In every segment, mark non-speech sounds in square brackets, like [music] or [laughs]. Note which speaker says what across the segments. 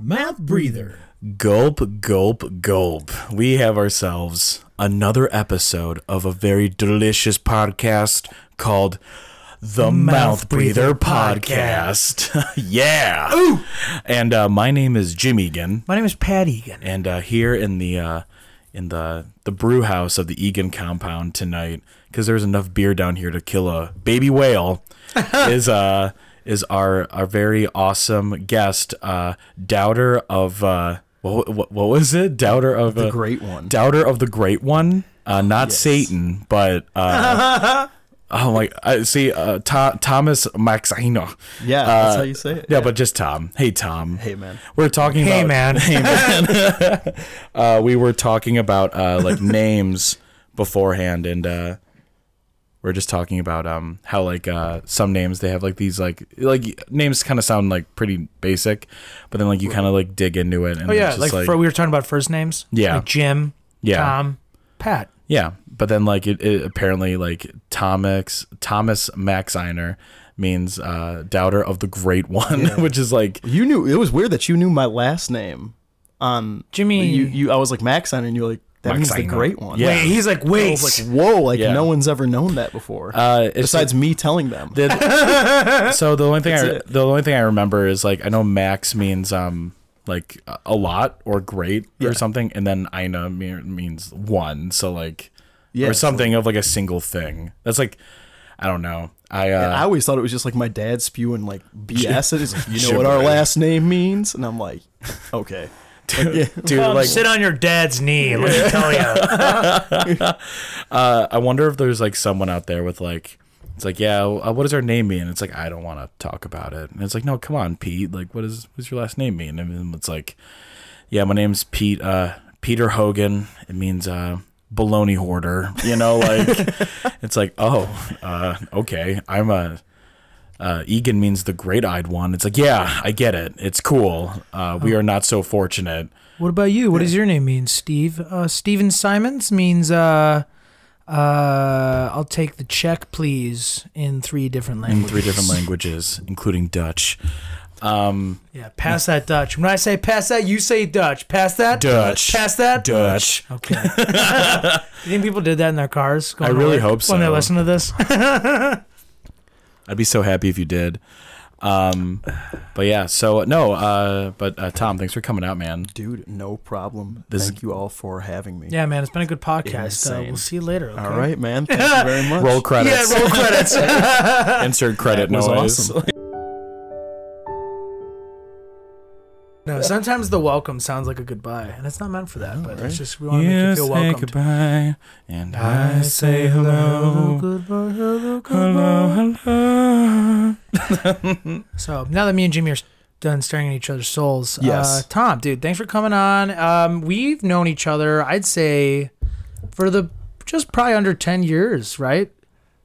Speaker 1: mouth breather.
Speaker 2: Gulp, gulp, gulp. We have ourselves another episode of a very delicious podcast called The Mouth,
Speaker 1: Mouth
Speaker 2: Breather
Speaker 1: Breather
Speaker 2: Podcast. [laughs] yeah. Ooh. And uh, my name is Jim Egan,
Speaker 1: My name is Pat Egan.
Speaker 2: and uh, here in the uh, in the the brew house of the Egan compound tonight, because there's enough beer down here to kill a
Speaker 3: [laughs]
Speaker 2: baby whale, is uh is our our very awesome guest, uh, doubter of uh, what, what what was it? Doubter of the
Speaker 3: Great One.
Speaker 2: Doubter of the Great One, uh, not Satan, but. Uh,
Speaker 3: [laughs]
Speaker 2: Oh my! I see. Uh, Tho- Thomas Maxino. Uh,
Speaker 3: Yeah, that's how you say it.
Speaker 2: Yeah, but just Tom. Hey, Tom.
Speaker 3: Hey, man.
Speaker 2: We're talking
Speaker 1: Hey,
Speaker 2: about [laughs]
Speaker 1: man. [laughs]
Speaker 2: uh, we were talking about uh, like names beforehand, and uh, we are just talking about um, how like uh, some names they have like these like like names kind of sound like pretty basic, but then like you kind of like dig into it. And
Speaker 1: Oh, yeah.
Speaker 2: it's just,
Speaker 1: Like, for, we were talking about first names.
Speaker 2: Yeah.
Speaker 1: Like Jim.
Speaker 2: Yeah.
Speaker 1: Tom. Pat.
Speaker 2: Yeah, but then like it, it apparently like Thomas Thomas Maxiner means uh, doubter of the great one, [laughs] which is like
Speaker 3: You knew it was weird that you knew my last name on
Speaker 1: Jimmy.
Speaker 3: you. You, I was like Maxine, and you're like that means the
Speaker 2: Maxine.
Speaker 3: great one.
Speaker 2: Yeah.
Speaker 1: Wait, he's like,
Speaker 3: I
Speaker 1: wait.
Speaker 3: was like, whoa, like
Speaker 2: Yeah.
Speaker 3: no one's ever known that before.
Speaker 2: uh, it's-
Speaker 3: besides me telling them.
Speaker 2: The- [laughs] so the only thing
Speaker 3: That's
Speaker 2: I
Speaker 3: it.
Speaker 2: the only thing I remember is like I know Max means um like a- a lot or great or something, and then Ina me- means one. So like
Speaker 3: Yeah,
Speaker 2: or
Speaker 3: so-
Speaker 2: something of like a single thing. That's like I don't know. I uh,
Speaker 3: I always thought it was just like my dad spewing like BS. and he's like, you know what our
Speaker 2: Gibberish.
Speaker 3: last name means, and I'm like, okay. Like, yeah.
Speaker 2: [laughs] dude
Speaker 1: Come
Speaker 2: like
Speaker 1: sit on your dad's knee. Let me tell
Speaker 3: [laughs]
Speaker 1: you.
Speaker 2: Uh, I wonder if there's like someone out there with like. It's like, yeah, uh, what does our name mean? It's like, I don't want to talk about it. And it's like, no, come on, Pete. Like, what is what's your last name mean? And then it's like, yeah, my name's Pete. Uh, Peter Hogan. It means uh, baloney hoarder. You know, like it's like, oh, uh, okay, I'm a. Uh, Egan means the great-eyed one. It's like, yeah, I get it. It's cool. Uh, we are not so fortunate.
Speaker 1: what about you? What does your name mean, Steve? Uh, Steven Simons means, uh, uh, I'll take the check, please, in three different languages.
Speaker 2: In three different languages, including Dutch. Um,
Speaker 1: Yeah, pass that Dutch. When I say pass that, you say Dutch. Pass that.
Speaker 2: Dutch.
Speaker 1: Pass that.
Speaker 2: Dutch.
Speaker 1: Okay. [laughs] you think people did that in their cars? going
Speaker 2: I
Speaker 1: to
Speaker 2: really
Speaker 1: work
Speaker 2: hope
Speaker 1: When they
Speaker 2: so.
Speaker 1: listen to this,
Speaker 2: I'd be so happy if you did. Um, but yeah, so no, uh, but uh, Tom, thanks for coming out, man.
Speaker 3: Dude, no problem.
Speaker 2: This is-
Speaker 3: Thank you all for having me.
Speaker 1: yeah, man, it's been a good podcast. Uh,
Speaker 3: Insane.
Speaker 1: we'll see you later. Okay?
Speaker 3: All right,
Speaker 1: [laughs]
Speaker 3: man. Thank you very much.
Speaker 2: Roll credits.
Speaker 1: Yeah, roll credits.
Speaker 2: [laughs] Insert credit
Speaker 3: That was
Speaker 2: noise.
Speaker 3: awesome.
Speaker 1: [laughs] no, sometimes the welcome sounds like a goodbye, and it's not meant for that. But
Speaker 3: right.
Speaker 1: it's just we want to make you feel welcomed.
Speaker 2: goodbye, and I say hello,
Speaker 1: Goodbye, hello,
Speaker 2: hello,
Speaker 1: goodbye.
Speaker 2: hello.
Speaker 1: So now that me and Jimmy are done staring at each other's souls,
Speaker 3: Yes.
Speaker 1: uh, Tom, dude, thanks for coming on. Um, we've known each other, I'd say, for the just probably under ten years, right?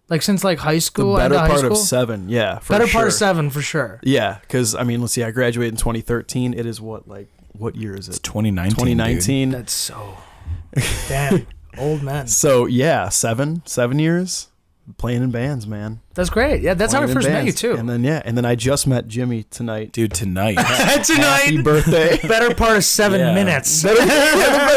Speaker 1: Like since like high
Speaker 3: The
Speaker 1: school,
Speaker 3: better
Speaker 1: end of high
Speaker 3: part of
Speaker 1: school?
Speaker 3: seven. Yeah. For
Speaker 1: better
Speaker 3: sure.
Speaker 1: part of seven for sure.
Speaker 3: Yeah, because I mean, let's see. I graduated in 2013. It is what like what year is
Speaker 2: It's
Speaker 3: it?
Speaker 2: 2019.
Speaker 3: 2019.
Speaker 2: 2019.
Speaker 1: That's so damn
Speaker 3: [laughs]
Speaker 1: old men.
Speaker 3: So yeah, seven seven years playing in bands, man.
Speaker 1: That's great. Yeah, that's how
Speaker 3: Playing
Speaker 1: I
Speaker 3: in
Speaker 1: first met you
Speaker 3: bands.
Speaker 1: too. [laughs]
Speaker 3: And uh, then yeah, and then I just met Jimmy tonight. [laughs]
Speaker 2: Dude, tonight.
Speaker 3: Happy birthday.
Speaker 2: [laughs]
Speaker 1: better part of seven
Speaker 2: Yeah.
Speaker 1: minutes.
Speaker 3: Better-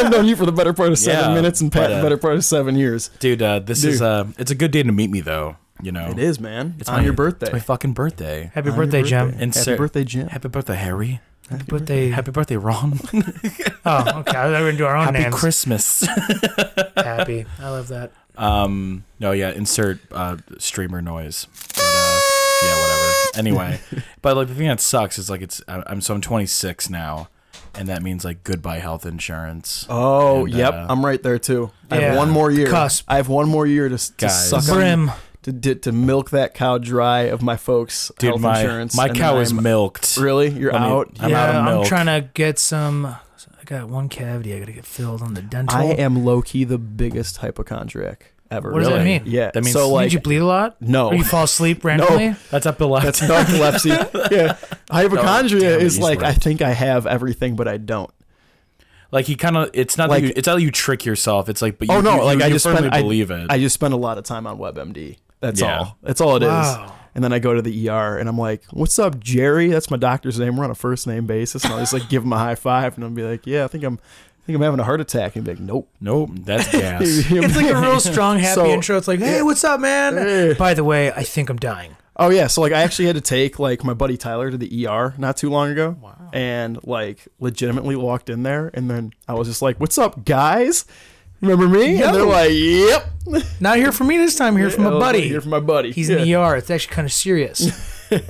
Speaker 3: I've known you for the better part of seven
Speaker 2: Yeah,
Speaker 3: minutes and
Speaker 2: but,
Speaker 3: Pat the
Speaker 2: uh,
Speaker 3: better part of seven years.
Speaker 2: Dude, uh, this
Speaker 3: Dude.
Speaker 2: is uh, it's a good day to meet me though. You know,
Speaker 3: It is, man. It's
Speaker 2: my-
Speaker 3: on your birthday.
Speaker 2: Oh. It's my fucking birthday.
Speaker 1: Happy
Speaker 3: On your
Speaker 1: birthday, Jim.
Speaker 3: birthday.
Speaker 2: And
Speaker 3: Happy
Speaker 2: Sarah-
Speaker 3: birthday, Jim.
Speaker 2: Happy birthday, Harry.
Speaker 1: Happy birthday.
Speaker 2: Happy birthday, Ron.
Speaker 1: Oh, okay. I thought we were gonna do our own
Speaker 2: Happy
Speaker 1: names.
Speaker 2: Christmas.
Speaker 1: Happy. I love that.
Speaker 2: Um, no, yeah, insert uh, streamer noise. But, uh, yeah, whatever.
Speaker 3: [laughs]
Speaker 2: Anyway, but like the thing that sucks is like it's I- I'm so I'm 26 now, and that means like goodbye health insurance.
Speaker 3: Oh,
Speaker 2: And,
Speaker 3: yep.
Speaker 2: uh,
Speaker 3: I'm right there too. I
Speaker 1: Yeah.
Speaker 3: have one more year.
Speaker 1: Cusp.
Speaker 3: I have one more year to, s- to
Speaker 2: Guys.
Speaker 3: suck on-
Speaker 1: Brim.
Speaker 3: to, to to milk that cow dry of my folks'
Speaker 2: Dude,
Speaker 3: health
Speaker 2: my
Speaker 3: insurance.
Speaker 2: my
Speaker 3: and
Speaker 2: cow
Speaker 3: then
Speaker 2: is
Speaker 3: I'm-
Speaker 2: milked.
Speaker 3: really. You're
Speaker 2: Let me-
Speaker 3: out.
Speaker 2: I'm
Speaker 1: yeah,
Speaker 2: out of milk.
Speaker 1: I'm trying to get some. I got one cavity I got to get filled on the dental.
Speaker 3: I am low key the biggest hypochondriac ever.
Speaker 1: What does that
Speaker 2: Really?
Speaker 1: mean?
Speaker 3: Yeah.
Speaker 2: That means-
Speaker 3: so
Speaker 2: Did
Speaker 3: like
Speaker 1: Did you bleed a lot?
Speaker 3: no.
Speaker 1: Or you fall asleep randomly?
Speaker 2: That's epileptic.
Speaker 3: [laughs] That's not epilepsy.
Speaker 2: [laughs]
Speaker 3: yeah. Hypochondria
Speaker 2: damn it,
Speaker 3: is
Speaker 2: you
Speaker 3: like I
Speaker 2: slept.
Speaker 3: think I have everything but I don't.
Speaker 2: like he kind of. It's not. Like,
Speaker 3: Like-
Speaker 2: you, it's not that you trick yourself. It's like. But you,
Speaker 3: oh no,
Speaker 2: you-
Speaker 3: like
Speaker 2: you
Speaker 3: I just
Speaker 2: firmly
Speaker 3: spent I,
Speaker 2: believe it.
Speaker 3: I just spent a lot of time on WebMD. That's
Speaker 2: Yeah.
Speaker 3: all. That's all it is.
Speaker 1: Wow.
Speaker 3: And then I go to the ER and I'm like, "What's up, Jerry? That's my doctor's name. We're on a first name basis." And I'll just like give him a high five and I'll be like, "Yeah, I think I'm, I think I'm having a heart attack." And he'd be like, "Nope."
Speaker 2: Nope,
Speaker 3: [laughs]
Speaker 2: that's gas.
Speaker 1: It's like
Speaker 2: [laughs]
Speaker 1: a real strong, happy
Speaker 3: So-
Speaker 1: intro. It's like, hey, what's up, man?
Speaker 3: Hey.
Speaker 1: By the way, I think I'm dying.
Speaker 3: Oh yeah, so like I actually had to take like my buddy Tyler to the ER not too long ago. Wow. And like legitimately walked in there and then I was just like, "What's up, guys? Remember me?"
Speaker 1: Yo.
Speaker 3: And they're like, "Yep."
Speaker 1: Not here for me this time. Here for
Speaker 3: I [laughs]
Speaker 1: my
Speaker 3: was like,
Speaker 1: buddy.
Speaker 3: Here for my buddy.
Speaker 1: He's
Speaker 3: yeah.
Speaker 1: in the ER. It's actually kind of serious.
Speaker 3: [laughs]
Speaker 1: [laughs] but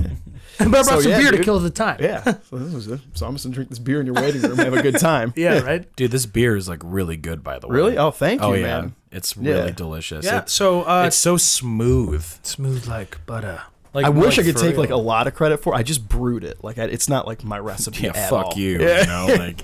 Speaker 1: I brought
Speaker 3: So,
Speaker 1: some
Speaker 3: yeah,
Speaker 1: beer to
Speaker 3: dude.
Speaker 1: kill the time.
Speaker 3: Yeah. So, this was it. so I'm just gonna drink this beer in your waiting room, have a good time.
Speaker 1: [laughs]
Speaker 3: [laughs]
Speaker 1: Yeah, right.
Speaker 2: Dude, this beer is like really good by the way.
Speaker 3: Really? Oh, thank you,
Speaker 2: Oh yeah.
Speaker 3: man.
Speaker 2: It's
Speaker 3: Yeah.
Speaker 2: really delicious.
Speaker 1: Yeah.
Speaker 2: It's,
Speaker 1: so uh,
Speaker 2: it's so smooth.
Speaker 1: smooth like butter.
Speaker 2: Like
Speaker 3: I wish I
Speaker 2: like,
Speaker 3: could
Speaker 2: for
Speaker 3: take like a
Speaker 2: real.
Speaker 3: lot of credit for. it. I just brewed it. Like I, it's not like my recipe.
Speaker 2: yeah,
Speaker 3: at
Speaker 2: fuck
Speaker 3: all.
Speaker 2: you.
Speaker 3: Yeah.
Speaker 2: You [laughs] know,
Speaker 3: [laughs]
Speaker 2: like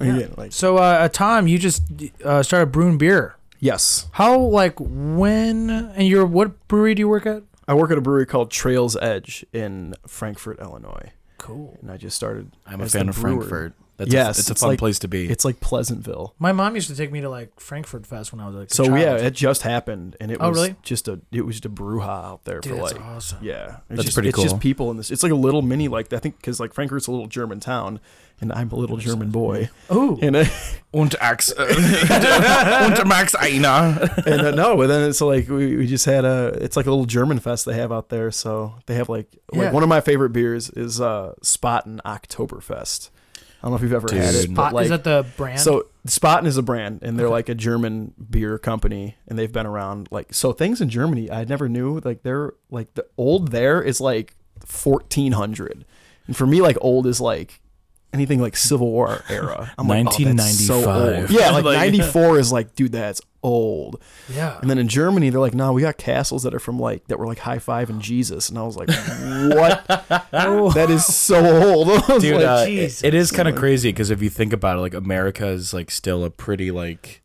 Speaker 3: Yeah, like-
Speaker 1: So, uh, uh, Tom, you just uh, started brewing beer.
Speaker 3: yes,
Speaker 1: How, like, when? And you're what brewery do you work at?
Speaker 3: I work at a brewery called Trails Edge in Frankfort, Illinois,
Speaker 1: Cool.
Speaker 3: and I just started.
Speaker 2: I'm a
Speaker 3: as the
Speaker 2: fan of
Speaker 3: brewer.
Speaker 2: Frankfurt. That's a,
Speaker 3: Yes,
Speaker 2: it's a
Speaker 3: it's
Speaker 2: fun
Speaker 3: like-
Speaker 2: place to be.
Speaker 3: It's like Pleasantville.
Speaker 1: My mom used to take me to like Frankfurt Fest when I was like. a
Speaker 3: So
Speaker 1: child.
Speaker 3: yeah, it just happened, and it
Speaker 1: Oh,
Speaker 3: was
Speaker 1: really?
Speaker 3: just a it was just a brouhaha out there
Speaker 1: dude,
Speaker 3: for
Speaker 1: that's
Speaker 3: like
Speaker 1: awesome.
Speaker 3: yeah. It's
Speaker 2: That's
Speaker 3: just,
Speaker 2: pretty
Speaker 3: It's just
Speaker 2: cool.
Speaker 3: people in this. It's like a little mini like I think because like Frankfurt's a little German town, and I'm a little German boy,
Speaker 1: Ooh,
Speaker 3: and. I,
Speaker 2: Und [laughs] Ax. Und Max Einer.
Speaker 3: and uh, no, but then it's like we, we just had a it's like a little German fest they have out there. So they have like
Speaker 1: Yeah.
Speaker 3: like one of my favorite beers is uh Spaten Oktoberfest. I don't know if you've ever had it.
Speaker 2: Dude.
Speaker 3: but,
Speaker 1: Pot-
Speaker 3: like,
Speaker 1: is that the brand?
Speaker 3: so Spaten is a brand and they're
Speaker 1: Okay.
Speaker 3: like a German beer company and they've been around like so things in Germany I never knew like they're like the old there is like 1400. And for me like old is like anything like Civil War era. I'm like oh, that's so
Speaker 2: 1995.
Speaker 3: old. Yeah,
Speaker 1: [laughs]
Speaker 3: like
Speaker 2: Like-
Speaker 3: 94 is like dude that's old.
Speaker 1: yeah.
Speaker 3: And then in Germany, they're like, "No, we got castles that are from like that were like high five and Jesus." And I was like,
Speaker 1: [laughs]
Speaker 3: "What? that is so old." [laughs] I was
Speaker 2: Dude,
Speaker 3: like,
Speaker 2: uh,
Speaker 1: Jesus.
Speaker 2: it- it is kind of crazy because if you think about it, like America is like still a pretty like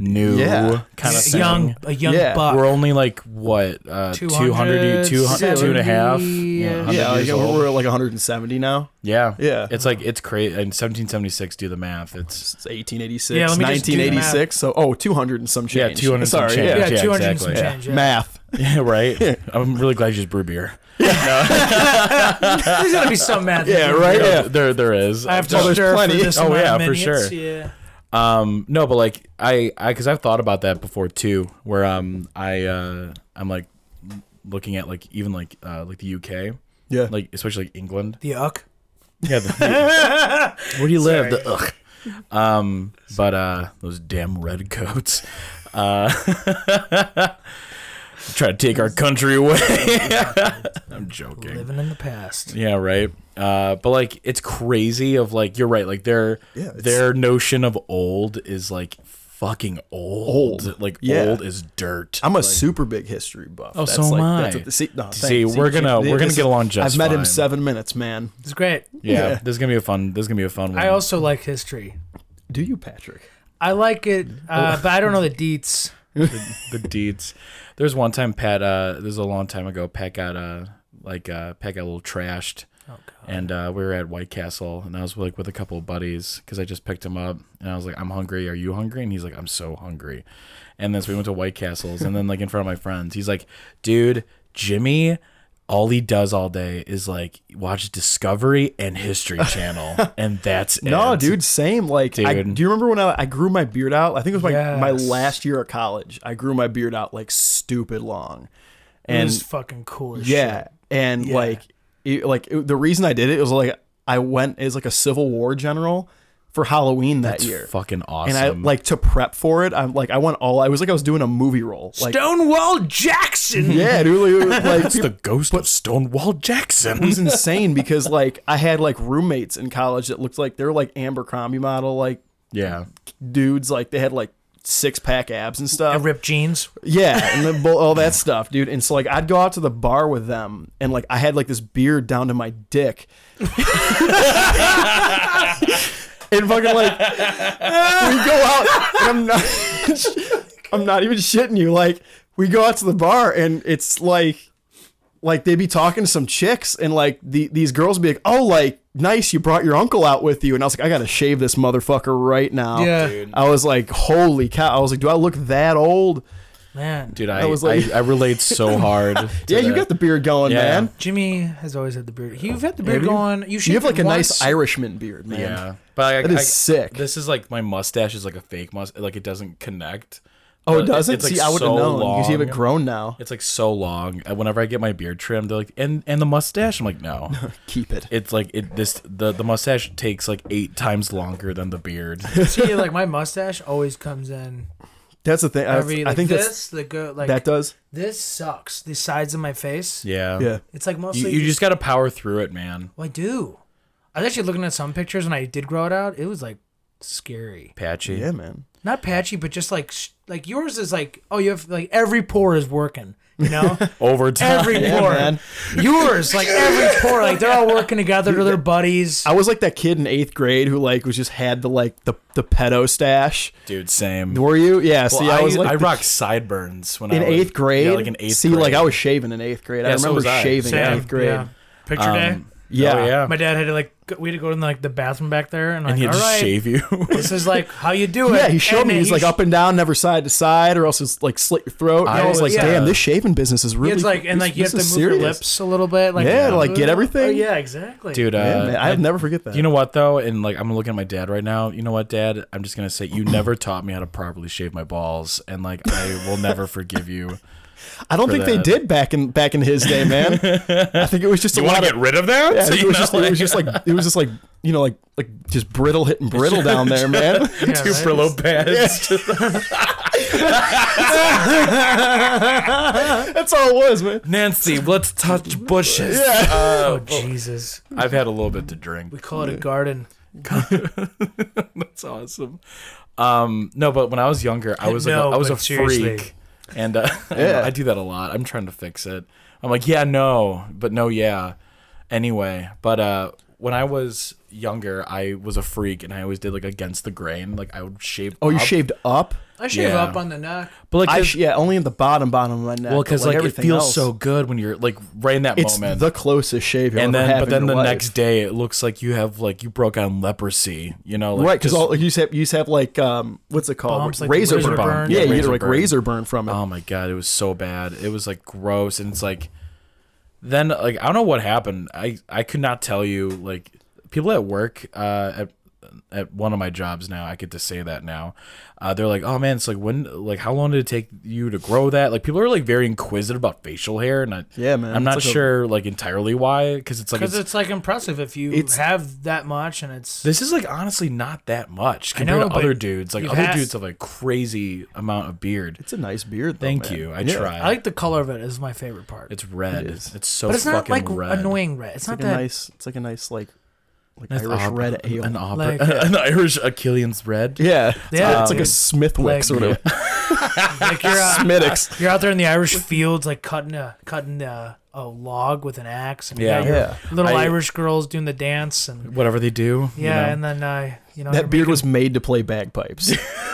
Speaker 2: new
Speaker 3: Yeah.
Speaker 2: kind of
Speaker 1: a young, a young
Speaker 3: Yeah.
Speaker 1: buck. [laughs]
Speaker 2: We're only like what uh, 200, 200, 200 two and a half. Yeah,
Speaker 1: 270-ish.
Speaker 2: 100
Speaker 3: yeah, like,
Speaker 2: years
Speaker 3: we're,
Speaker 2: old.
Speaker 3: we're at like 170 now.
Speaker 2: yeah,
Speaker 3: Yeah,
Speaker 2: It's like it's crazy. In 1776, do the math. It's
Speaker 3: It's 1886,
Speaker 1: Yeah, let me just do the math.
Speaker 3: 1986. So oh, 200 and some
Speaker 2: yeah,
Speaker 3: change.
Speaker 2: 200. and some
Speaker 3: Sorry,
Speaker 2: change.
Speaker 3: yeah.
Speaker 1: Yeah, 200 and some
Speaker 2: exactly.
Speaker 1: change.
Speaker 3: Yeah.
Speaker 1: Yeah.
Speaker 3: Math.
Speaker 2: [laughs]
Speaker 3: [laughs]
Speaker 2: Yeah, right. I'm really glad you just brew beer.
Speaker 1: There's
Speaker 3: [laughs]
Speaker 1: gotta be some math.
Speaker 3: Yeah, right.
Speaker 2: Yeah,
Speaker 3: Yeah.
Speaker 2: there there is.
Speaker 1: I have to
Speaker 3: Oh, there's
Speaker 1: stir
Speaker 3: plenty.
Speaker 1: for this
Speaker 2: Oh,
Speaker 1: amount
Speaker 2: yeah,
Speaker 1: of
Speaker 2: for
Speaker 1: minutes.
Speaker 2: sure.
Speaker 1: Yeah.
Speaker 2: Um, no, but like I, I, because I've thought about that before too, where um, I, uh, I'm like looking at like even like uh, like the UK,
Speaker 3: Yeah.
Speaker 2: like especially like England.
Speaker 1: The uck.
Speaker 2: Yeah. The, [laughs] where do you live? The, ugh. Um, but uh, those damn red coats. Uh, [laughs] try to take our country away. I'm joking.
Speaker 1: Living in the past.
Speaker 2: Yeah, right. Uh, but like it's crazy of like you're right, like their
Speaker 3: Yeah, it's-
Speaker 2: their notion of old is like fucking old. Like
Speaker 3: Yeah.
Speaker 2: old is dirt.
Speaker 3: I'm a super big history buff.
Speaker 2: Oh,
Speaker 3: that's
Speaker 2: so am
Speaker 3: like,
Speaker 2: I.
Speaker 3: That's what the, see, no,
Speaker 2: See,
Speaker 3: thanks.
Speaker 2: we're
Speaker 3: you-
Speaker 2: gonna- we're gonna
Speaker 3: this-
Speaker 2: get along just
Speaker 3: I've met
Speaker 2: fine.
Speaker 3: him seven minutes, man.
Speaker 1: It's great.
Speaker 2: yeah,
Speaker 3: yeah.
Speaker 2: This is gonna be a fun this is gonna be a fun one.
Speaker 1: I also like history.
Speaker 3: Do you, Patrick?
Speaker 1: I like it, uh,
Speaker 3: Oh.
Speaker 1: but I don't know
Speaker 3: [laughs]
Speaker 1: the deets.
Speaker 2: the, the deeds. There's one time Pat uh this is a long time ago, Pat got uh like uh Pat got a little trashed.
Speaker 1: Oh,
Speaker 2: And uh, we were at White Castle, and I was like with a couple of buddies because I just picked him up, and I was like, "I'm hungry. Are you hungry?" And he's like, "I'm so hungry." And then so we went to White Castles, and then like in front of my friends, he's like, "Dude, Jimmy, all he does all day is like watch Discovery and History
Speaker 3: [laughs]
Speaker 2: Channel, and that's
Speaker 3: No,
Speaker 2: it."
Speaker 3: dude, same. Like, I,
Speaker 2: Dude.
Speaker 3: do you remember when I, I grew my beard out? I think it was my, my
Speaker 1: Yes.
Speaker 3: last year of college. I grew my beard out like stupid long,
Speaker 1: It
Speaker 3: and
Speaker 1: was fucking cool as
Speaker 3: yeah,
Speaker 1: shit.
Speaker 3: and
Speaker 1: Yeah.
Speaker 3: like, it, like it- the reason I did it was like I went as like a Civil War general for Halloween that
Speaker 2: That's
Speaker 3: year,
Speaker 2: fucking awesome.
Speaker 3: and I like to prep for it. I'm like, I went all. I was like, I was doing a movie role, like.
Speaker 1: Stonewall
Speaker 3: [laughs]
Speaker 1: Jackson.
Speaker 3: yeah, dude, like, like
Speaker 2: it's the ghost of Stonewall Jackson.
Speaker 3: it was [laughs] insane because like I had like roommates in college that looked like they're like Abercrombie model like
Speaker 2: Yeah.
Speaker 3: dudes like they had like six pack abs and
Speaker 1: I
Speaker 3: stuff. [laughs]
Speaker 1: ripped jeans.
Speaker 3: Yeah, and the, bull- all that stuff, dude. And so like I'd go out to the bar with them, and like I had like this beard down to my dick. [laughs] and fucking like we go out and I'm not [laughs] I'm not even shitting you. Like we go out to the bar and it's like like they'd be talking to some chicks and like the these girls would be like, Oh, like nice, you brought your uncle out with you and I was like, I gotta shave this motherfucker right now.
Speaker 1: Yeah. Dude.
Speaker 3: I was like, Holy cow. I was like, Do I look that old?
Speaker 1: man.
Speaker 2: Dude, I,
Speaker 3: That was like-
Speaker 2: I, I relate
Speaker 3: [laughs]
Speaker 2: so hard. to
Speaker 3: Yeah, you
Speaker 2: that.
Speaker 3: got the beard going,
Speaker 2: Yeah.
Speaker 3: man.
Speaker 1: Jimmy has always had the beard. You've had the beard
Speaker 3: Have you?
Speaker 1: going. You should
Speaker 3: You have like a nice
Speaker 1: once.
Speaker 3: Irishman beard, man.
Speaker 2: Yeah, but I,
Speaker 3: That is
Speaker 2: I-
Speaker 3: sick.
Speaker 2: This is like my mustache is like a fake mustache. Like it doesn't connect.
Speaker 3: Oh,
Speaker 2: But
Speaker 3: it doesn't.
Speaker 2: It's like
Speaker 3: See, I would have
Speaker 2: so
Speaker 3: known.
Speaker 2: Long.
Speaker 3: You see, it grown now.
Speaker 2: It's like so long. And Whenever I get my beard trimmed, they're like, and and the mustache. I'm
Speaker 3: [laughs]
Speaker 2: like, no.
Speaker 3: Keep it.
Speaker 2: It's like it this the the mustache takes like eight times longer than
Speaker 3: [laughs]
Speaker 2: the beard.
Speaker 1: See, like my mustache always comes in
Speaker 3: That's the thing. I,
Speaker 1: every. Like
Speaker 3: I think that's
Speaker 1: this, the go like
Speaker 3: that does.
Speaker 1: this sucks. The sides of my face.
Speaker 2: Yeah.
Speaker 3: Yeah.
Speaker 1: It's like
Speaker 2: You,
Speaker 1: mostly.
Speaker 2: you just gotta power through it, man.
Speaker 1: Well, I do. I was actually looking at some pictures when I did grow it out. It was like scary.
Speaker 2: Patchy.
Speaker 3: Yeah, man.
Speaker 1: Not patchy, but just like sh- like yours is like oh you have like every pore is working. You know,
Speaker 3: [laughs]
Speaker 2: Over time.
Speaker 1: every
Speaker 3: Yeah,
Speaker 1: pore.
Speaker 3: man.
Speaker 1: Yours like every pore like they're all working together. They're their buddies.
Speaker 3: I was like that kid in eighth grade who like was just had the like the the pedo stash.
Speaker 2: [laughs] Dude, same.
Speaker 3: Were you? Yeah.
Speaker 2: Well,
Speaker 3: see, I, was like
Speaker 2: I
Speaker 3: the-
Speaker 2: rock sideburns when
Speaker 3: in
Speaker 2: I was,
Speaker 3: eighth grade.
Speaker 2: Yeah, like in eighth
Speaker 3: See,
Speaker 2: grade.
Speaker 3: like I was shaving in eighth grade. I
Speaker 2: Yeah, so
Speaker 3: remember
Speaker 2: was I.
Speaker 3: shaving in
Speaker 1: Same,
Speaker 3: eighth grade.
Speaker 1: yeah. Picture day.
Speaker 2: Um,
Speaker 3: Yeah.
Speaker 2: oh, yeah.
Speaker 1: My dad had to like go- we had to go in like the bathroom back there
Speaker 2: and
Speaker 1: and, like
Speaker 2: he'd
Speaker 1: all
Speaker 2: just
Speaker 1: right,
Speaker 2: shave you.
Speaker 1: [laughs]
Speaker 2: [laughs]
Speaker 1: this is like how you do it.
Speaker 3: Yeah, he showed
Speaker 1: And
Speaker 3: me.
Speaker 1: then
Speaker 3: He's
Speaker 1: he
Speaker 3: like
Speaker 1: sh-
Speaker 3: up and down, never side to side, or else it's like slit your throat. And I,
Speaker 2: I
Speaker 3: was like,
Speaker 1: was,
Speaker 3: damn,
Speaker 2: uh,
Speaker 3: this shaving business is really.
Speaker 1: It's like and like you have
Speaker 3: this is
Speaker 1: to move your
Speaker 3: serious.
Speaker 1: lips a little bit. Like
Speaker 3: Yeah, to, like, get
Speaker 1: Oh,
Speaker 3: everything.
Speaker 1: yeah, exactly.
Speaker 2: Dude, uh,
Speaker 3: Yeah, man, I'll
Speaker 2: I-
Speaker 3: never forget that.
Speaker 2: You know what though, and like I'm looking at my dad right now. You know what, Dad? I'm just gonna
Speaker 3: [clears throat]
Speaker 2: say you never taught me how to properly shave my balls, and like I will never forgive [laughs] you.
Speaker 3: I don't think
Speaker 2: that.
Speaker 3: they did back in back in his day,
Speaker 2: [laughs]
Speaker 3: man. I think it was just a lot of.
Speaker 2: rid of that?
Speaker 3: Yeah, I think it, was just, it was just like it was just like you know like like just brittle hitting
Speaker 2: [laughs]
Speaker 3: brittle down there, man. [laughs]
Speaker 1: Yeah, right?
Speaker 2: pads.
Speaker 3: That's all it was, man.
Speaker 2: Nancy, let's touch bushes. Uh,
Speaker 1: Oh Jesus!
Speaker 2: I've had a little bit to
Speaker 1: We
Speaker 2: drink.
Speaker 1: call it a garden.
Speaker 2: That's awesome. Um, no, but when I was younger, I was like,
Speaker 1: No,
Speaker 2: a, I was a
Speaker 1: but seriously.
Speaker 2: freak, and uh, [laughs]
Speaker 3: Yeah.
Speaker 2: I do that a lot. I'm trying to fix it. I'm like, yeah, no, but no, yeah. Anyway, but uh, when I was younger, I was a freak, and I always did like against the grain. Like I would shave.
Speaker 3: Oh, you
Speaker 2: up.
Speaker 3: shaved up?
Speaker 1: I shave
Speaker 2: Yeah.
Speaker 1: up on the neck.
Speaker 2: But like,
Speaker 3: I
Speaker 2: 'cause-
Speaker 3: sh- yeah, only in the bottom bottom of my neck.
Speaker 2: well,
Speaker 3: but,
Speaker 2: because like, it
Speaker 3: everything
Speaker 2: feels
Speaker 3: else,
Speaker 2: so good when you're like right in that
Speaker 3: It's
Speaker 2: moment.
Speaker 3: the closest shave you'll
Speaker 2: and
Speaker 3: ever
Speaker 2: then,
Speaker 3: have
Speaker 2: but
Speaker 3: in
Speaker 2: then
Speaker 3: your
Speaker 2: the
Speaker 3: life.
Speaker 2: next day, it looks like you have like you broke out in leprosy. You know, like,
Speaker 3: right? Because
Speaker 2: just-
Speaker 3: all you used to have, you used to have like um, what's it called?
Speaker 1: Bumps, like
Speaker 3: razor,
Speaker 1: razor
Speaker 3: burn.
Speaker 1: burn.
Speaker 3: Yeah,
Speaker 2: Yeah,
Speaker 3: you get
Speaker 2: razor
Speaker 3: like
Speaker 2: burn.
Speaker 3: razor burn from it.
Speaker 2: Oh my god, it was so bad. It was like gross, and it's like, then like I don't know what happened. I I could not tell you. Like people at work, uh, at at one of my jobs now, I get to say that now. Uh, they're like, oh man, it's like when, like how long did it take you to grow that? Like people are like very inquisitive about facial hair, and I,
Speaker 3: Yeah, man,
Speaker 2: I'm
Speaker 3: it's
Speaker 2: not
Speaker 3: like a-
Speaker 2: sure like entirely why, because it's like
Speaker 1: Because
Speaker 2: it's,
Speaker 1: it's like impressive if you
Speaker 3: It's-
Speaker 1: have that much and it's
Speaker 2: this is like honestly not that much compared
Speaker 1: know,
Speaker 2: to
Speaker 1: but
Speaker 2: other dudes. Like
Speaker 1: you've
Speaker 2: other
Speaker 1: had-
Speaker 2: dudes have like crazy amount of beard.
Speaker 3: It's a nice beard. Though,
Speaker 2: Thank
Speaker 3: Oh, man.
Speaker 2: you. I
Speaker 3: Yeah.
Speaker 2: try.
Speaker 1: I like the color of it is my favorite part.
Speaker 2: It's red.
Speaker 3: It is.
Speaker 2: it's so
Speaker 1: but it's not
Speaker 2: fucking
Speaker 1: like
Speaker 2: red.
Speaker 1: annoying red. It's,
Speaker 3: It's
Speaker 1: not
Speaker 3: like a
Speaker 1: that
Speaker 3: nice. It's like a nice like like
Speaker 2: Nice
Speaker 3: Irish
Speaker 2: ob-
Speaker 3: red ale.
Speaker 2: An, ob- [laughs]
Speaker 1: Like-
Speaker 2: an Irish Achillean's red.
Speaker 3: yeah,
Speaker 1: Yeah,
Speaker 3: It's like a
Speaker 1: dude.
Speaker 3: Smithwick's
Speaker 1: Like-
Speaker 3: or whatever.
Speaker 1: like
Speaker 2: [laughs]
Speaker 1: you're
Speaker 3: [laughs]
Speaker 1: out,
Speaker 3: Smithwick's.
Speaker 1: you're out there in the Irish fields like cutting a cutting a, a log with an axe and
Speaker 2: Yeah.
Speaker 1: yeah, you got your
Speaker 3: Yeah.
Speaker 1: little
Speaker 2: I-
Speaker 1: Irish girls doing the dance and
Speaker 2: Whatever they do. you
Speaker 1: yeah
Speaker 2: know.
Speaker 1: and then uh, you know
Speaker 3: That beard was made to play [laughs] bagpipes.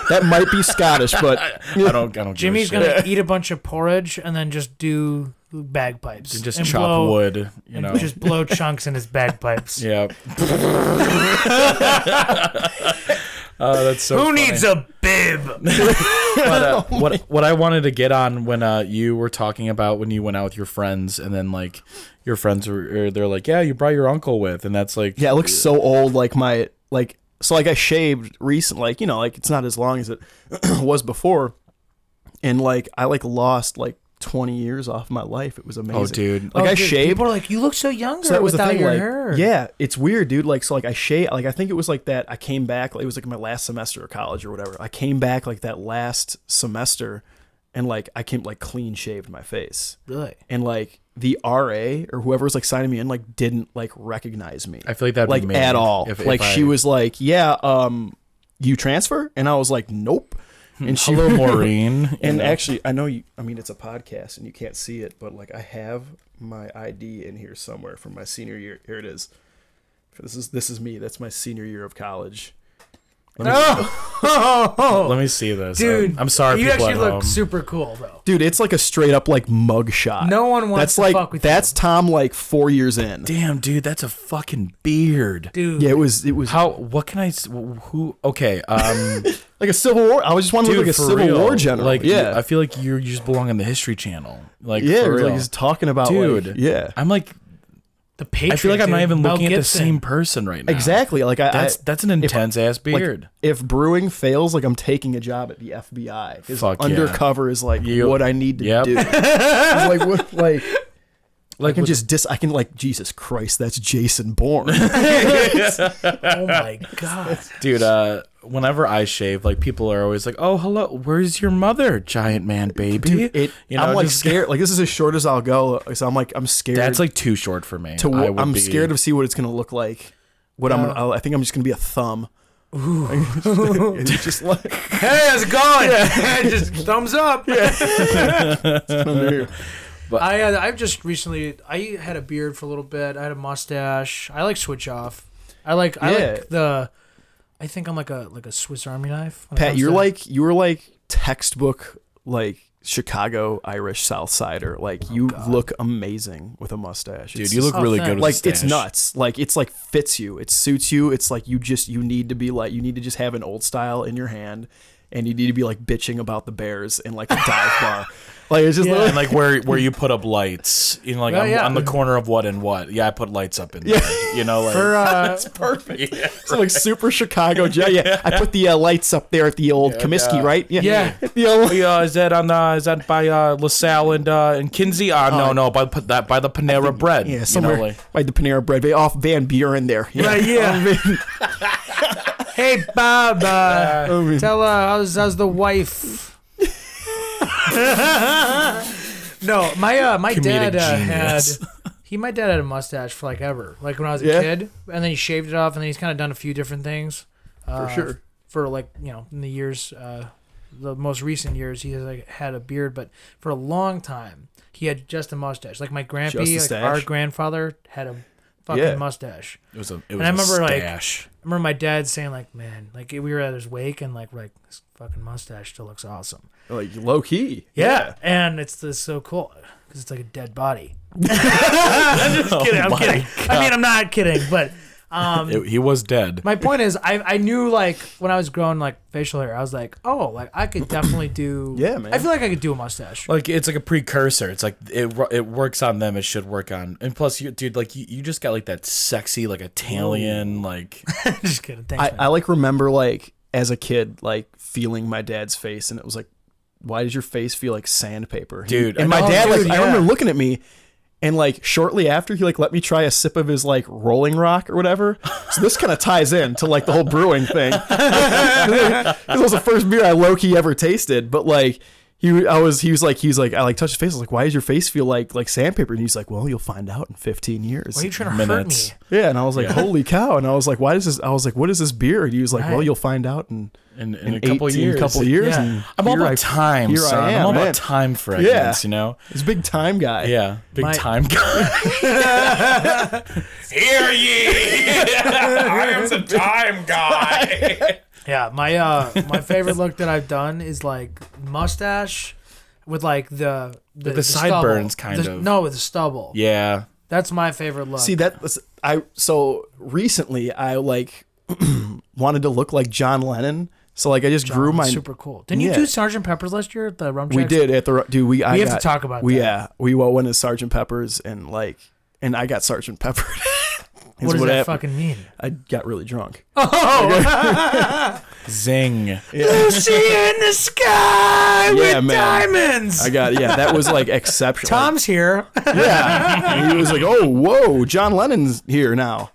Speaker 3: that might be Scottish, but [laughs]
Speaker 2: I don't. I don't.
Speaker 1: Jimmy's
Speaker 2: give a shit.
Speaker 1: gonna eat a bunch of porridge and then just do bagpipes
Speaker 2: And just
Speaker 1: and
Speaker 2: chop
Speaker 1: blow-
Speaker 2: wood. You
Speaker 1: and
Speaker 2: know.
Speaker 1: just blow chunks in his
Speaker 2: [laughs]
Speaker 1: bagpipes. [laughs]
Speaker 2: yeah. Oh, that's so.
Speaker 1: Who
Speaker 2: funny.
Speaker 1: needs a bib?
Speaker 2: But, uh, what what I wanted to get on when uh, you were talking about when you went out with your friends and then like your friends were or they're like yeah you brought your uncle with and that's like
Speaker 3: yeah, it looks so old. Like my like so like I shaved recent. Like you know, like it's not as long as it [clears throat] was before, and like I like lost like twenty years off my life. It was amazing.
Speaker 2: oh dude
Speaker 3: Like
Speaker 1: Oh,
Speaker 3: I
Speaker 1: dude,
Speaker 3: shaved.
Speaker 1: People are like, you look so younger
Speaker 3: So that was the
Speaker 1: without
Speaker 3: thing.
Speaker 1: your
Speaker 3: Like,
Speaker 1: hair.
Speaker 3: yeah, it's weird, dude. Like, so, like, I shaved. Like, I think it was like that. I came back. Like, it was like my last semester of college or whatever. I came back like that last semester, and like I came like clean shaved my face,
Speaker 1: really.
Speaker 3: and like the RA or whoever was like signing me in like didn't like recognize me.
Speaker 2: I feel like that'd be
Speaker 3: like
Speaker 2: me
Speaker 3: at all.
Speaker 2: if- if
Speaker 3: like she
Speaker 2: I-
Speaker 3: was like, yeah, um, you transfer, and I was like, nope.
Speaker 2: Hmm. [laughs]
Speaker 3: And she [laughs]
Speaker 2: hello Maureen
Speaker 3: and actually, I know you. I mean, it's a podcast and you can't see it, but like I have my ID in here somewhere from my senior year. Here it is. This is this is me. That's my senior year of college.
Speaker 2: Let me, [laughs] let me see this. Uh,
Speaker 1: dude.
Speaker 2: I'm, I'm sorry,
Speaker 1: You
Speaker 2: people
Speaker 1: actually
Speaker 2: at
Speaker 1: look
Speaker 2: home.
Speaker 1: super cool though.
Speaker 3: Dude, it's like a straight up like mug shot.
Speaker 1: No one wants
Speaker 3: that's
Speaker 1: to
Speaker 3: like
Speaker 1: fuck with
Speaker 3: that's
Speaker 1: you.
Speaker 3: Tom like four years in.
Speaker 2: Damn, dude, that's a fucking beard.
Speaker 1: Dude,
Speaker 3: Yeah, it was it was
Speaker 2: How? What can I? s- Who?
Speaker 3: [laughs]
Speaker 2: Okay. Um,
Speaker 3: like a Civil War. I was just wanted to look
Speaker 2: dude,
Speaker 3: like a
Speaker 2: for
Speaker 3: Civil
Speaker 2: real.
Speaker 3: War general.
Speaker 2: Like,
Speaker 3: yeah,
Speaker 2: you- I feel like you're, you just belong on the History Channel. Like,
Speaker 3: yeah,
Speaker 2: for real.
Speaker 3: like he's talking about
Speaker 2: dude.
Speaker 3: like- yeah,
Speaker 2: I'm like,
Speaker 1: the Patriot.
Speaker 2: I feel like I'm not
Speaker 1: dude,
Speaker 2: even
Speaker 1: Mel
Speaker 2: looking at the
Speaker 1: Gibson.
Speaker 2: same person right now.
Speaker 3: exactly. Like I,
Speaker 2: That's
Speaker 3: I
Speaker 2: that's an intense ass
Speaker 3: like,
Speaker 2: beard.
Speaker 3: if brewing fails, like I'm taking a job at the FBI. 'Cause
Speaker 2: Fuck yeah.
Speaker 3: undercover is like
Speaker 2: You-
Speaker 3: what I need to
Speaker 2: Yep. [laughs]
Speaker 3: do. It's like what like. I
Speaker 2: Like,
Speaker 3: can
Speaker 2: with-
Speaker 3: just dis. I can like Jesus Christ. That's Jason
Speaker 2: [laughs]
Speaker 3: Bourne.
Speaker 1: Oh my god.
Speaker 2: dude. Uh, whenever I shave, like people are always like, "Oh, hello, where's your mother, giant man, baby?"
Speaker 3: It,
Speaker 2: you know,
Speaker 3: I'm like
Speaker 2: just-
Speaker 3: scared. Like this is as short as I'll go. So I'm like I'm scared.
Speaker 2: That's like too short for me.
Speaker 3: to
Speaker 2: I
Speaker 3: what
Speaker 2: would
Speaker 3: I'm
Speaker 2: be-
Speaker 3: scared to see what it's gonna look like. What I'm gonna, I'll- I think I'm just gonna be a thumb. [laughs] it's just like
Speaker 1: Hey, how's it going? [laughs] just thumbs up.
Speaker 3: under here.
Speaker 1: I uh, I've just recently I had a beard for a little bit. I had a mustache. I like switch off. I like I
Speaker 3: Yeah.
Speaker 1: like the. I think I'm like a like a Swiss Army knife. when it
Speaker 3: Pat,
Speaker 1: comes
Speaker 3: you're
Speaker 1: to-
Speaker 3: like you were like textbook like Chicago Irish South Sider. Like you look amazing with a mustache,
Speaker 2: Oh, dude.
Speaker 3: It's
Speaker 2: You
Speaker 3: just-
Speaker 2: look
Speaker 1: Oh,
Speaker 2: really good. With
Speaker 1: thanks.
Speaker 3: like
Speaker 2: a
Speaker 3: it's
Speaker 2: stache.
Speaker 3: nuts. Like it's like fits you. It suits you. It's like you just you need to be like you need to just have an old style in your hand, and you need to be like bitching about the Bears and like a dive
Speaker 2: [laughs]
Speaker 3: bar. Like it's just
Speaker 1: Yeah.
Speaker 3: like,
Speaker 2: [laughs] And like where where you put up lights, you know, like
Speaker 1: Yeah,
Speaker 2: on,
Speaker 1: yeah.
Speaker 2: on the corner of what and what. Yeah, I put lights up in there. You know, like [laughs]
Speaker 1: For, uh,
Speaker 3: perfect. It's like super Chicago. Yeah, yeah. I put the uh, lights up there at the old Comiskey,
Speaker 2: yeah.
Speaker 3: right? Yeah.
Speaker 1: Yeah.
Speaker 3: [laughs] The old,
Speaker 2: Hey, uh, is that on uh, is that by uh, LaSalle and uh, and Kinsey? Uh,
Speaker 1: Oh.
Speaker 2: no, no, by put that by the Panera Bread.
Speaker 3: yeah, somewhere
Speaker 2: You know, like,
Speaker 3: by the Panera Bread. Off Van Buren there. Yeah. [laughs]
Speaker 1: Right, yeah. hey Bob,
Speaker 3: [laughs] Oh,
Speaker 1: uh, tell her how's how's the wife. no, my uh, my dad
Speaker 2: Comedic
Speaker 1: uh, had
Speaker 2: genius.
Speaker 1: [laughs] he my dad had a mustache for like ever, like when I was a
Speaker 3: Yeah?
Speaker 1: kid, and then he shaved it off, and then he's kind of done a few different things. Uh,
Speaker 3: sure.
Speaker 1: For like you know, in the years, uh, the most recent years, he has like had a beard, but for a long time he had just a mustache. Like my
Speaker 3: a
Speaker 1: grandpa, like
Speaker 3: stache?
Speaker 1: our grandfather had a fucking
Speaker 3: Yeah.
Speaker 1: mustache.
Speaker 2: it was a it was
Speaker 1: I
Speaker 2: a
Speaker 1: remember, like,
Speaker 2: stash.
Speaker 1: I remember my dad saying like, "Man, like we were at his wake and like, we're like this fucking mustache still looks awesome."
Speaker 3: Like low key.
Speaker 1: Yeah, and it's this so cool because it's like a dead body. [laughs] I'm just kidding. I'm
Speaker 2: my
Speaker 1: kidding. I mean, I'm not kidding, but um,
Speaker 2: It- he was dead.
Speaker 1: my point is, I I knew like when I was growing like facial hair, I was like, oh, like I could definitely do.
Speaker 3: Yeah, man.
Speaker 1: I feel like I could do a mustache.
Speaker 2: like it's like a precursor. It's like it it works on them. It should work on. And plus, you dude, like you, you just got like that sexy like Italian like
Speaker 1: [laughs] just kidding. Thanks,
Speaker 3: I,
Speaker 1: man.
Speaker 3: I like remember like as a kid like feeling my dad's face and it was like, why does your face feel like sandpaper, He-
Speaker 2: Dude,
Speaker 3: And my
Speaker 2: oh,
Speaker 3: dad like
Speaker 1: dude,
Speaker 3: I
Speaker 1: yeah.
Speaker 3: remember looking at me. And like shortly after, he like let me try a sip of his like Rolling Rock or whatever. So this kind of ties in to like the whole brewing thing. [laughs] this was the first beer I low key ever tasted. But like he, I was, he was like, he's like, I like touched his face. I was like, why does your face feel like like sandpaper? And he's like, well, you'll find out in 15 years.
Speaker 1: Why are you trying to
Speaker 2: minutes.
Speaker 1: hurt me?
Speaker 3: Yeah, and I was like, "Holy cow!" And I was like, "Why does this?" I was like, "What is this beer?" And he was like, "Well,
Speaker 1: Right.
Speaker 3: you'll find out in
Speaker 2: in, [laughs] in,
Speaker 3: in,
Speaker 2: a couple
Speaker 3: 18
Speaker 2: years.
Speaker 3: couple years."
Speaker 1: Yeah.
Speaker 3: And
Speaker 2: I'm all
Speaker 3: here
Speaker 2: about
Speaker 3: I-
Speaker 2: time,
Speaker 3: here I
Speaker 2: son. I
Speaker 3: am,
Speaker 2: am all
Speaker 3: man.
Speaker 2: about time fragments. You know.
Speaker 3: He's a big time guy.
Speaker 2: Yeah, big
Speaker 1: My-
Speaker 2: time guy. Hear [laughs] ye! I am the time guy.
Speaker 1: Yeah, my uh my favorite look that I've done is like mustache with like the the,
Speaker 2: the sideburns,
Speaker 1: stubble.
Speaker 2: kind
Speaker 1: The-
Speaker 2: of.
Speaker 1: No, with the stubble.
Speaker 2: yeah,
Speaker 1: That's my favorite look.
Speaker 3: See that was- I so recently I like [clears throat] wanted to look like John Lennon, so like I just grew my.
Speaker 1: super cool. Didn't you
Speaker 3: Yeah.
Speaker 1: do Sergeant Pepper's last year at the rum?
Speaker 3: we
Speaker 1: Jacks?
Speaker 3: did at the do we. I
Speaker 1: We have to
Speaker 3: got-
Speaker 1: talk about
Speaker 3: We
Speaker 1: that.
Speaker 3: yeah we well, went to Sergeant Pepper's and like and I got Sergeant Pepper. [laughs]
Speaker 1: What does that fucking Oh. mean?
Speaker 3: I got really drunk.
Speaker 1: [laughs]
Speaker 2: zing.
Speaker 3: [laughs]
Speaker 1: Lucy in the sky
Speaker 3: Yeah, man.
Speaker 1: diamonds.
Speaker 3: I got yeah that was
Speaker 1: [laughs]
Speaker 3: like exceptional.
Speaker 1: Tom's here. [laughs]
Speaker 3: Yeah. And he was like, "Oh, whoa, John Lennon's here now."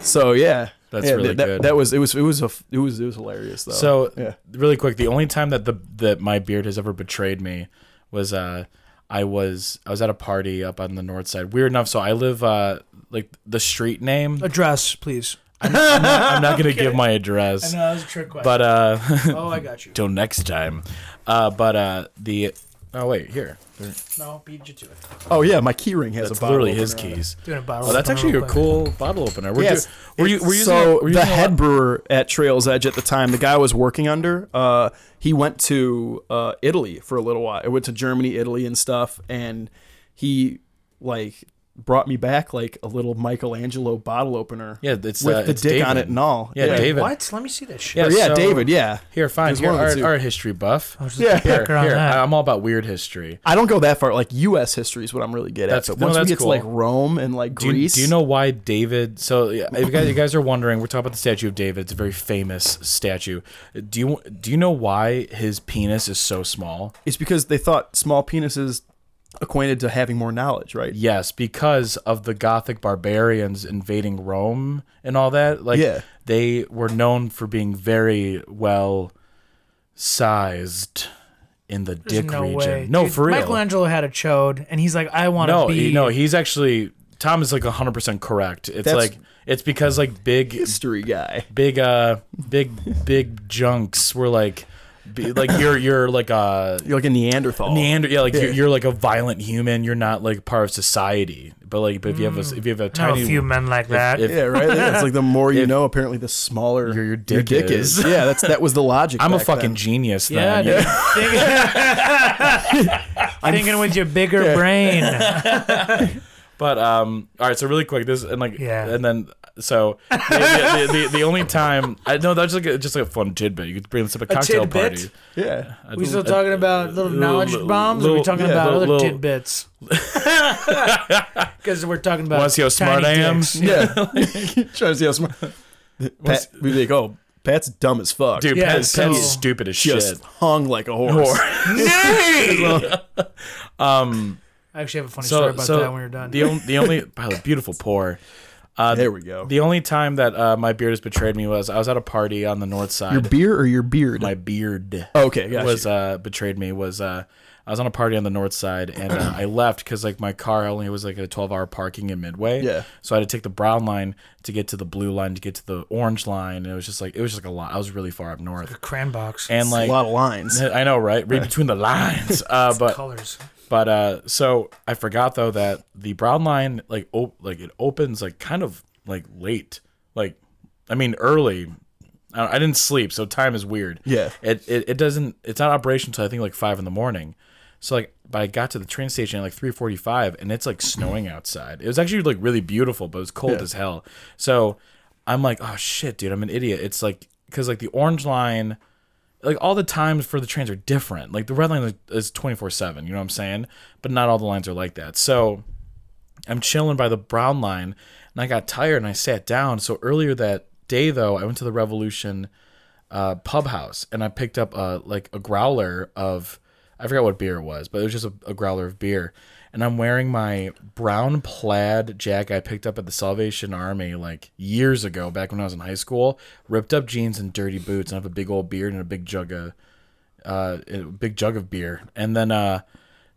Speaker 3: So yeah,
Speaker 2: That's
Speaker 3: Yeah,
Speaker 2: really
Speaker 3: that, that-
Speaker 2: good.
Speaker 3: That was it was it was a f- it was it was hilarious though.
Speaker 2: So
Speaker 3: yeah,
Speaker 2: really quick, the only time that the that my beard has ever betrayed me was uh I was I was at a party up on the north side. Weird enough, so I live uh like the street
Speaker 1: [laughs]
Speaker 2: name.
Speaker 1: Address, please.
Speaker 2: I'm not gonna give my address. [laughs]
Speaker 1: that was a trick question.
Speaker 2: But uh
Speaker 1: oh, I got you.
Speaker 2: till next time. Uh but uh the Oh wait, here.
Speaker 1: No, beat you to it.
Speaker 3: Oh yeah, my key ring has
Speaker 2: That's
Speaker 3: a bottle.
Speaker 2: literally
Speaker 3: opener
Speaker 2: his
Speaker 3: on it.
Speaker 2: keys.
Speaker 1: Doing a bottle.
Speaker 2: Oh, that's
Speaker 1: opener
Speaker 2: actually
Speaker 1: real
Speaker 2: a
Speaker 1: quick.
Speaker 2: cool bottle opener. Were
Speaker 3: Yes.
Speaker 2: you were you were you
Speaker 3: so
Speaker 2: using a- were you
Speaker 3: the
Speaker 2: using a-
Speaker 3: head brewer at Trail's Edge at the time, the guy I was working under, uh, he went to uh, Italy for a little while. It went to Germany, Italy, and stuff, and he like brought me back like a little Michelangelo bottle opener.
Speaker 2: Yeah, it's,
Speaker 3: with
Speaker 2: uh,
Speaker 3: the
Speaker 2: it's
Speaker 3: dick on
Speaker 2: David.
Speaker 3: it and all.
Speaker 2: Yeah,
Speaker 3: yeah,
Speaker 2: David.
Speaker 1: What? Let me see that shit.
Speaker 2: Yeah,
Speaker 3: Or, yeah,
Speaker 2: so-
Speaker 3: David. Yeah,
Speaker 2: Here, fine.
Speaker 3: There's
Speaker 2: Here,
Speaker 3: one of the
Speaker 2: art,
Speaker 3: two.
Speaker 2: art history buff.
Speaker 1: I'll just
Speaker 3: Yeah.
Speaker 1: pick her on
Speaker 2: Here,
Speaker 1: that.
Speaker 2: I- I'm all about weird history.
Speaker 3: I don't go that far. Like U.S. history is what I'm really good
Speaker 2: That's-
Speaker 3: at. But
Speaker 2: no,
Speaker 3: once
Speaker 2: that's
Speaker 3: we get
Speaker 2: cool.
Speaker 3: to like Rome and like
Speaker 2: Do you,
Speaker 3: Greece,
Speaker 2: do you know why David? So, yeah, if you guys, you guys are wondering, we're talking about the statue of David. It's a very famous statue. Do you do you know why his penis is so small?
Speaker 3: it's because they thought small penises acquainted to having more knowledge, right?
Speaker 2: Yes, because of the Gothic barbarians invading Rome and all that. Like,
Speaker 3: Yeah.
Speaker 2: they were known for being very well sized in the dick
Speaker 1: no
Speaker 2: region.
Speaker 1: way.
Speaker 2: No,
Speaker 1: Dude,
Speaker 2: for real.
Speaker 1: Michelangelo had a chode, and he's like, I want to
Speaker 2: no,
Speaker 1: be.
Speaker 2: he- no, he's actually Tom is like 100 percent correct. It's
Speaker 3: That's-
Speaker 2: like it's because like big
Speaker 3: History guy.
Speaker 2: big uh big big junks were like be, like you're you're like a
Speaker 3: You're like a Neanderthal.
Speaker 2: Neander, yeah, like You're, you're like a violent human. You're not like part of society. But like, but if you have a s- if you have a
Speaker 1: Mm. Know
Speaker 2: tiny,
Speaker 1: a few men like that.
Speaker 2: if-
Speaker 3: yeah, right. Yeah, it's like the more
Speaker 2: [laughs]
Speaker 3: you know, apparently, the smaller
Speaker 2: Your- your dick is.
Speaker 3: Yeah, that's that was the logic.
Speaker 2: [laughs] I'm a
Speaker 3: back
Speaker 2: fucking
Speaker 3: then.
Speaker 2: genius.
Speaker 1: yeah,
Speaker 2: Then.
Speaker 1: dude. Thinking, [laughs] thinking with your bigger brain.
Speaker 2: [laughs] But um, all right. So really quick, this and like,
Speaker 1: Yeah.
Speaker 2: and then so the, the, the, the, the only time I no, that's like a, just like a fun tidbit. You could bring this up at cocktail
Speaker 1: tidbit?
Speaker 2: parties. [laughs]
Speaker 3: Yeah.
Speaker 1: We still talking about little
Speaker 2: little-
Speaker 1: knowledge
Speaker 2: little-
Speaker 1: bombs, or we
Speaker 2: little-
Speaker 1: talking
Speaker 2: yeah,
Speaker 1: about
Speaker 2: little-
Speaker 1: other
Speaker 2: little- [laughs]
Speaker 1: tidbits? Because we're talking about
Speaker 2: Wanna see how smart
Speaker 1: tiny
Speaker 2: I am?
Speaker 1: dicks.
Speaker 3: Yeah. [laughs] Trying to see how smart. Pat, we like, oh, Pat's dumb as fuck.
Speaker 2: Dude,
Speaker 1: Yeah,
Speaker 2: Pat,
Speaker 1: so-
Speaker 2: Pat's stupid as
Speaker 3: just
Speaker 1: [laughs]
Speaker 2: shit.
Speaker 3: hung like a horse.
Speaker 1: Nay!
Speaker 2: Um,
Speaker 1: I actually have a funny
Speaker 2: so
Speaker 1: story about
Speaker 2: so
Speaker 1: that when we're done.
Speaker 2: the only the
Speaker 1: [laughs]
Speaker 2: only wow, beautiful pour. Uh,
Speaker 3: There we go.
Speaker 2: The only time that uh, my beard has betrayed me was I was at a party on the north side.
Speaker 3: Your beer or your beard?
Speaker 2: my beard
Speaker 3: okay, gotcha.
Speaker 2: was uh, betrayed me. Was uh, I was on a party on the north side and uh, I left because like my car only was like a twelve hour parking in Midway.
Speaker 3: Yeah.
Speaker 2: So I had to take the brown line to get to the blue line to get to the orange line. And it was just like it was just like a lot. I was really far up north
Speaker 1: Cran box.
Speaker 2: and
Speaker 3: a
Speaker 2: like.
Speaker 3: lot of lines.
Speaker 2: I know, right? Read between
Speaker 3: [laughs]
Speaker 2: the lines. Uh, but
Speaker 1: colors.
Speaker 2: But uh, so I forgot though that the brown line like op- like it opens like kind of like late, like I mean early. I, I didn't sleep, so time is weird.
Speaker 3: Yeah.
Speaker 2: it, it it doesn't. It's not operational until I think like five in the morning. So like, but I got to the train station at like three forty five, and it's like snowing outside. It was actually like really beautiful, but it was cold as hell. So I'm like, oh shit, dude, I'm an idiot. It's like because like the orange line like all the times for the trains are different. Like the red line is 24 7, you know what I'm saying? But not all the lines are like that. So I'm chilling by the brown line and I got tired and I sat down. So earlier that day, though, I went to the Revolution uh, pub house and I picked up a, like a growler of, I forgot what beer it was, but it was just a, a growler of beer. And I'm wearing my brown plaid jacket I picked up at the Salvation Army like years ago, back when I was in high school. Ripped up jeans and dirty boots, and I have a big old beard and a big jug of uh, a big jug of beer, and then uh,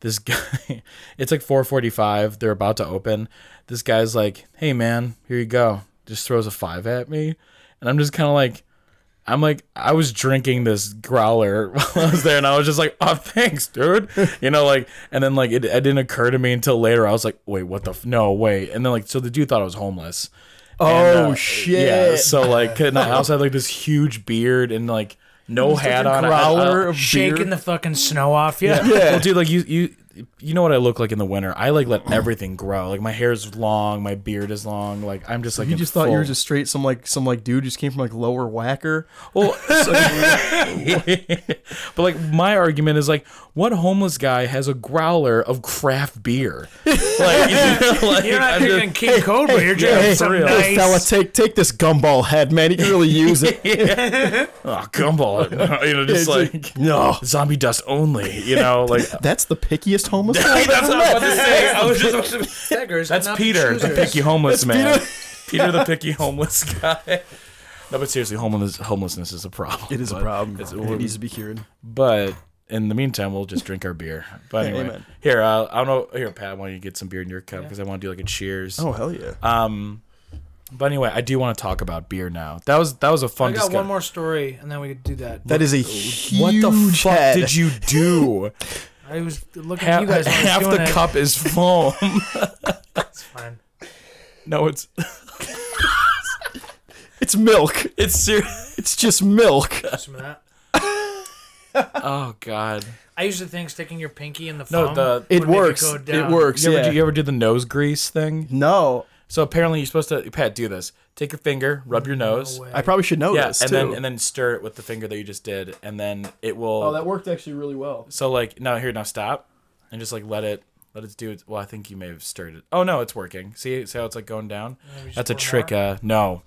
Speaker 2: this [laughs] guy, it's like 4:45. They're about to open. This guy's like, "Hey man, here you go." Just throws a five at me, and I'm just kind of like, I'm like, I was drinking this growler [laughs] while I was there, and I was just like, "Oh, thanks, dude." You know, like, and then like it, it didn't occur to me until later. I was like, "Wait, what the? F- no, wait." And then like, so the dude thought I was homeless. And, uh,
Speaker 3: Oh,
Speaker 2: Yeah,
Speaker 3: shit.
Speaker 2: so like, [laughs] couldn't- I also had like this huge beard and like no hat on. I- I-
Speaker 3: growler of
Speaker 1: Shaking
Speaker 3: beer.
Speaker 1: the fucking snow off [laughs] you.
Speaker 2: well, dude, like you, you, you know what I look like in the winter. I like let everything grow. Like my hair is long, my beard is long. Like I'm just like
Speaker 3: you
Speaker 2: in
Speaker 3: just thought you were
Speaker 2: full-
Speaker 3: just straight some like some like dude just came from like lower [laughs] whacker.
Speaker 2: Well, but like my argument is like, what homeless guy has a growler of craft beer? Like, you know,
Speaker 3: [laughs]
Speaker 2: like,
Speaker 1: You're not
Speaker 2: I'm just-
Speaker 1: drinking King Cobra. you're drinking
Speaker 2: hey, for
Speaker 1: some
Speaker 2: real.
Speaker 1: nice.
Speaker 3: Fella,
Speaker 1: [laughs]
Speaker 3: take take this gumball head, man. You can really use [laughs] it.
Speaker 2: oh,
Speaker 3: [laughs]
Speaker 2: gumball, you know, just
Speaker 3: It's
Speaker 2: like
Speaker 3: no.
Speaker 2: zombie dust only. You know, like
Speaker 3: That's the pickiest homeless.
Speaker 2: Hey, that's what I was about to say. I [laughs] was just about to
Speaker 1: Beggars
Speaker 2: That's
Speaker 1: cannot be
Speaker 2: Peter, the
Speaker 1: choosers.
Speaker 2: picky homeless man.
Speaker 3: [laughs]
Speaker 2: Peter. the picky homeless guy. No, but seriously, homeless homelessness is a problem.
Speaker 3: it is a
Speaker 2: but
Speaker 3: problem.
Speaker 2: it's-
Speaker 3: it needs to be cured.
Speaker 2: But in the meantime, we'll just drink our beer. But anyway,
Speaker 3: Amen.
Speaker 2: here uh, I don't know. Here, Pat, why don't you get some beer in your cup? Because I want to do like a cheers.
Speaker 3: Oh hell yeah.
Speaker 2: Um, but anyway, I do want to talk about beer now. That was that was a fun.
Speaker 1: I got
Speaker 2: discussion.
Speaker 1: one more story, and then we could do that.
Speaker 3: That is a
Speaker 2: What
Speaker 3: huge
Speaker 2: the fuck
Speaker 3: head.
Speaker 2: did you do?
Speaker 1: I was looking at
Speaker 2: Half,
Speaker 1: [laughs]
Speaker 2: [laughs]
Speaker 1: you guys. while I was
Speaker 2: half
Speaker 1: doing
Speaker 2: the
Speaker 1: it.
Speaker 2: cup is foam.
Speaker 1: It's fine.
Speaker 2: [laughs] no,
Speaker 1: [laughs]
Speaker 2: it's
Speaker 3: It's milk.
Speaker 2: it's ser-
Speaker 3: It's just milk.
Speaker 1: Some of that.
Speaker 2: Oh God.
Speaker 1: I used to think sticking your pinky in the
Speaker 2: No,
Speaker 1: foam.
Speaker 2: the-
Speaker 3: It
Speaker 1: would make
Speaker 3: works.
Speaker 1: Go
Speaker 3: It
Speaker 1: down.
Speaker 3: works.
Speaker 2: You ever,
Speaker 3: Yeah.
Speaker 2: do, you ever do the nose grease thing?
Speaker 3: No,
Speaker 2: So apparently you're supposed to Pat do this. Take your finger, rub your nose.
Speaker 1: No way.
Speaker 3: I probably should
Speaker 1: Oh,
Speaker 3: know
Speaker 2: yeah,
Speaker 3: this
Speaker 2: and
Speaker 3: too.
Speaker 2: then and then stir it with the finger that you just did, and then it will.
Speaker 1: Oh,
Speaker 3: Oh, worked actually really well.
Speaker 2: so like now here now stop, and just like let it let it do it. Well, I think you may have stirred it. Oh no, it's working. See see how it's like going down.
Speaker 1: Maybe just
Speaker 2: That's a
Speaker 1: pour
Speaker 2: trick.
Speaker 1: more?
Speaker 2: Uh, no,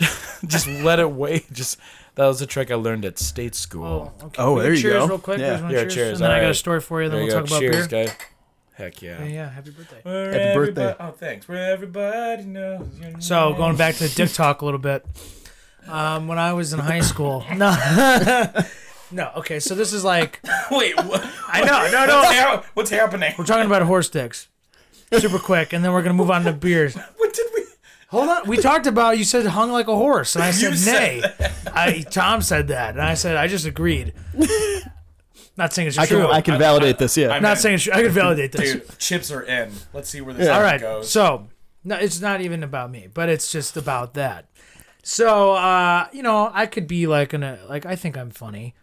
Speaker 2: [laughs] just let it wait. Just that was a trick I learned at state school.
Speaker 1: Oh, okay.
Speaker 3: Oh,
Speaker 1: We
Speaker 3: there
Speaker 1: got
Speaker 3: you
Speaker 1: cheers
Speaker 3: go.
Speaker 1: Real quick.
Speaker 3: Yeah.
Speaker 1: There's one
Speaker 2: Yeah,
Speaker 1: cheers.
Speaker 2: cheers.
Speaker 1: And then I got
Speaker 2: Alright.
Speaker 1: a story for you. Then
Speaker 2: There you
Speaker 1: we'll
Speaker 2: go.
Speaker 1: talk about
Speaker 2: Cheers,
Speaker 1: beer. Oh,
Speaker 2: guy. Heck yeah.
Speaker 1: Yeah, yeah. Happy birthday.
Speaker 2: Where
Speaker 3: Happy birthday.
Speaker 2: everybody- Oh, thanks. Where everybody knows your
Speaker 1: So
Speaker 2: name.
Speaker 1: going back to the dick talk a little bit. Um, when I was in high school, [laughs] no, no. [laughs] Okay, so this is like
Speaker 2: [laughs] Wait, [laughs] what?
Speaker 1: I know, no, no.
Speaker 2: What's, hap- what's [laughs] happening?
Speaker 1: We're talking about horse dicks, super quick, and then we're gonna move on to beers.
Speaker 2: What did we?
Speaker 1: Hold on. We talked about you said hung like a horse, and I said
Speaker 2: You said
Speaker 1: nay. I Tom said that, and I said I just agreed. Not saying it's
Speaker 3: I can
Speaker 1: true.
Speaker 3: I can validate this. Yeah.
Speaker 1: Not saying it's true. I could validate this.
Speaker 2: Dude, chips are in. Let's see where this
Speaker 1: All
Speaker 2: all
Speaker 1: right.
Speaker 2: goes.
Speaker 1: So, no, it's not even about me, but it's just about that. So, uh, you know, I could be like an uh, like I think I'm funny.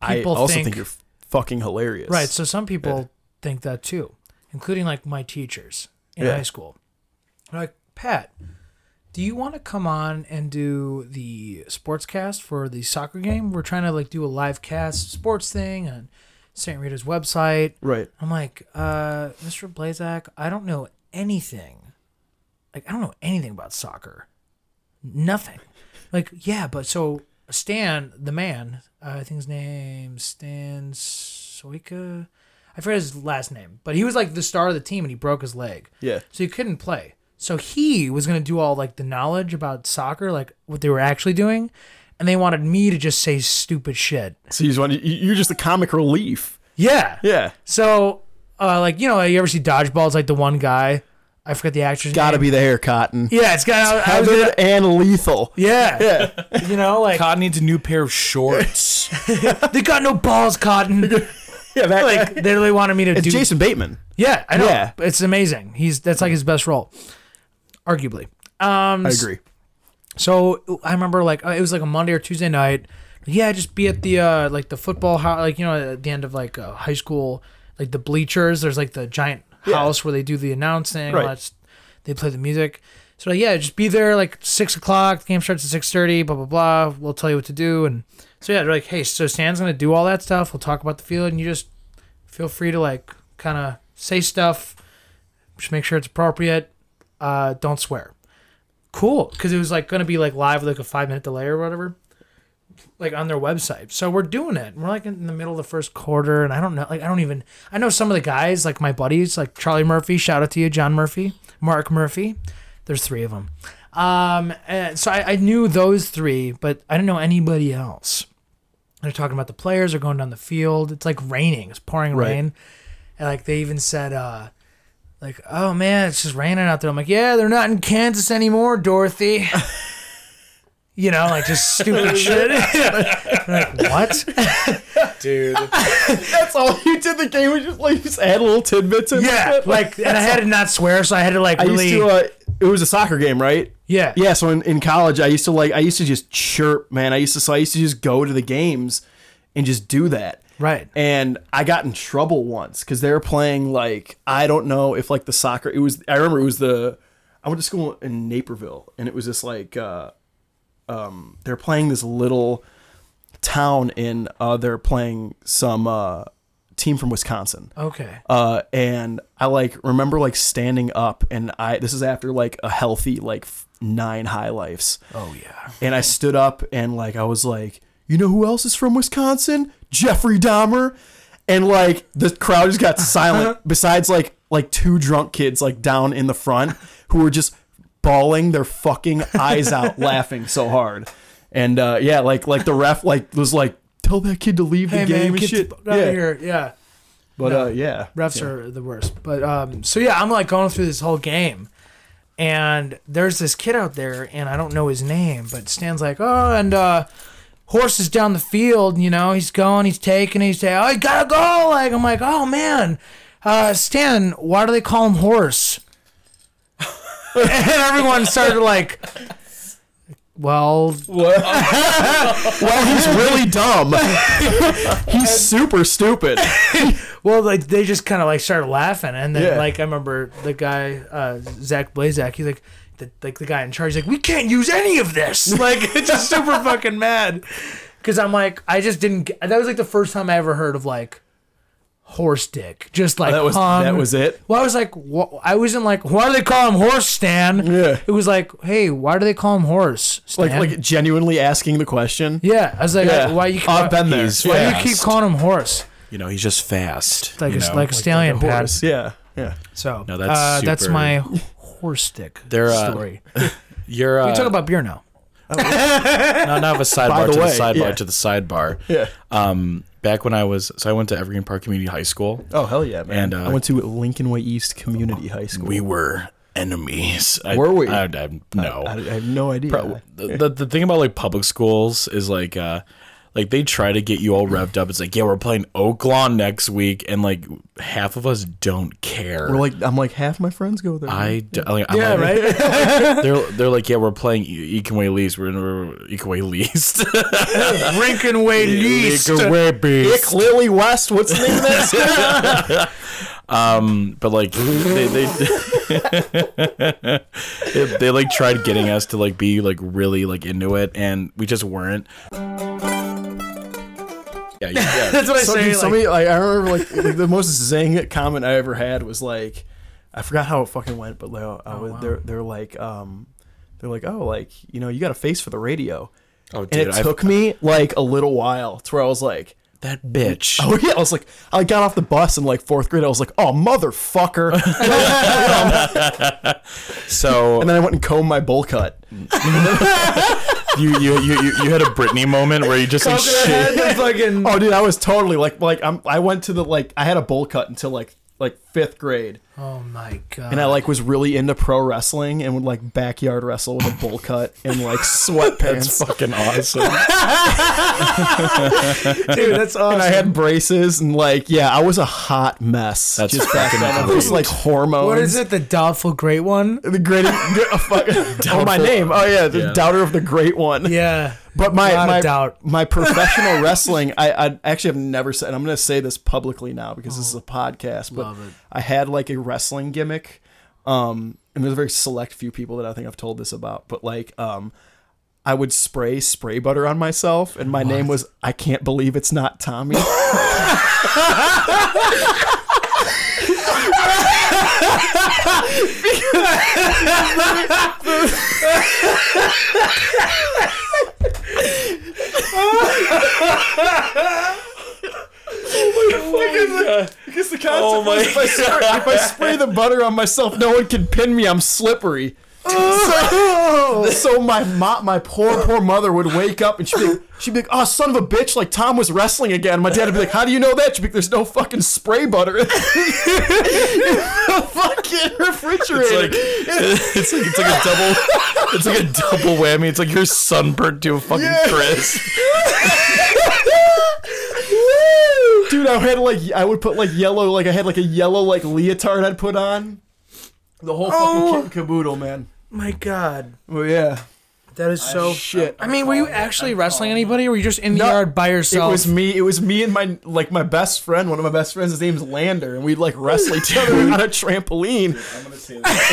Speaker 3: I
Speaker 1: People
Speaker 3: also
Speaker 1: think-
Speaker 3: think, you're f- fucking hilarious.
Speaker 1: Right. So some people think that too, including like my teachers in
Speaker 3: Yeah.
Speaker 1: high school. They're like, Pat, do you want to come on and do the sports cast for the soccer game? We're trying to like do a live cast sports thing on St. Rita's website.
Speaker 3: Right.
Speaker 1: I'm like, uh, Mr. Blazak, I don't know anything. Like, I don't know anything about soccer. Nothing. Like, yeah, but so Stan, the man, uh, I think his name Stan Soika. I forget his last name, but he was like the star of the team, and he broke his leg,
Speaker 3: Yeah.
Speaker 1: so he couldn't play. So he was gonna do all like the knowledge about soccer, like what they were actually doing, and they wanted me to just say stupid shit.
Speaker 3: So you just want to, you- you're just the comic relief.
Speaker 1: Yeah,
Speaker 3: Yeah.
Speaker 1: so, uh, like you know, you ever see Dodgeball? It's like the one guy. I forget the actor's
Speaker 3: Gotta
Speaker 1: name.
Speaker 3: be the hair cotton.
Speaker 1: Yeah, it's got. I was
Speaker 3: Tethered
Speaker 1: gonna,
Speaker 3: and lethal.
Speaker 1: yeah,
Speaker 3: [laughs] Yeah.
Speaker 1: You know, like
Speaker 2: Todd needs a new pair of shorts.
Speaker 1: they got no
Speaker 3: [laughs]
Speaker 1: balls, Cotton.
Speaker 3: Yeah. That,
Speaker 1: like they really wanted me to
Speaker 3: it's
Speaker 1: do.
Speaker 3: Jason Bateman.
Speaker 1: Yeah, I know.
Speaker 3: Yeah.
Speaker 1: It's amazing. He's that's like his best role, arguably. Um,
Speaker 3: I agree.
Speaker 1: So I remember like uh, it was like a Monday or Tuesday night. Yeah, just be at the uh, like the football house, like you know, at the end of like uh, high school, like the bleachers. There's like the giant house where they do the announcing.
Speaker 3: Right.
Speaker 1: Right. They play the music. So like, yeah, just be there like six o'clock. The game starts at six thirty. Blah blah blah. We'll tell you what to do. And so yeah, they're like, hey, so Stan's gonna do all that stuff. We'll talk about the field, and you just feel free to like kind of say stuff. Just make sure it's appropriate. Uh, don't swear cool because it was like going to be like live with like a five minute delay or whatever like on their website so we're doing it we're like in the middle of the first quarter and i don't know like i don't even i know some of the guys like my buddies like charlie murphy shout out to you john murphy mark murphy there's three of them um and so I, I knew those three but i didn't know anybody else they're talking about the players are going down the field it's like raining it's pouring
Speaker 3: Right.
Speaker 1: rain and like they even said uh like, oh man, it's just raining out there. I'm like, yeah, they're not in Kansas anymore, Dorothy. [laughs] you know, like just stupid shit. I'm like, what?
Speaker 2: [laughs] Dude.
Speaker 3: That's all you did. The game was just like just add little tidbits. And
Speaker 1: [laughs] Yeah,
Speaker 3: shit.
Speaker 1: like, and I had to not swear, so I had to like
Speaker 3: I
Speaker 1: really,
Speaker 3: used to. Uh, it was a soccer game, right?
Speaker 1: yeah,
Speaker 3: Yeah, so in, in college, I used to like I used to just chirp, man. I used to so I used to just go to the games and just do that.
Speaker 1: Right.
Speaker 3: And I got in trouble once because they were playing like I don't know if like the soccer. It was I remember it was the I went to school in Naperville and it was just like uh, um, they're playing this little town in uh, they're playing some uh, team from Wisconsin
Speaker 1: okay,
Speaker 3: uh, and I like remember like standing up, and I this is after like a healthy like f- nine high lifes,
Speaker 1: oh yeah,
Speaker 3: and I stood up and like I was like, you know who else is from Wisconsin? Jeffrey Dahmer, and like the crowd just got
Speaker 1: [laughs]
Speaker 3: silent. besides like like two drunk kids like down in the front who were just bawling their fucking eyes
Speaker 1: [laughs]
Speaker 3: out, laughing so hard, and uh, yeah, like like the ref like was like. Tell that kid to leave the
Speaker 1: hey
Speaker 3: game
Speaker 1: man,
Speaker 3: and
Speaker 1: get
Speaker 3: shit.
Speaker 1: the fuck out
Speaker 3: yeah.
Speaker 1: of here, yeah.
Speaker 3: But
Speaker 1: No.
Speaker 3: uh yeah.
Speaker 1: refs are the worst. But um, so yeah, I'm like going through this whole game, and there's this kid out there, and I don't know his name, but Stan's like, oh, and uh, horses down the field. You know, he's going, he's taking, he's saying, "I gotta go!" Like I'm like, "Oh man, uh, Stan, why do they call him horse?" [laughs] and everyone started like, "Well,
Speaker 2: Oh,
Speaker 3: Well, he's really dumb. [laughs] he's super stupid.
Speaker 1: Well, like they just kind of like started laughing, and then
Speaker 3: Yeah.
Speaker 1: like I remember the guy uh, Zach Blazak, he's like. The, like the guy in charge, he's like, we can't use any of
Speaker 3: [laughs]
Speaker 1: this. Like, it's just super fucking mad. Because I'm like, I just didn't. Get, that was like the first time I ever heard of like horse dick. Just like
Speaker 3: Oh, that was-
Speaker 1: hung-
Speaker 3: that was it?
Speaker 1: Well, I was like, wha- I wasn't like, why do they call him horse Stan?
Speaker 3: Yeah.
Speaker 1: It was like, hey, why do they call him horse?
Speaker 3: Like
Speaker 1: Stan?"
Speaker 3: like genuinely asking the question.
Speaker 1: yeah. I was like,
Speaker 3: Yeah.
Speaker 1: why you?
Speaker 3: I've been there.
Speaker 2: He's-
Speaker 1: Why
Speaker 2: fast.
Speaker 1: you keep calling him horse?
Speaker 2: You know, he's just fast.
Speaker 1: Like
Speaker 2: you
Speaker 1: a,
Speaker 2: know?
Speaker 1: like a stallion pad.
Speaker 3: Horse. Yeah. Yeah.
Speaker 1: So
Speaker 2: No, that's
Speaker 1: uh, that's
Speaker 2: super-
Speaker 1: my horse
Speaker 3: [laughs]
Speaker 1: stick
Speaker 2: They're, uh,
Speaker 1: story.
Speaker 2: you're uh,
Speaker 1: we talk about beer now.
Speaker 2: not, not have a
Speaker 3: [laughs] By
Speaker 2: sidebar
Speaker 3: the
Speaker 2: to
Speaker 3: way,
Speaker 2: the sidebar
Speaker 3: yeah.
Speaker 2: to the sidebar.
Speaker 3: Yeah.
Speaker 2: Um, back when I was, so I went to Evergreen Park Community High School.
Speaker 3: Oh hell yeah, man!
Speaker 2: And, uh,
Speaker 3: I went to Lincoln Way East Community High School.
Speaker 2: We were enemies. I-
Speaker 3: Were we?
Speaker 2: I, I- no.
Speaker 3: I, I have no idea.
Speaker 2: Pro- the, the, the thing about like public schools is like uh like they try to get you all revved up. It's like, yeah, we're playing Oaklawn next week, and like half of us don't care.
Speaker 3: We're like, I'm like half my friends go there.
Speaker 2: I d- like, I'm like-
Speaker 1: [laughs] right.
Speaker 2: They're they're like, yeah, we're playing E- Econway Least. We're, we're Econway [laughs] Least.
Speaker 1: Drinking way least.
Speaker 2: Econway
Speaker 3: Dick
Speaker 2: Beast.
Speaker 3: Lily West. What's the name of [laughs] that? school?
Speaker 2: Um, but like they [laughs] they, they they like tried getting us to like be like really like into it, and we just weren't. Yeah, yeah.
Speaker 3: [laughs]
Speaker 1: That's what I
Speaker 3: Some-
Speaker 1: say.
Speaker 3: dude,
Speaker 1: like,
Speaker 3: somebody, like, I remember like, like the most zing comment I ever had was like, I forgot how it fucking went, but like, I was, they're they're like, um, they're like, oh, like you know, you got a face for the radio,
Speaker 2: Oh,
Speaker 3: and it
Speaker 2: I-
Speaker 3: took me like a little while to where I was like. [laughs]
Speaker 2: that bitch.
Speaker 3: Oh yeah, I was like, I got off the bus in like fourth grade. I was like, oh
Speaker 2: [laughs]
Speaker 3: motherfucker,
Speaker 2: So
Speaker 3: and then I went and combed my bowl cut.
Speaker 2: you, you you you you had a Britney moment where you just like
Speaker 3: [laughs]
Speaker 2: shit.
Speaker 1: fucking.
Speaker 3: Oh, dude, I was totally like, like I'm, I went to the like, I had a bowl cut until like, like fifth grade,
Speaker 1: Oh my god.
Speaker 3: and I like was really into pro wrestling and would like backyard wrestle with a
Speaker 2: [laughs]
Speaker 3: bowl cut and like sweatpants. [laughs]
Speaker 2: Fucking awesome.
Speaker 1: dude, that's awesome.
Speaker 3: and I had braces and like, yeah, I was a hot mess.
Speaker 2: That's
Speaker 3: just back
Speaker 2: fucking
Speaker 3: then. It was
Speaker 2: great.
Speaker 3: like hormones.
Speaker 1: what is it? The doubtful great one.
Speaker 3: The
Speaker 1: [laughs]
Speaker 3: great, uh, fuck, oh my
Speaker 2: Doubtful.
Speaker 3: name. Oh yeah, the
Speaker 2: Yeah.
Speaker 3: doubter of the great one.
Speaker 1: Yeah.
Speaker 3: But my
Speaker 1: Without a
Speaker 3: my,
Speaker 1: doubt. [laughs]
Speaker 3: my professional wrestling, I, I actually have never said. And I'm going to say this publicly now because this is a podcast. But
Speaker 1: Oh, love it.
Speaker 3: I had like a wrestling gimmick, um, and there's a very select few people that I think I've told this about. But like, um, I would spray spray butter on myself, and my name was I can't believe it's not Tommy. Because the concept
Speaker 2: Oh my
Speaker 3: was if I, spray, if I spray the butter on myself, no one can pin me. I'm slippery. So, so my mo- my poor poor mother would wake up and she'd be, she'd be like, "Oh, son of a bitch! Like Tom was wrestling again." My dad would be like, "How do you know that?" She'd be like, "There's no fucking spray butter in the [laughs] fucking
Speaker 2: It's
Speaker 3: refrigerator."
Speaker 2: like [laughs] it's like it's like a double it's like a double whammy. It's like you're sunburnt to a fucking crisp.
Speaker 3: Dude, I had like I would put like yellow, like I had like a yellow like leotard I'd put on. The whole fucking kit and caboodle, man.
Speaker 1: My god.
Speaker 3: Well, yeah.
Speaker 1: That is so.
Speaker 3: Shit.
Speaker 1: I mean, were you actually wrestling anybody, or were you just in the yard by yourself?
Speaker 3: It was me. It was me and my like my best friend. One of my best friends. His name's Lander, and we'd like wrestle each other on a trampoline.
Speaker 2: I'm gonna say
Speaker 3: [laughs]
Speaker 2: this.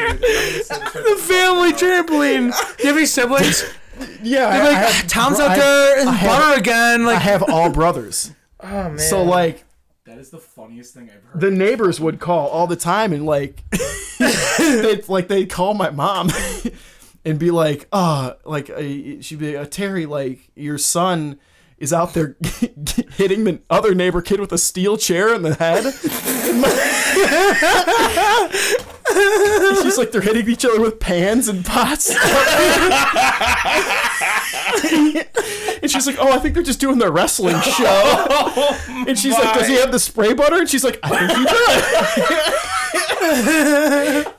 Speaker 3: And we were,
Speaker 1: the family
Speaker 3: [laughs]
Speaker 1: trampoline. Do you have any siblings?
Speaker 3: yeah, I,
Speaker 1: They're
Speaker 3: I
Speaker 1: like,
Speaker 3: have,
Speaker 1: Tom's
Speaker 3: I-
Speaker 1: out there in
Speaker 3: I have-
Speaker 1: butter again.
Speaker 3: I
Speaker 1: Like,
Speaker 3: have all brothers.
Speaker 1: oh man.
Speaker 3: So like
Speaker 2: That is the funniest thing I've heard.
Speaker 3: the neighbors would call all the time, and like [laughs] they like they'd call my mom. [laughs] And be like, ah, like uh, she'd be like, uh, Terry, like your son is out there [laughs] hitting the other neighbor kid with a steel chair in the head. [laughs] She's like they're hitting each other with pans and pots. [laughs] and she's like, "Oh, I think they're just doing their wrestling show."
Speaker 2: Oh
Speaker 3: and she's like, "Does he have the spray butter?" And she's like, "I think he does."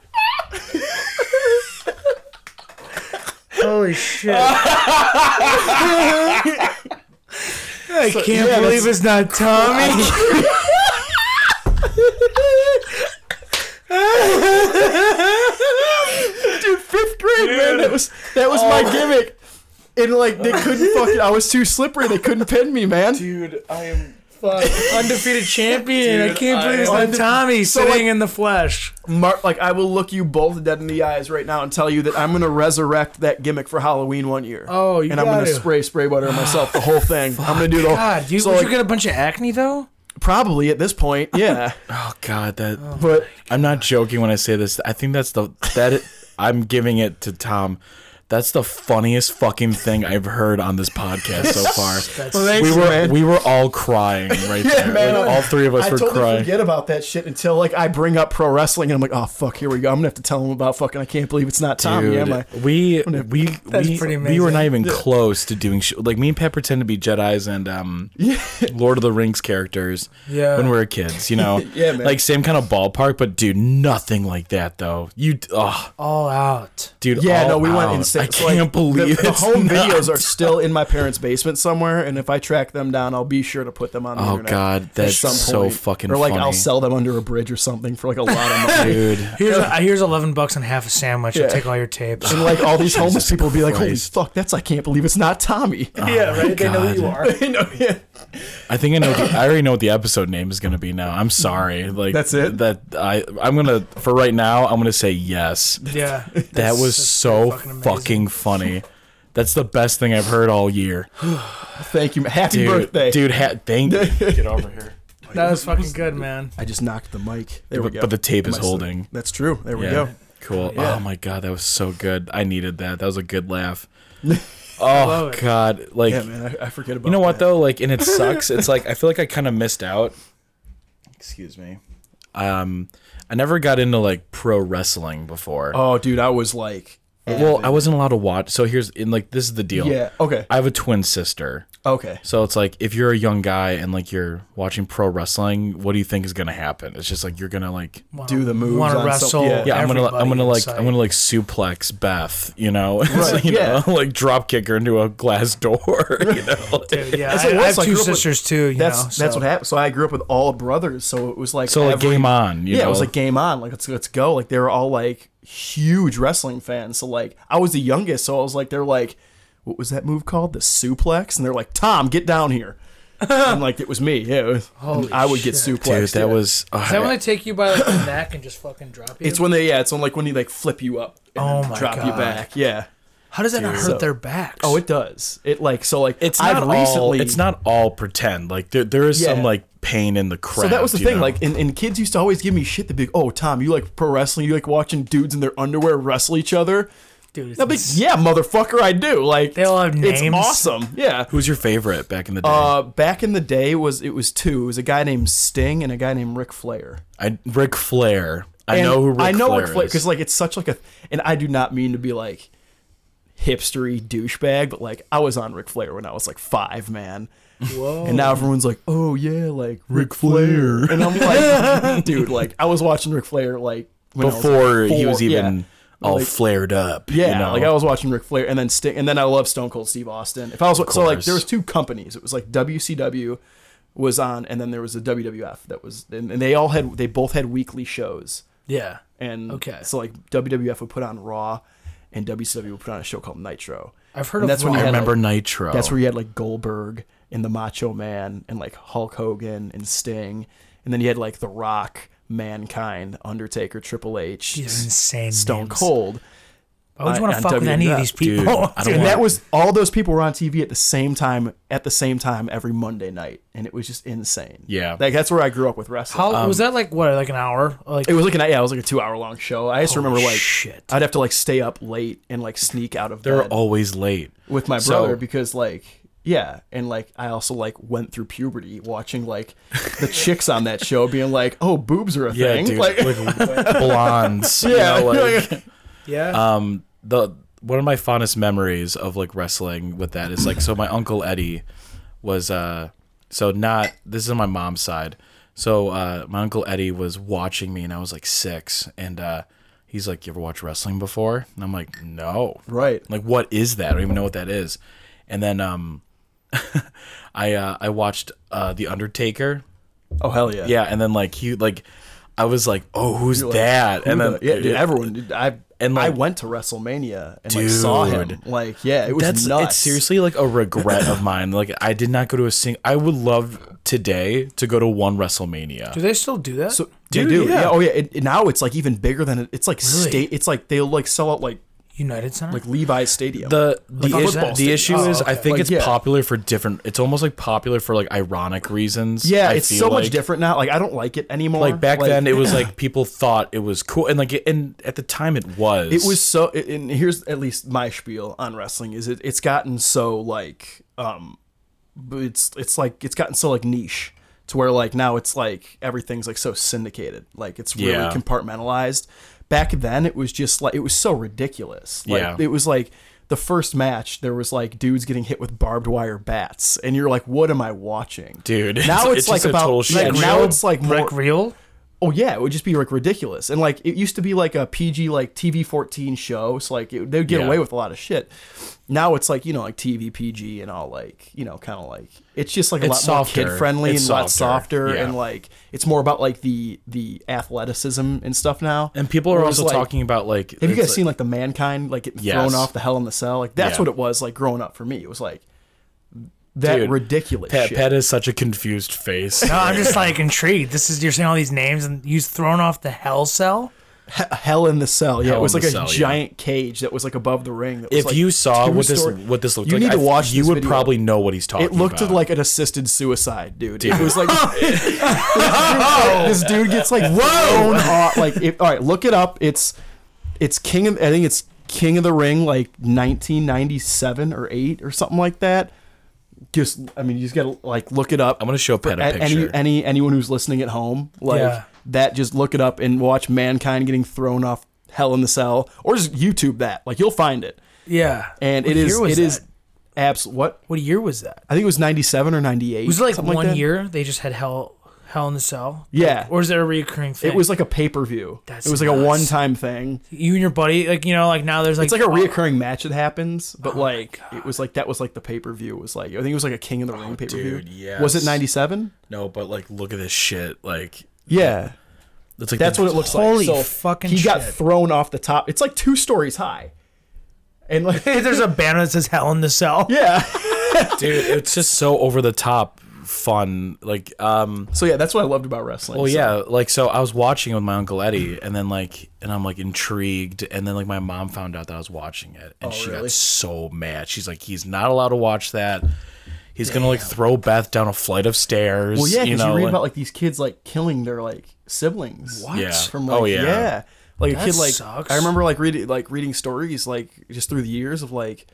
Speaker 1: Holy [laughs] shit! I can't
Speaker 3: yeah,
Speaker 1: believe
Speaker 3: that's-
Speaker 1: it's not [laughs] Tommy.
Speaker 3: Dude, fifth grade, man. That was that was my
Speaker 1: Oh.
Speaker 3: gimmick. And like they
Speaker 1: [laughs]
Speaker 3: couldn't fucking. I was too slippery. They couldn't pin me, man.
Speaker 2: Dude, I am.
Speaker 1: Undefeated champion. I
Speaker 2: Dude,
Speaker 1: can't believe
Speaker 2: I-
Speaker 1: it's not
Speaker 3: Undefe-
Speaker 1: Tommy
Speaker 3: So,
Speaker 1: sitting
Speaker 3: like-
Speaker 1: in the flesh.
Speaker 3: Mar- like I will look you both dead in the eyes right now and tell you that I'm gonna resurrect that gimmick for Halloween one year.
Speaker 1: Oh, you
Speaker 3: and I'm gonna
Speaker 1: gotta.
Speaker 3: spray spray butter on myself the whole thing. I'm gonna do the
Speaker 1: God, you,
Speaker 3: so,
Speaker 1: would
Speaker 3: like,
Speaker 1: you get a bunch of acne though?
Speaker 3: probably at this point,
Speaker 1: [laughs]
Speaker 3: yeah.
Speaker 2: Oh God, that.
Speaker 3: but
Speaker 2: I'm not joking when I say this. I think that's the that it, I'm giving it to Tom. That's the funniest fucking thing I've heard on this
Speaker 3: [laughs]
Speaker 2: podcast so far.
Speaker 3: well, thanks,
Speaker 2: We were
Speaker 3: man.
Speaker 2: we were all crying
Speaker 3: [laughs]
Speaker 2: right
Speaker 3: yeah,
Speaker 2: there.
Speaker 3: man.
Speaker 2: Like,
Speaker 3: I-
Speaker 2: all three of us
Speaker 3: I
Speaker 2: were
Speaker 3: totally
Speaker 2: crying.
Speaker 3: forget about that shit until like I bring up pro wrestling and I'm like, oh fuck, here we go. I'm gonna have to tell him about fucking. I can't believe it's not Tommy.
Speaker 2: Dude,
Speaker 3: Am I?
Speaker 2: we
Speaker 3: [laughs]
Speaker 2: we we,
Speaker 1: pretty
Speaker 2: we were
Speaker 1: amazing.
Speaker 2: not even close to doing sh- like me and Pat pretend to be Jedi's and um Lord of the Rings characters
Speaker 1: Yeah.
Speaker 2: when we were kids, you know.
Speaker 3: [laughs] Yeah, man.
Speaker 2: Like same kind of ballpark, but dude, nothing like that though. You oh,
Speaker 1: All out.
Speaker 2: dude,
Speaker 3: Yeah,
Speaker 2: all
Speaker 3: no, we went
Speaker 2: out.
Speaker 3: insane.
Speaker 2: Oh, I
Speaker 3: So, like,
Speaker 2: can't believe
Speaker 3: the, the
Speaker 2: it's
Speaker 3: home
Speaker 2: not-
Speaker 3: videos are still in my parents' basement somewhere, and if I track them down, I'll be sure to put them on. The
Speaker 2: Oh,
Speaker 3: internet
Speaker 2: God,
Speaker 3: at
Speaker 2: that's
Speaker 3: some
Speaker 2: so
Speaker 3: point.
Speaker 2: fucking
Speaker 3: Or like I'll
Speaker 2: funny.
Speaker 3: sell them under a bridge or something for like a lot of
Speaker 2: [laughs]
Speaker 3: money.
Speaker 2: dude.
Speaker 1: Here's uh, here's eleven bucks and half a sandwich.
Speaker 3: Yeah.
Speaker 1: I'll take all your [laughs] tapes.
Speaker 3: and like all these homeless people will be like, "Holy
Speaker 2: Christ. Uh-huh.
Speaker 3: fuck, that's I can't believe it's not Tommy." [laughs]
Speaker 2: Yeah, right. They know you are.
Speaker 3: You know, yeah.
Speaker 2: I think I know. The, I already know what the episode name is going to be now. I'm sorry. Like
Speaker 3: That's it?
Speaker 2: That I I'm gonna for right now. I'm gonna say yes.
Speaker 1: yeah,
Speaker 2: That was so
Speaker 1: fucking
Speaker 2: fucking,
Speaker 1: amazing.
Speaker 2: funny. That's the best thing I've heard
Speaker 3: [laughs]
Speaker 2: all year.
Speaker 3: Thank you. man. Happy
Speaker 2: Dude,
Speaker 3: birthday,
Speaker 2: dude, ha-
Speaker 3: [laughs]
Speaker 2: thank Get over here.
Speaker 1: that was fucking good, man.
Speaker 3: I just knocked the mic. There we
Speaker 2: But,
Speaker 3: go.
Speaker 2: but the tape is
Speaker 3: My-
Speaker 2: holding.
Speaker 3: That's true. There we
Speaker 2: Yeah.
Speaker 3: go.
Speaker 2: Cool.
Speaker 3: Yeah.
Speaker 2: Oh my god, that was so good. I needed that. That was a good
Speaker 3: [laughs]
Speaker 2: laugh.
Speaker 1: love
Speaker 2: oh
Speaker 1: it.
Speaker 2: god, like
Speaker 3: Yeah, man. I, I forget about.
Speaker 2: You know what
Speaker 3: that.
Speaker 2: though? Like,
Speaker 3: [laughs]
Speaker 2: and it sucks. It's like I feel like I kind of missed out. Excuse me. Um, I never got into like pro wrestling before.
Speaker 3: Oh, dude, I was like,
Speaker 2: well, I wasn't allowed to watch. So here's in like this is the deal.
Speaker 3: yeah. Oh. Okay.
Speaker 2: I have a twin sister.
Speaker 3: Okay.
Speaker 2: So it's like if you're a young guy and like you're watching pro wrestling, what do you think is gonna happen? It's just like you're gonna like
Speaker 1: Wanna-
Speaker 3: Do the moves
Speaker 1: Wanna
Speaker 3: on
Speaker 1: wrestle?
Speaker 3: something. Yeah.
Speaker 2: yeah, I'm gonna I'm gonna
Speaker 1: everybody
Speaker 2: like
Speaker 1: inside.
Speaker 2: I'm gonna like suplex Beth, you know, [laughs] So,
Speaker 3: Right,
Speaker 2: you
Speaker 3: yeah.
Speaker 2: know, like drop kick her into a glass [laughs] door, you know.
Speaker 1: Dude, yeah,
Speaker 3: That's
Speaker 1: I,
Speaker 3: like
Speaker 1: I
Speaker 3: us,
Speaker 1: have
Speaker 3: like,
Speaker 1: two
Speaker 3: grew up with-
Speaker 1: sisters too. You
Speaker 3: That's
Speaker 1: know,
Speaker 3: that's
Speaker 1: so-
Speaker 3: what happened. So I grew up with all brothers. So it was like
Speaker 2: So like
Speaker 3: every-
Speaker 2: game on, you
Speaker 3: yeah,
Speaker 2: know?
Speaker 3: it was like game on. Like let's let's go. Like they were all like huge wrestling fans. So like I was the youngest. So I was like they're like, what was that move called? The suplex. And they're like, Tom, get down here. and like it was me. Yeah, it was-
Speaker 1: Holy
Speaker 3: and I would get
Speaker 1: shit.
Speaker 3: suplexed.
Speaker 2: Dude, that
Speaker 3: yeah.
Speaker 2: was uh,
Speaker 1: Is that when they take you by like the [coughs] neck and just fucking drop you?
Speaker 3: It's when they yeah. It's when like when you like flip you up. And
Speaker 1: Oh
Speaker 3: then
Speaker 1: my
Speaker 3: drop you
Speaker 1: God.
Speaker 3: back. Yeah.
Speaker 1: How does that not hurt
Speaker 3: So-
Speaker 1: their backs?
Speaker 3: Oh, it does. It like so like
Speaker 2: it's
Speaker 3: I've
Speaker 2: not
Speaker 3: recently.
Speaker 2: all, it's not all pretend. Like there, there is some
Speaker 3: Yeah.
Speaker 2: like pain in the crowd.
Speaker 3: So that was the
Speaker 2: you
Speaker 3: thing.
Speaker 2: know?
Speaker 3: Like, and, and kids used to always give me shit. They'd be like, "Oh, Tom, you like pro wrestling? You like watching dudes in their underwear wrestle each other?"
Speaker 1: dude.
Speaker 3: I'd be like,
Speaker 1: it's-
Speaker 3: "Yeah, motherfucker, I do." Like,
Speaker 1: They all have
Speaker 3: It's
Speaker 1: names.
Speaker 3: awesome. Yeah.
Speaker 2: who's your favorite back in the day?
Speaker 3: Uh, back in the day, was it was two? It was a guy named Sting and a guy named Ric Flair.
Speaker 2: I Ric Flair. I
Speaker 3: And
Speaker 2: know who Ric
Speaker 3: I know
Speaker 2: Flair
Speaker 3: Ric Flair
Speaker 2: is.
Speaker 3: because like it's such like a, and I do not mean to be like hipstery douchebag, but like I was on Ric Flair when I was like five, man.
Speaker 1: Whoa.
Speaker 3: And now everyone's like, "Oh yeah, like Ric Flair," and I'm
Speaker 2: [laughs]
Speaker 3: like, "Dude, like I was watching Ric Flair like when I was, like,
Speaker 2: before he
Speaker 3: four-
Speaker 2: was
Speaker 3: yeah.
Speaker 2: even all
Speaker 3: Like-
Speaker 2: flared up.
Speaker 3: Yeah,
Speaker 2: you know?
Speaker 3: like I was watching Ric Flair, and then Sting, and then I love Stone Cold Steve Austin. If I was so like,
Speaker 2: course.
Speaker 3: there was two companies. It was like WCW was on, and then there was the WWF that was, and, and they all had they both had weekly shows,
Speaker 1: yeah.
Speaker 3: and
Speaker 1: Okay.
Speaker 3: so like WWF would put on Raw, and WCW would put on a show called Nitro.
Speaker 1: I've heard
Speaker 3: And
Speaker 1: of
Speaker 3: that's when
Speaker 1: one-
Speaker 2: I
Speaker 3: you had,
Speaker 2: remember
Speaker 3: like,
Speaker 2: Nitro.
Speaker 3: That's where you had like Goldberg and the Macho Man and like Hulk Hogan and Sting, and then you had like The Rock, Mankind, Undertaker, Triple H,
Speaker 1: These insane
Speaker 3: Stone
Speaker 1: names.
Speaker 3: Cold.
Speaker 1: Why would you want
Speaker 3: I-
Speaker 1: to
Speaker 3: on
Speaker 1: fuck with any of
Speaker 3: WWF,
Speaker 1: these
Speaker 2: dude.
Speaker 1: people? [laughs]
Speaker 2: I don't
Speaker 3: and
Speaker 2: want-
Speaker 3: that was all those people were on TV at the same time at the same time every Monday night, and it was just insane.
Speaker 2: Yeah.
Speaker 3: like that's where I grew up with wrestling.
Speaker 1: How was that like? What like an hour? Like
Speaker 3: it was like an yeah, it was like a two hour long show. I just remember like
Speaker 1: shit.
Speaker 3: I'd have to like stay up late and like sneak out of
Speaker 2: they were
Speaker 3: bed
Speaker 2: always late.
Speaker 3: with my
Speaker 2: So-
Speaker 3: brother because like yeah, and like I also like went through puberty watching like
Speaker 2: [laughs]
Speaker 3: the chicks on that show being like, oh, boobs are a
Speaker 2: Yeah,
Speaker 3: thing.
Speaker 2: dude,
Speaker 3: Like, [laughs]
Speaker 2: like blondes.
Speaker 3: yeah,
Speaker 2: you know, like,
Speaker 1: yeah.
Speaker 2: um the one of my fondest memories of like wrestling with that is like so my uncle Eddie was uh so not this is on my mom's side. So uh my uncle Eddie was watching me and I was like 6 and uh he's like, You ever watch wrestling before? And I'm like, No.
Speaker 3: Right.
Speaker 2: Like, what is that? I don't even know what that is. And then um, [laughs] I uh, I watched uh, The Undertaker.
Speaker 3: [laughs] Oh hell yeah.
Speaker 2: Yeah, and then like he like I was like, oh, who's
Speaker 3: You're like,
Speaker 2: that?
Speaker 3: who
Speaker 2: and then
Speaker 3: the- yeah, dude, everyone. Dude, I
Speaker 2: And,
Speaker 3: and I
Speaker 2: like-
Speaker 3: went to WrestleMania and like saw him.
Speaker 2: Dude.
Speaker 3: Like yeah, it was
Speaker 2: that's
Speaker 3: nuts.
Speaker 2: it's seriously like a regret of mine. Like I did not go to a single. I would love today to go to one WrestleMania.
Speaker 1: Do they still do that?
Speaker 3: So, they
Speaker 2: Dude,
Speaker 3: do.
Speaker 2: yeah.
Speaker 3: Yeah. Oh yeah. It, it- now it's like even bigger than it. It's like
Speaker 1: Really?
Speaker 3: state. It's like they'll like sell out like
Speaker 1: United Center.
Speaker 3: like Levi's Stadium.
Speaker 2: the the,
Speaker 3: a
Speaker 2: is-
Speaker 3: football
Speaker 2: the
Speaker 3: stadium.
Speaker 2: issue
Speaker 3: Oh,
Speaker 2: is I
Speaker 3: okay.
Speaker 2: think
Speaker 3: Like,
Speaker 2: it's
Speaker 3: yeah.
Speaker 2: popular for different. It's almost like popular for like ironic reasons.
Speaker 3: yeah,
Speaker 2: I
Speaker 3: it's
Speaker 2: feel
Speaker 3: so much
Speaker 2: like.
Speaker 3: different now. Like I don't like it anymore.
Speaker 2: Like back then, it was like people thought it was cool, and like it- and at the time it was.
Speaker 3: it was so and here's at least my spiel on wrestling is it it's gotten so like um but it's it's like it's gotten so like niche to where like now it's like everything's like so syndicated like it's really
Speaker 2: Yeah.
Speaker 3: compartmentalized back then it was just like it was so ridiculous like
Speaker 2: Yeah.
Speaker 3: it was like the first match there was like dudes getting hit with barbed wire bats and you're like what am i watching
Speaker 2: Dude,
Speaker 3: now
Speaker 2: [laughs]
Speaker 3: it's,
Speaker 2: it's- it's
Speaker 3: like
Speaker 2: just a
Speaker 3: about
Speaker 2: total
Speaker 3: like,
Speaker 2: shit
Speaker 3: now
Speaker 2: show.
Speaker 3: it's like more
Speaker 1: Rick Real.
Speaker 3: Oh yeah, it would just be like ridiculous, and like it used to be like a PG like TV fourteen show, so like it, they'd get
Speaker 2: Yeah.
Speaker 3: away with a lot of shit. Now it's like you know like TV PG and all like you know kind of like it's just like a
Speaker 2: It's
Speaker 3: lot more
Speaker 2: softer.
Speaker 3: kid friendly and
Speaker 2: It's
Speaker 3: a lot
Speaker 2: softer,
Speaker 3: softer,
Speaker 2: yeah.
Speaker 3: and like it's more about like the the athleticism and stuff now.
Speaker 2: and people are
Speaker 3: Whereas,
Speaker 2: also
Speaker 3: like,
Speaker 2: talking about like.
Speaker 3: Have you
Speaker 2: it's
Speaker 3: guys seen like the mankind like getting
Speaker 2: Yes.
Speaker 3: thrown off the Hell in the Cell? Like that's
Speaker 2: Yeah.
Speaker 3: what it was like growing up for me. It was like that
Speaker 2: Dude,
Speaker 3: ridiculous
Speaker 2: Pet
Speaker 3: shit.
Speaker 2: Pet is such a confused face.
Speaker 1: No, I'm just like intrigued. This is you're saying all these names and you've thrown off the hell cell.
Speaker 3: He- Hell in the Cell, yeah,
Speaker 2: Hell
Speaker 3: it was
Speaker 2: in
Speaker 3: like
Speaker 2: the
Speaker 3: a
Speaker 2: Cell, yeah.
Speaker 3: giant cage that was like above the ring. That was,
Speaker 2: if
Speaker 3: like,
Speaker 2: you saw
Speaker 3: two
Speaker 2: what this
Speaker 3: story-
Speaker 2: what this looked
Speaker 3: you
Speaker 2: like,
Speaker 3: need
Speaker 2: I-
Speaker 3: to watch.
Speaker 2: you
Speaker 3: this
Speaker 2: would
Speaker 3: video.
Speaker 2: probably know what he's talking.
Speaker 3: It looked
Speaker 2: about.
Speaker 3: like an assisted suicide, dude. It
Speaker 2: [laughs]
Speaker 3: was like [laughs] this, dude, this dude gets like thrown off. Like, it, all right, look it up. It's it's King of I think it's King of the Ring, like 1997 or eight or something like that. Just I mean, you just gotta like look it up.
Speaker 2: I'm gonna show
Speaker 3: For
Speaker 2: Pat a
Speaker 3: a-
Speaker 2: picture.
Speaker 3: Any, any anyone who's listening at home, like
Speaker 1: Yeah.
Speaker 3: that, just look it up and watch mankind getting thrown off Hell in the Cell, or just YouTube that. Like you'll find it,
Speaker 1: Yeah.
Speaker 3: and it
Speaker 1: What
Speaker 3: is
Speaker 1: year was
Speaker 3: it is
Speaker 1: that?
Speaker 3: abs. What
Speaker 1: What year was that?
Speaker 3: I think it was 97 or 98.
Speaker 1: Was it like
Speaker 3: something
Speaker 1: one
Speaker 3: that.
Speaker 1: year they just had hell hell in the cell?
Speaker 3: Yeah.
Speaker 1: Or is that a recurring thing?
Speaker 3: It was like a pay per view.
Speaker 1: That's
Speaker 3: It was like a
Speaker 1: nuts.
Speaker 3: one time thing.
Speaker 1: you and your buddy, like you know, like now there's like
Speaker 3: It's like a reoccurring match that happens,
Speaker 1: Oh
Speaker 3: but like it was like that was like the pay per view was like I think it was like a King of the
Speaker 1: Oh,
Speaker 3: Ring pay per view.
Speaker 2: dude,
Speaker 3: Was
Speaker 2: yes.
Speaker 3: it 97?
Speaker 2: no, but like, look at this shit. Like,
Speaker 3: Yeah.
Speaker 2: it's like
Speaker 3: That's what it
Speaker 2: [laughs]
Speaker 3: looks like.
Speaker 1: Holy
Speaker 3: So
Speaker 1: fucking
Speaker 3: He got
Speaker 1: shit.
Speaker 3: thrown off the top. It's like two stories high. And
Speaker 2: [laughs]
Speaker 3: like
Speaker 1: there's a banner that says hell in the cell.
Speaker 3: [laughs] yeah.
Speaker 2: dude. It's just so over the top fun. Like, um,
Speaker 3: So yeah, that's what I loved about wrestling.
Speaker 2: well,
Speaker 3: So-
Speaker 2: yeah, like so. I was watching it with my uncle Eddie, and then like, and I'm like intrigued, and then like my mom found out that I was watching it, and she
Speaker 3: Oh, really?
Speaker 2: got so mad. She's like, he's not allowed to watch that. He's gonna like throw Beth down a flight of stairs.
Speaker 3: Well, yeah,
Speaker 2: you
Speaker 3: because you,
Speaker 2: know,
Speaker 3: read
Speaker 2: and-
Speaker 3: about like these kids like killing their like siblings.
Speaker 1: What?
Speaker 2: Yeah.
Speaker 3: From like
Speaker 2: Oh, yeah.
Speaker 3: yeah. Like
Speaker 1: That
Speaker 3: a kid like
Speaker 1: sucks.
Speaker 3: I remember like reading like reading stories like just through the years of like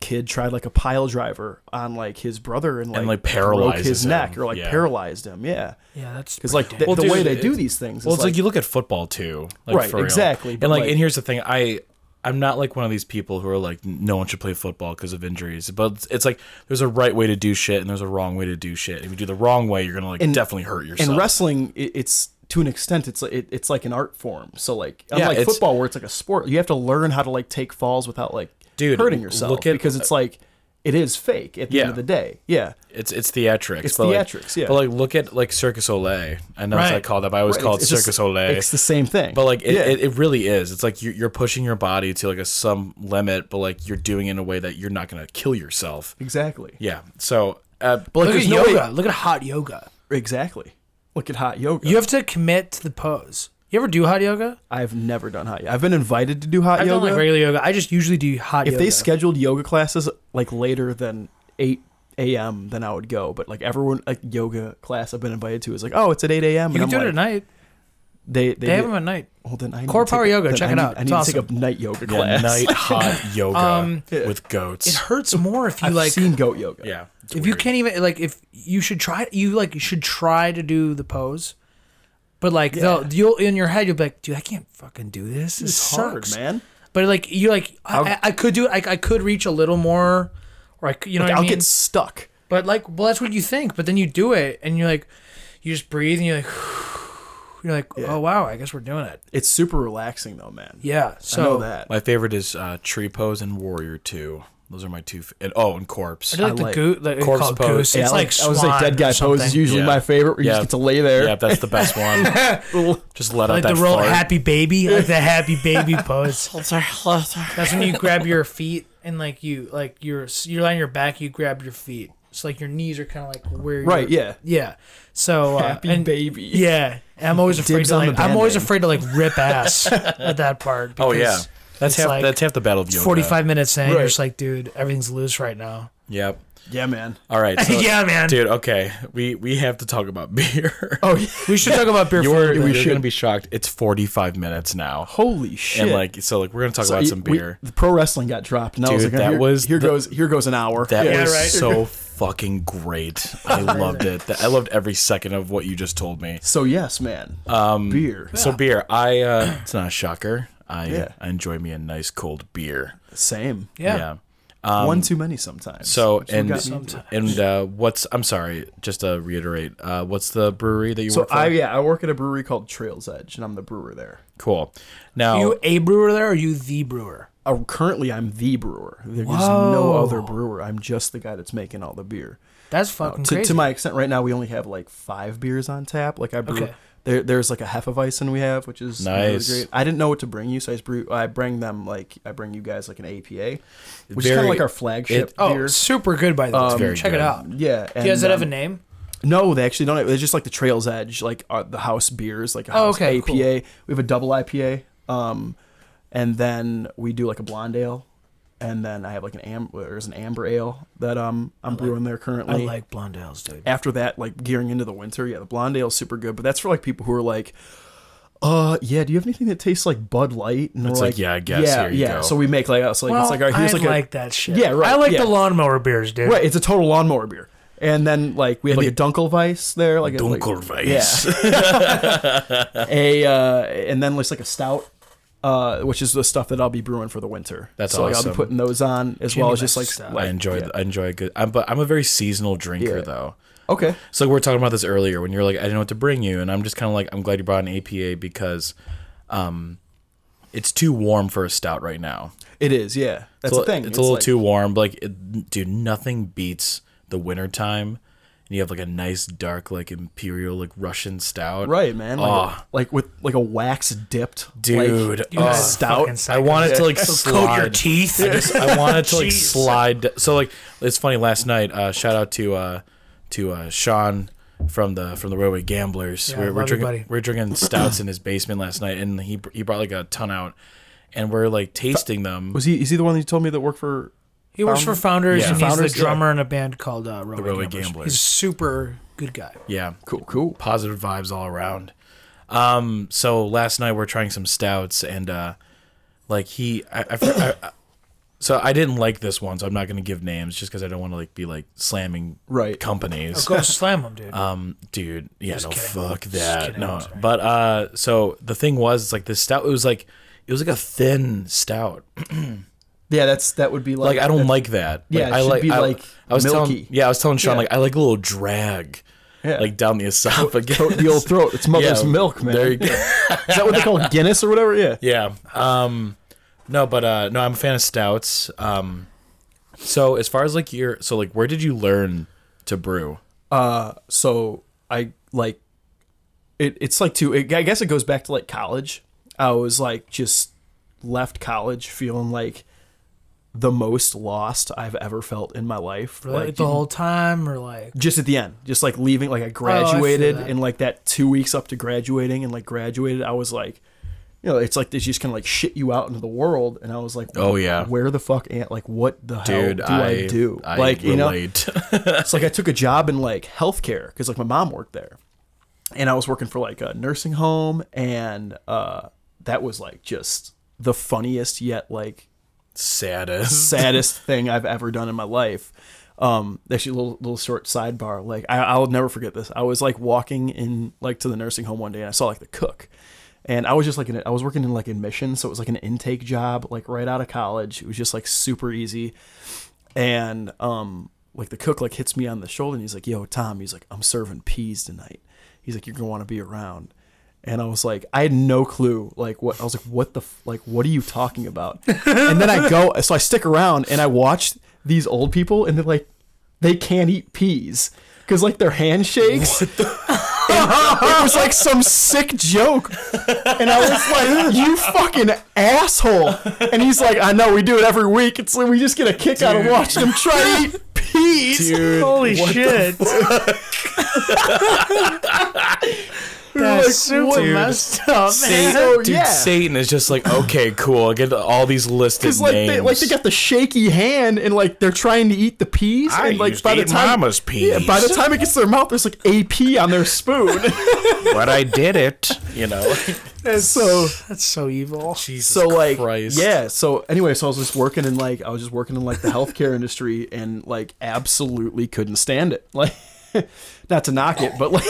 Speaker 3: kid tried like a pile driver on like his brother and like,
Speaker 2: like,
Speaker 3: broke
Speaker 2: paralyzes
Speaker 3: his
Speaker 2: him.
Speaker 3: neck or like
Speaker 2: Yeah.
Speaker 3: paralyzed him. Yeah.
Speaker 1: Yeah, that's
Speaker 3: Because like the,
Speaker 1: pretty dangerous.
Speaker 3: the
Speaker 2: dude,
Speaker 3: way they
Speaker 2: it-
Speaker 3: do these things.
Speaker 2: Well,
Speaker 3: is,
Speaker 2: it's like,
Speaker 3: like
Speaker 2: you look at football too, like,
Speaker 3: Right,
Speaker 2: for real.
Speaker 3: exactly,
Speaker 2: And
Speaker 3: but,
Speaker 2: like,
Speaker 3: like-
Speaker 2: and here's the thing, I I'm not like one of these people who are like no one should play football because of injuries, but it's, it's like there's a right way to do shit and there's a wrong way to do shit. If you do the wrong way, you're gonna like definitely hurt yourself.
Speaker 3: in wrestling, it, it's to an extent, it's it, it's like an art form. So like, unlike
Speaker 2: it's-
Speaker 3: football, where it's like a sport, you have to learn how to like take falls without like
Speaker 2: Dude,
Speaker 3: hurting yourself
Speaker 2: look at-
Speaker 3: because it's like it is fake at the
Speaker 2: Yeah.
Speaker 3: end of the day. Yeah,
Speaker 2: it's it's theatrics.
Speaker 3: It's
Speaker 2: but, like-
Speaker 3: theatrics, yeah.
Speaker 2: But like, look at like Circus Olay. I know it's
Speaker 1: Right.
Speaker 2: like called that, but I always
Speaker 3: Right,
Speaker 2: call it
Speaker 3: it's- it's
Speaker 2: Circus
Speaker 3: just-
Speaker 2: Olay.
Speaker 3: It's the same thing.
Speaker 2: But like it,
Speaker 3: Yeah.
Speaker 2: it, it really is. It's like you're, you're pushing your body to like a some limit, but like you're doing it in a way that you're not gonna kill yourself.
Speaker 3: exactly.
Speaker 2: Yeah. So,
Speaker 3: But
Speaker 2: uh,
Speaker 3: like,
Speaker 1: look at
Speaker 3: there's no way-
Speaker 1: yoga. Look at hot yoga.
Speaker 3: exactly. Look at hot yoga.
Speaker 1: You have to commit to the pose. You ever do hot yoga?
Speaker 3: I've never done hot yoga. I've been invited to do hot
Speaker 1: I've
Speaker 3: yoga.
Speaker 1: done like regular yoga. I just usually do hot
Speaker 3: if
Speaker 1: yoga.
Speaker 3: they scheduled yoga classes like later than eight a.m., then I would go. But like everyone, like yoga class I've been invited to is like, oh, it's at eight a.m. and
Speaker 1: you can
Speaker 3: I'm
Speaker 1: do
Speaker 3: like,
Speaker 1: it at night.
Speaker 3: They they,
Speaker 1: They,
Speaker 3: did-
Speaker 1: have them at night.
Speaker 3: Well, then I need
Speaker 1: Core
Speaker 3: to
Speaker 1: power
Speaker 3: take a-
Speaker 1: yoga,
Speaker 3: then
Speaker 1: check
Speaker 3: I
Speaker 1: it
Speaker 3: need-
Speaker 1: out.
Speaker 3: I
Speaker 1: It's
Speaker 3: need to take
Speaker 1: awesome.
Speaker 3: a night yoga
Speaker 2: Yeah,
Speaker 3: class.
Speaker 1: [laughs]
Speaker 2: night hot yoga
Speaker 1: Um,
Speaker 2: with
Speaker 1: It
Speaker 2: goats.
Speaker 1: hurts more if you
Speaker 3: I've
Speaker 1: like.
Speaker 3: seen goat yoga.
Speaker 2: Yeah. it's
Speaker 1: if you
Speaker 2: weird.
Speaker 1: can't even like if you should try you like you should try to do the pose but like they'll you'll in your head you'll be like dude i can't fucking do this this
Speaker 3: it's hard,
Speaker 1: sucks
Speaker 3: man.
Speaker 1: but like you like I, I, I could do it I, I could reach a little more or i could you know
Speaker 3: Like,
Speaker 1: what
Speaker 3: I'll
Speaker 1: i mean
Speaker 3: get stuck.
Speaker 1: but like well that's what you think but then you do it and you're like you just breathe and you're like [sighs] You're like, oh wow, I guess we're doing it.
Speaker 3: It's super relaxing though, man.
Speaker 1: Yeah. So
Speaker 3: I know that.
Speaker 2: My favorite is uh, Tree Pose and Warrior Two. Those are my two. F- and, oh, and Corpse.
Speaker 1: I do like the
Speaker 3: like-
Speaker 1: goo like, it's
Speaker 2: Corpse
Speaker 1: called
Speaker 2: pose.
Speaker 1: goose.
Speaker 3: Yeah,
Speaker 1: it's like,
Speaker 3: I was like
Speaker 1: swan
Speaker 3: dead guy
Speaker 1: or
Speaker 3: pose is
Speaker 1: something.
Speaker 3: usually
Speaker 2: Yeah.
Speaker 3: my favorite. Where you
Speaker 2: Yeah.
Speaker 3: just get to lay there. [laughs]
Speaker 2: Yeah, that's the best one. Just let out
Speaker 1: like
Speaker 2: that
Speaker 1: the roll
Speaker 2: fart.
Speaker 3: [laughs]
Speaker 1: happy baby, I like the happy baby pose. That's when you
Speaker 3: [laughs]
Speaker 1: grab your feet and like you like you're you're lying on your back, you grab your feet. So like your knees are kind of like where
Speaker 3: Right.
Speaker 1: your-
Speaker 3: Yeah.
Speaker 1: yeah. So uh,
Speaker 3: Happy
Speaker 1: and-
Speaker 3: baby.
Speaker 1: Yeah, and I'm always afraid
Speaker 3: Dibs
Speaker 1: to
Speaker 3: on
Speaker 1: like
Speaker 3: the
Speaker 1: I'm always
Speaker 3: Band-Aid.
Speaker 1: afraid to like
Speaker 3: [laughs]
Speaker 1: rip ass at that part.
Speaker 2: Oh yeah,
Speaker 1: because
Speaker 2: that's
Speaker 1: it's
Speaker 2: half.
Speaker 1: like
Speaker 2: that's half the battle of yoga.
Speaker 1: 45 minutes in, you're
Speaker 3: Right.
Speaker 1: just like, dude, everything's loose right now.
Speaker 2: Yep.
Speaker 3: Yeah, man.
Speaker 2: All right. So,
Speaker 3: Uh,
Speaker 1: yeah, man.
Speaker 2: Dude, okay, we we have to talk about [laughs] beer.
Speaker 3: Oh, yeah.
Speaker 1: We should talk about beer.
Speaker 2: You're,
Speaker 1: for
Speaker 2: you're
Speaker 1: we
Speaker 2: gonna be shocked. It's 45 minutes now,
Speaker 3: holy shit!
Speaker 2: and like so, like we're gonna talk
Speaker 3: So
Speaker 2: about
Speaker 3: you-
Speaker 2: some
Speaker 3: we-
Speaker 2: beer.
Speaker 3: the pro wrestling got dropped, and I was
Speaker 2: Dude,
Speaker 3: like, oh,
Speaker 2: that
Speaker 3: here,
Speaker 2: was
Speaker 3: here
Speaker 2: the-
Speaker 3: goes here goes an hour.
Speaker 2: that
Speaker 3: Yeah.
Speaker 2: was
Speaker 1: right.
Speaker 2: so fucking great. I loved it. That- I loved every second of what you just told me.
Speaker 3: So yes, man. Um, beer.
Speaker 2: So beer, I uh, it's not a shocker. I,
Speaker 3: Yeah.
Speaker 2: I enjoy me a nice cold beer.
Speaker 3: Same.
Speaker 1: [laughs] Yeah.
Speaker 3: One too many sometimes.
Speaker 2: Um, So
Speaker 3: That's what
Speaker 2: and
Speaker 3: got me.
Speaker 2: and uh, what's I'm sorry, just to reiterate, uh, what's the brewery that you
Speaker 3: so
Speaker 2: work for?
Speaker 3: I yeah I work at a brewery called Trails Edge, and I'm the brewer there.
Speaker 2: cool. Now
Speaker 1: Are you a brewer there or are you the brewer?
Speaker 3: Uh, currently, I'm the brewer. There's no
Speaker 1: Whoa.
Speaker 3: other brewer. I'm just the guy that's making all the beer.
Speaker 1: That's fucking
Speaker 3: Uh, to,
Speaker 1: crazy.
Speaker 3: to my extent right now we only have like five beers on tap like i brew
Speaker 1: Okay.
Speaker 3: there, there's like a hefeweizen we have which is really
Speaker 2: Nice.
Speaker 3: great i didn't know what to bring you so i just brew i bring them like i bring you guys like an apa which is kind
Speaker 2: Very-
Speaker 3: of like our flagship
Speaker 2: it-
Speaker 1: oh,
Speaker 3: beer
Speaker 1: super good by the way.
Speaker 2: very
Speaker 1: Check
Speaker 2: good.
Speaker 1: it out. Do
Speaker 3: yeah and,
Speaker 1: you guys that have a
Speaker 3: um,
Speaker 1: name?
Speaker 3: no they actually don't have- it's just like the trails edge like uh, the house beers like a
Speaker 1: Oh,
Speaker 3: house
Speaker 1: okay,
Speaker 3: apa
Speaker 1: cool.
Speaker 3: we have a double ipa um and then we do like a blonde ale and then i have like an am there's an amber ale that um i'm brewing there
Speaker 1: I
Speaker 3: currently
Speaker 1: like blonde ales, dude.
Speaker 3: after that, like gearing into the winter, yeah, the blonde ale's super good. But that's for like people who are like, uh, yeah, do you have anything that tastes like Bud Light? And
Speaker 2: It's
Speaker 3: we're
Speaker 2: like, yeah, I guess,
Speaker 3: Yeah,
Speaker 2: here you
Speaker 3: yeah.
Speaker 2: go.
Speaker 3: So we make like us like
Speaker 1: Well,
Speaker 3: it's like all right, here's
Speaker 1: I
Speaker 3: like,
Speaker 1: like,
Speaker 3: a,
Speaker 1: that shit.
Speaker 3: Yeah, right,
Speaker 1: I like
Speaker 3: yeah.
Speaker 1: the lawnmower beers, dude.
Speaker 3: right, it's a total lawnmower beer. And then like we have like a Dunkelweiss there, like a like-
Speaker 2: Dunkelweiss. [laughs]
Speaker 3: yeah, [laughs] a uh, and then just like a stout. Uh, which is the stuff that I'll be brewing for the winter.
Speaker 2: That's
Speaker 3: so, like, I'll
Speaker 2: awesome.
Speaker 3: be putting those on as well
Speaker 1: Jimmy
Speaker 3: as just like,
Speaker 1: likes stout.
Speaker 3: like
Speaker 2: I enjoy
Speaker 3: yeah.
Speaker 2: I enjoy a good. I'm, but I'm a very seasonal drinker
Speaker 3: Yeah.
Speaker 2: though.
Speaker 3: Okay,
Speaker 2: So we were talking about this earlier when you're like, I didn't know what to bring you, and I'm just kind of like, I'm glad you brought an APA because, um, it's too warm for a stout right now.
Speaker 3: it is. Yeah, that's
Speaker 2: it's
Speaker 3: the thing.
Speaker 2: It's, a little
Speaker 3: like-
Speaker 2: too warm. But like, it, dude, nothing beats the wintertime. And you have like a nice dark, like imperial, like Russian stout.
Speaker 3: right, man. Like,
Speaker 2: Ah.
Speaker 3: like with like a wax dipped
Speaker 2: Dude,
Speaker 3: like,
Speaker 1: You guys
Speaker 2: Oh,
Speaker 1: are
Speaker 3: stout.
Speaker 1: fucking
Speaker 2: I
Speaker 1: psychos.
Speaker 3: [laughs]
Speaker 2: wanted to like
Speaker 1: coat your
Speaker 2: slide.
Speaker 1: teeth.
Speaker 2: I just I wanted to like
Speaker 1: Jeez.
Speaker 2: slide. So like it's funny. Last night, uh, shout out to uh, to uh, Sean from the from the Railway Gamblers.
Speaker 1: Yeah,
Speaker 2: we're, we're
Speaker 1: love you,
Speaker 2: drinking
Speaker 1: buddy.
Speaker 2: we're drinking stouts in his basement last night, and he he brought like a ton out, and we're like tasting them.
Speaker 3: Was he? Is he the one that you told me that worked for?
Speaker 1: He works for Founders,
Speaker 2: Yeah.
Speaker 1: and he's
Speaker 3: Founders,
Speaker 1: the
Speaker 3: yeah.
Speaker 1: drummer in a band called uh, Railway,
Speaker 2: Railway
Speaker 1: Gamblers.
Speaker 2: Gamblers.
Speaker 1: He's a super good guy.
Speaker 2: Yeah,
Speaker 3: Cool, cool.
Speaker 2: positive vibes all around. Um, so last night we're trying some stouts, and uh, like he, I, I, I- I- so I didn't like this one, so I'm not gonna give names just because I don't want to like be like slamming
Speaker 3: Right.
Speaker 2: [laughs] companies.
Speaker 1: Go slam him, dude.
Speaker 2: Um, dude, yeah, no,
Speaker 1: kidding.
Speaker 2: fuck
Speaker 1: Just
Speaker 2: that,
Speaker 1: kidding,
Speaker 2: no.
Speaker 1: I'm sorry.
Speaker 2: But uh, so the thing was, it's like this stout. It was like it was like a thin stout.
Speaker 3: Yeah, that's that would be like.
Speaker 2: Like I don't
Speaker 3: that-
Speaker 2: like that. Like,
Speaker 3: yeah, it
Speaker 2: I
Speaker 3: should
Speaker 2: like
Speaker 3: be,
Speaker 2: I,
Speaker 3: like,
Speaker 2: I was telling
Speaker 3: milky.
Speaker 2: yeah, I was telling Sean
Speaker 3: Yeah.
Speaker 2: like I like a little drag,
Speaker 3: Yeah.
Speaker 2: like down the esophagus.
Speaker 3: throat, the
Speaker 2: [laughs]
Speaker 3: old throat. It's mother's milk, man.
Speaker 2: There you go.
Speaker 3: Is that what they
Speaker 2: [laughs]
Speaker 3: call Guinness or whatever? Yeah.
Speaker 2: Yeah. Um no, but uh no, I'm a fan of stouts. Um so as far as like your so like where did you learn to brew?
Speaker 3: Uh, so I like. It, it's like two. It, I guess it goes back to like college. I was like just left college feeling like the most lost I've ever felt in my life.
Speaker 1: Really?
Speaker 3: Like
Speaker 1: the whole time, or like
Speaker 3: just at the end just like leaving like i graduated
Speaker 1: that.
Speaker 3: and like that two weeks up to graduating and like graduated i was like you know it's like they just kind of like shit you out into the world and i was like
Speaker 2: Oh, yeah.
Speaker 3: where the fuck am like what the
Speaker 2: Dude,
Speaker 3: hell do
Speaker 2: I,
Speaker 3: i, do
Speaker 2: I
Speaker 3: like you know
Speaker 2: relate. [laughs]
Speaker 3: it's like i took a job in like healthcare because like my mom worked there and i was working for like a nursing home and uh that was like just the funniest yet like [laughs]
Speaker 2: saddest.
Speaker 3: saddest thing I've ever done in my life. Um, actually, little little short sidebar. Like I, I'll never forget this. I was like walking in like to the nursing home one day, and I saw like the cook, and I was just like in, a- I was working in like admissions, so it was like an intake job, like right out of college. It was just like super easy, and um, like the cook like hits me on the shoulder, and he's like, "Yo, Tom," he's like, "I'm serving peas tonight." He's like, "You're gonna want to be around." and I was like, I had no clue. Like what I was like, what the f- like, what are you talking about? and then I go, so I stick around and I watch these old people, and they're like, they can't eat peas because like their handshakes. And it was
Speaker 2: [laughs]
Speaker 3: like some sick joke, and I was like, "You fucking asshole!" And he's like, "I know we do it every week. It's like we just get a kick out of watching them try to eat peas."
Speaker 2: Dude,
Speaker 1: Holy shit. That's
Speaker 3: [laughs] like,
Speaker 1: super
Speaker 3: what- Dude.
Speaker 1: messed up, man.
Speaker 3: So,
Speaker 2: dude,
Speaker 3: yeah.
Speaker 2: Satan is just like, okay, cool. I get all these listed
Speaker 3: Because like
Speaker 2: names.
Speaker 3: they, like they got the shaky hand and like they're trying to eat the peas
Speaker 2: I
Speaker 3: and like
Speaker 2: used to eat mama's peas.
Speaker 3: Yeah, by the time it gets to their mouth, there's like AP on their spoon.
Speaker 2: [laughs]
Speaker 3: [laughs]
Speaker 2: but I did it. You [laughs] know.
Speaker 3: so
Speaker 1: That's so evil.
Speaker 2: Jesus
Speaker 3: so like
Speaker 2: Christ.
Speaker 3: yeah. So anyway, so I was just working in like I was just working in like the healthcare industry and like absolutely couldn't stand it. [laughs] Like not to knock it, but like [laughs]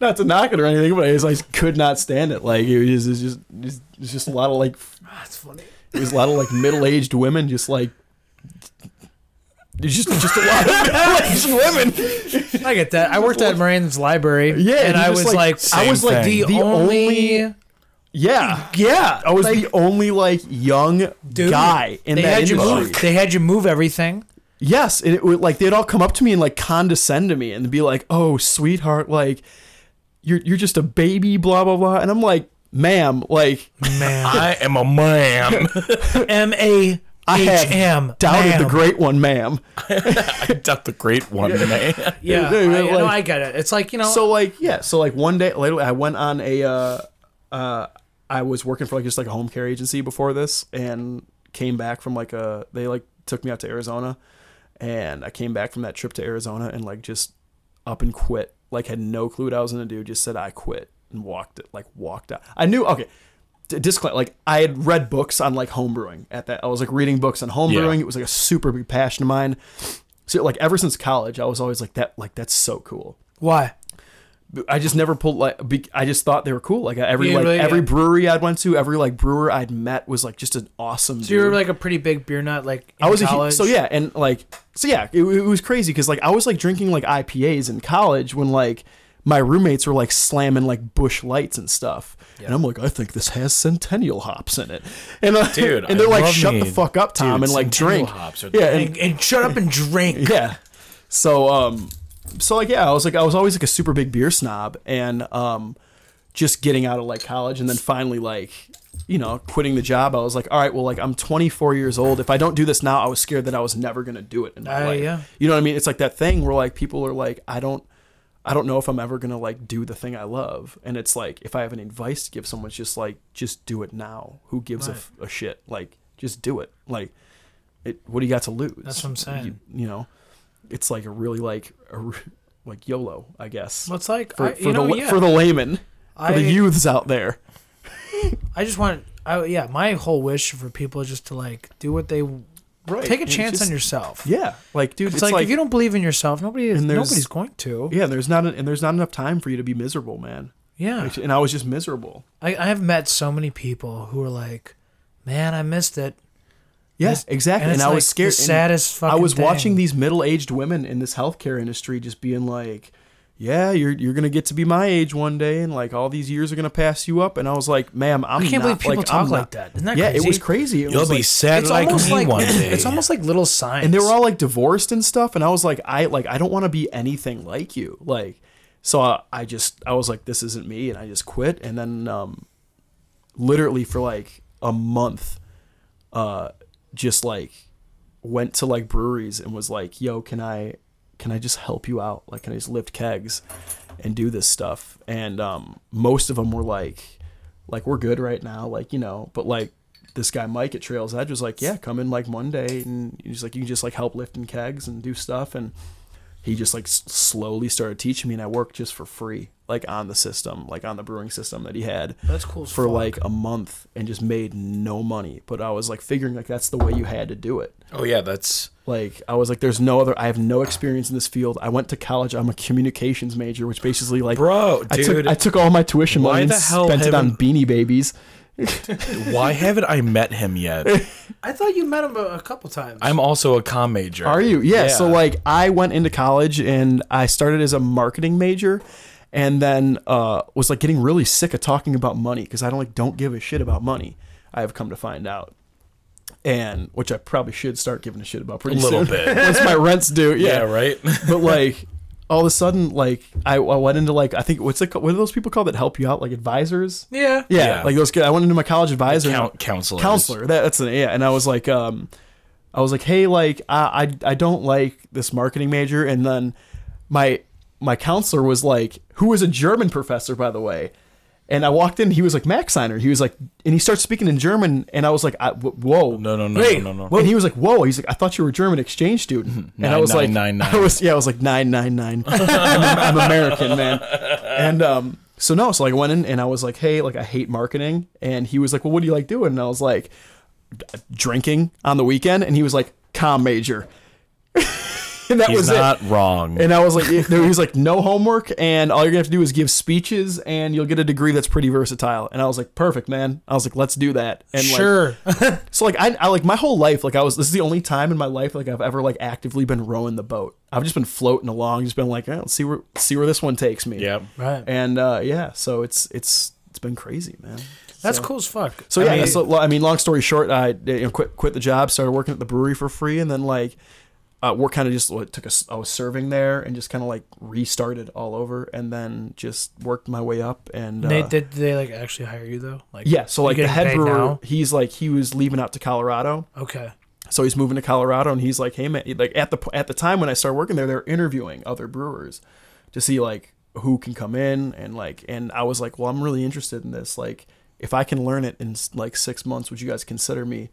Speaker 3: not to knock it or anything, but I just like could not stand it. Like it was just, it was just it was just a lot of like
Speaker 1: That's funny.
Speaker 3: It was a lot of like middle aged women just like it's just just a lot of [laughs] middle aged women.
Speaker 1: I get that. I worked at Moran's library.
Speaker 3: Yeah,
Speaker 1: and
Speaker 3: and
Speaker 1: I
Speaker 3: you
Speaker 1: was
Speaker 3: just,
Speaker 1: like,
Speaker 3: like,
Speaker 1: I
Speaker 2: same
Speaker 1: was like the,
Speaker 2: thing.
Speaker 3: The
Speaker 1: only.
Speaker 3: only- Yeah. Yeah. I was the only like young
Speaker 1: Dude,
Speaker 3: guy in
Speaker 1: they
Speaker 3: that
Speaker 1: had you
Speaker 3: industry.
Speaker 1: move. They had you move everything.
Speaker 3: Yes, and it would like they'd all come up to me and like condescend to me and be like, "Oh, sweetheart, like you're you're just a baby, blah blah blah," and I'm like, "Ma'am, like [laughs]
Speaker 1: Man,
Speaker 2: I am a man. [laughs]
Speaker 1: M A
Speaker 3: I
Speaker 1: H
Speaker 3: have
Speaker 1: M.
Speaker 3: doubted the great one, ma'am."
Speaker 2: I got the great one, man.
Speaker 3: Yeah,
Speaker 1: Yeah, I, no,
Speaker 3: like-
Speaker 1: I get it. It's like you know.
Speaker 3: so like yeah so like one day later i went on a uh uh i was working for like just like a home care agency before this and came back from like a they like took me out to arizona and i came back from that trip to arizona and like just up and quit like had no clue what i was gonna do just said i quit and walked it like walked out i knew okay D- disclaimer like i had read books on like homebrewing at that i was like reading books on homebrewing
Speaker 2: Yeah.
Speaker 3: it was like a super big passion of mine so like ever since college i was always like that like that's so cool
Speaker 1: why?
Speaker 3: I just never pulled like be, I just thought they were cool. Like every
Speaker 1: Yeah,
Speaker 3: like
Speaker 1: really,
Speaker 3: every
Speaker 1: yeah.
Speaker 3: brewery I went to, every like brewer I'd met was like just an awesome.
Speaker 1: So you were
Speaker 3: dude.
Speaker 1: like a pretty big beer nut. Like in
Speaker 3: I was a hu-
Speaker 1: college.
Speaker 3: so yeah, and like so yeah, it, it was crazy because like I was like drinking like IPAs in college when like my roommates were like slamming like Bush Lights and stuff, and I'm like I think this has Centennial hops in it, and uh,
Speaker 2: Dude,
Speaker 3: and they're
Speaker 2: I
Speaker 3: like
Speaker 2: love
Speaker 3: shut the
Speaker 2: me-
Speaker 3: fuck up, Tom,
Speaker 2: Dude,
Speaker 3: and like
Speaker 2: Centennial
Speaker 3: drink
Speaker 2: hops are the
Speaker 3: yeah, and,
Speaker 1: And, and shut up and
Speaker 3: [laughs]
Speaker 1: drink.
Speaker 3: yeah. So um so like yeah, I was like I was always like a super big beer snob and um just getting out of like college and then finally like you know, quitting the job, I was like, all right, well, like I'm 24 years old. If I don't do this now, I was scared that I was never gonna do it in my
Speaker 1: Ah,
Speaker 3: life.
Speaker 1: yeah.
Speaker 3: You know what I mean? It's like that thing where like people are like, I don't, I don't know if I'm ever gonna like do the thing I love. And it's like, if I have any advice to give someone, it's just like, just do it now. Who gives a, f- a shit? Like, just do it. Like, it. What do you got to lose?
Speaker 1: That's what I'm saying.
Speaker 3: You, you know, it's like a really like a r [laughs] like YOLO, I guess.
Speaker 1: What's like
Speaker 3: for,
Speaker 1: I,
Speaker 3: for
Speaker 1: you
Speaker 3: the
Speaker 1: know,
Speaker 3: la-
Speaker 1: yeah.
Speaker 3: for the layman, for
Speaker 1: I-
Speaker 3: the youths out there.
Speaker 1: I just want. I, yeah, my whole wish for people is just to like do what they
Speaker 3: Right.
Speaker 1: take a chance on yourself.
Speaker 3: Yeah, like dude,
Speaker 1: It's, like, if you don't believe in yourself, nobody is,
Speaker 3: And there's-
Speaker 1: nobody's going to.
Speaker 3: Yeah, there's not and there's not enough time for you to be miserable, man.
Speaker 1: Yeah.
Speaker 3: And I was just miserable.
Speaker 1: I, I have met so many people who are like, man, I missed it.
Speaker 3: Yes, exactly. And,
Speaker 1: it's
Speaker 3: I
Speaker 1: like
Speaker 3: was scared.
Speaker 1: The
Speaker 3: and
Speaker 1: saddest fucking
Speaker 3: I was watching
Speaker 1: thing.
Speaker 3: these middle-aged women in this healthcare industry just being like, "Yeah, you're you're gonna get to be my age one day, and like all these years are gonna pass you up." And I was like, "Ma'am, I'm
Speaker 1: I
Speaker 3: not-
Speaker 1: can't believe people
Speaker 3: like,
Speaker 1: talk
Speaker 3: I'm
Speaker 1: like
Speaker 3: not-
Speaker 1: that. Isn't that
Speaker 3: yeah,
Speaker 1: crazy?
Speaker 3: it was crazy. It
Speaker 2: You'll
Speaker 3: was
Speaker 2: be
Speaker 3: like-
Speaker 2: sad
Speaker 1: It's
Speaker 2: like
Speaker 1: almost
Speaker 2: me
Speaker 1: [laughs] like
Speaker 2: one day.
Speaker 1: it's almost like little signs.
Speaker 3: and they were all like divorced and stuff and i was like i like i don't want to be anything like you like so I, I just i was like this isn't me and i just quit and then um literally for like a month uh just like went to like breweries and was like yo can i can i just help you out like can i just lift kegs and do this stuff and um most of them were like like we're good right now like you know but like this guy mike at trails edge was like yeah come in like monday and he's like you can just like help lifting kegs and do stuff and he just like s- slowly started teaching me and i worked just for free like on the system like on the brewing system that he had
Speaker 1: That's cool as
Speaker 3: for
Speaker 1: fuck.
Speaker 3: like a month and just made no money but i was like figuring like that's the way you had to do it
Speaker 2: Oh yeah, that's
Speaker 3: like I was like, there's no other. I have no experience in this field. I went to college. I'm a communications major, which basically like,
Speaker 2: Bro,
Speaker 3: I took
Speaker 2: dude.
Speaker 3: I took all my tuition
Speaker 2: Why
Speaker 3: money and
Speaker 2: the hell
Speaker 3: spent it on
Speaker 2: haven't-
Speaker 3: Beanie Babies.
Speaker 2: why haven't I met
Speaker 3: [laughs]
Speaker 2: him yet?
Speaker 1: I thought you met him a, a couple times.
Speaker 2: I'm also a com major.
Speaker 3: Are you? Yeah, So
Speaker 2: Yeah.
Speaker 3: like, I went into college and I started as a marketing major, and then uh, was like getting really sick of talking about money because I don't like don't give a shit about money. I have come to find out, and which I probably should start giving a shit about pretty
Speaker 2: A little
Speaker 3: soon. [laughs]
Speaker 2: bit.
Speaker 3: once my rents due. Yeah,
Speaker 2: Yeah, right. [laughs]
Speaker 3: but like all of a sudden, like I, I went into like I think what's it called? What are those people called that help you out? Like advisors.
Speaker 1: Yeah.
Speaker 3: Yeah,
Speaker 2: Yeah.
Speaker 3: like those. kids- I went into my college advisor
Speaker 2: Count counselors.
Speaker 3: counselor. That, that's an, yeah. And I was like, um, I was like, hey, like I, I I don't like this marketing major. And then my my counselor was like, who was a German professor, by the way. And I walked in. He was like Max Seiner. He was like, and he starts speaking in German. And I was like, I, wh- whoa.
Speaker 2: No, no, no,
Speaker 1: Wait,
Speaker 2: no, no, no.
Speaker 3: And he was like, "Whoa!" He's like, "I thought you were a German exchange student." And I
Speaker 2: Nine,
Speaker 3: was
Speaker 2: nine,
Speaker 3: like,
Speaker 2: Mm-hmm. nine, nine.
Speaker 3: "I was, yeah." I was like, nine, nine, nine.
Speaker 2: [laughs]
Speaker 3: I'm, I'm American, man. And um, so no, so like I went in and I was like, "Hey, like I hate marketing." And he was like, "Well, what do you like doing?" And I was like, "D- "Drinking on the weekend." And he was like, "Com major." [laughs] and that
Speaker 2: He's
Speaker 3: was it.
Speaker 2: not wrong.
Speaker 3: And I was like, he was like, no homework, and all you're gonna have to do is give speeches, and you'll get a degree that's pretty versatile. And I was like, perfect, man. I was like, let's do that. And like,
Speaker 1: Sure.
Speaker 3: so like I, I like my whole life like I was this is the only time in my life like I've ever like actively been rowing the boat. I've just been floating along, just been like, eh, let's see where see where this one takes me.
Speaker 2: yeah.
Speaker 1: right.
Speaker 3: And uh, yeah, so it's it's it's been crazy, man.
Speaker 1: That's cool as fuck.
Speaker 3: So
Speaker 1: I
Speaker 3: yeah,
Speaker 1: mean,
Speaker 3: so, lo- I mean, long story short, I you know, quit quit the job, started working at the brewery for free, and then like uh, work kind of just like, took a s- I was serving there and just kind of like restarted all over, and then just worked my way up. And uh,
Speaker 1: they did they like actually hire you though? Like
Speaker 3: yeah, so
Speaker 1: you're
Speaker 3: like the
Speaker 1: getting
Speaker 3: head
Speaker 1: paid
Speaker 3: brewer,
Speaker 1: now?
Speaker 3: he's like he was leaving out to Colorado,
Speaker 1: Okay.
Speaker 3: so he's moving to Colorado, and he's like, "Hey man, like at the at the time when I started working there, they're interviewing other brewers to see like who can come in and like." And I was like, "Well, I'm really interested in this. Like, if I can learn it in like six months, would you guys consider me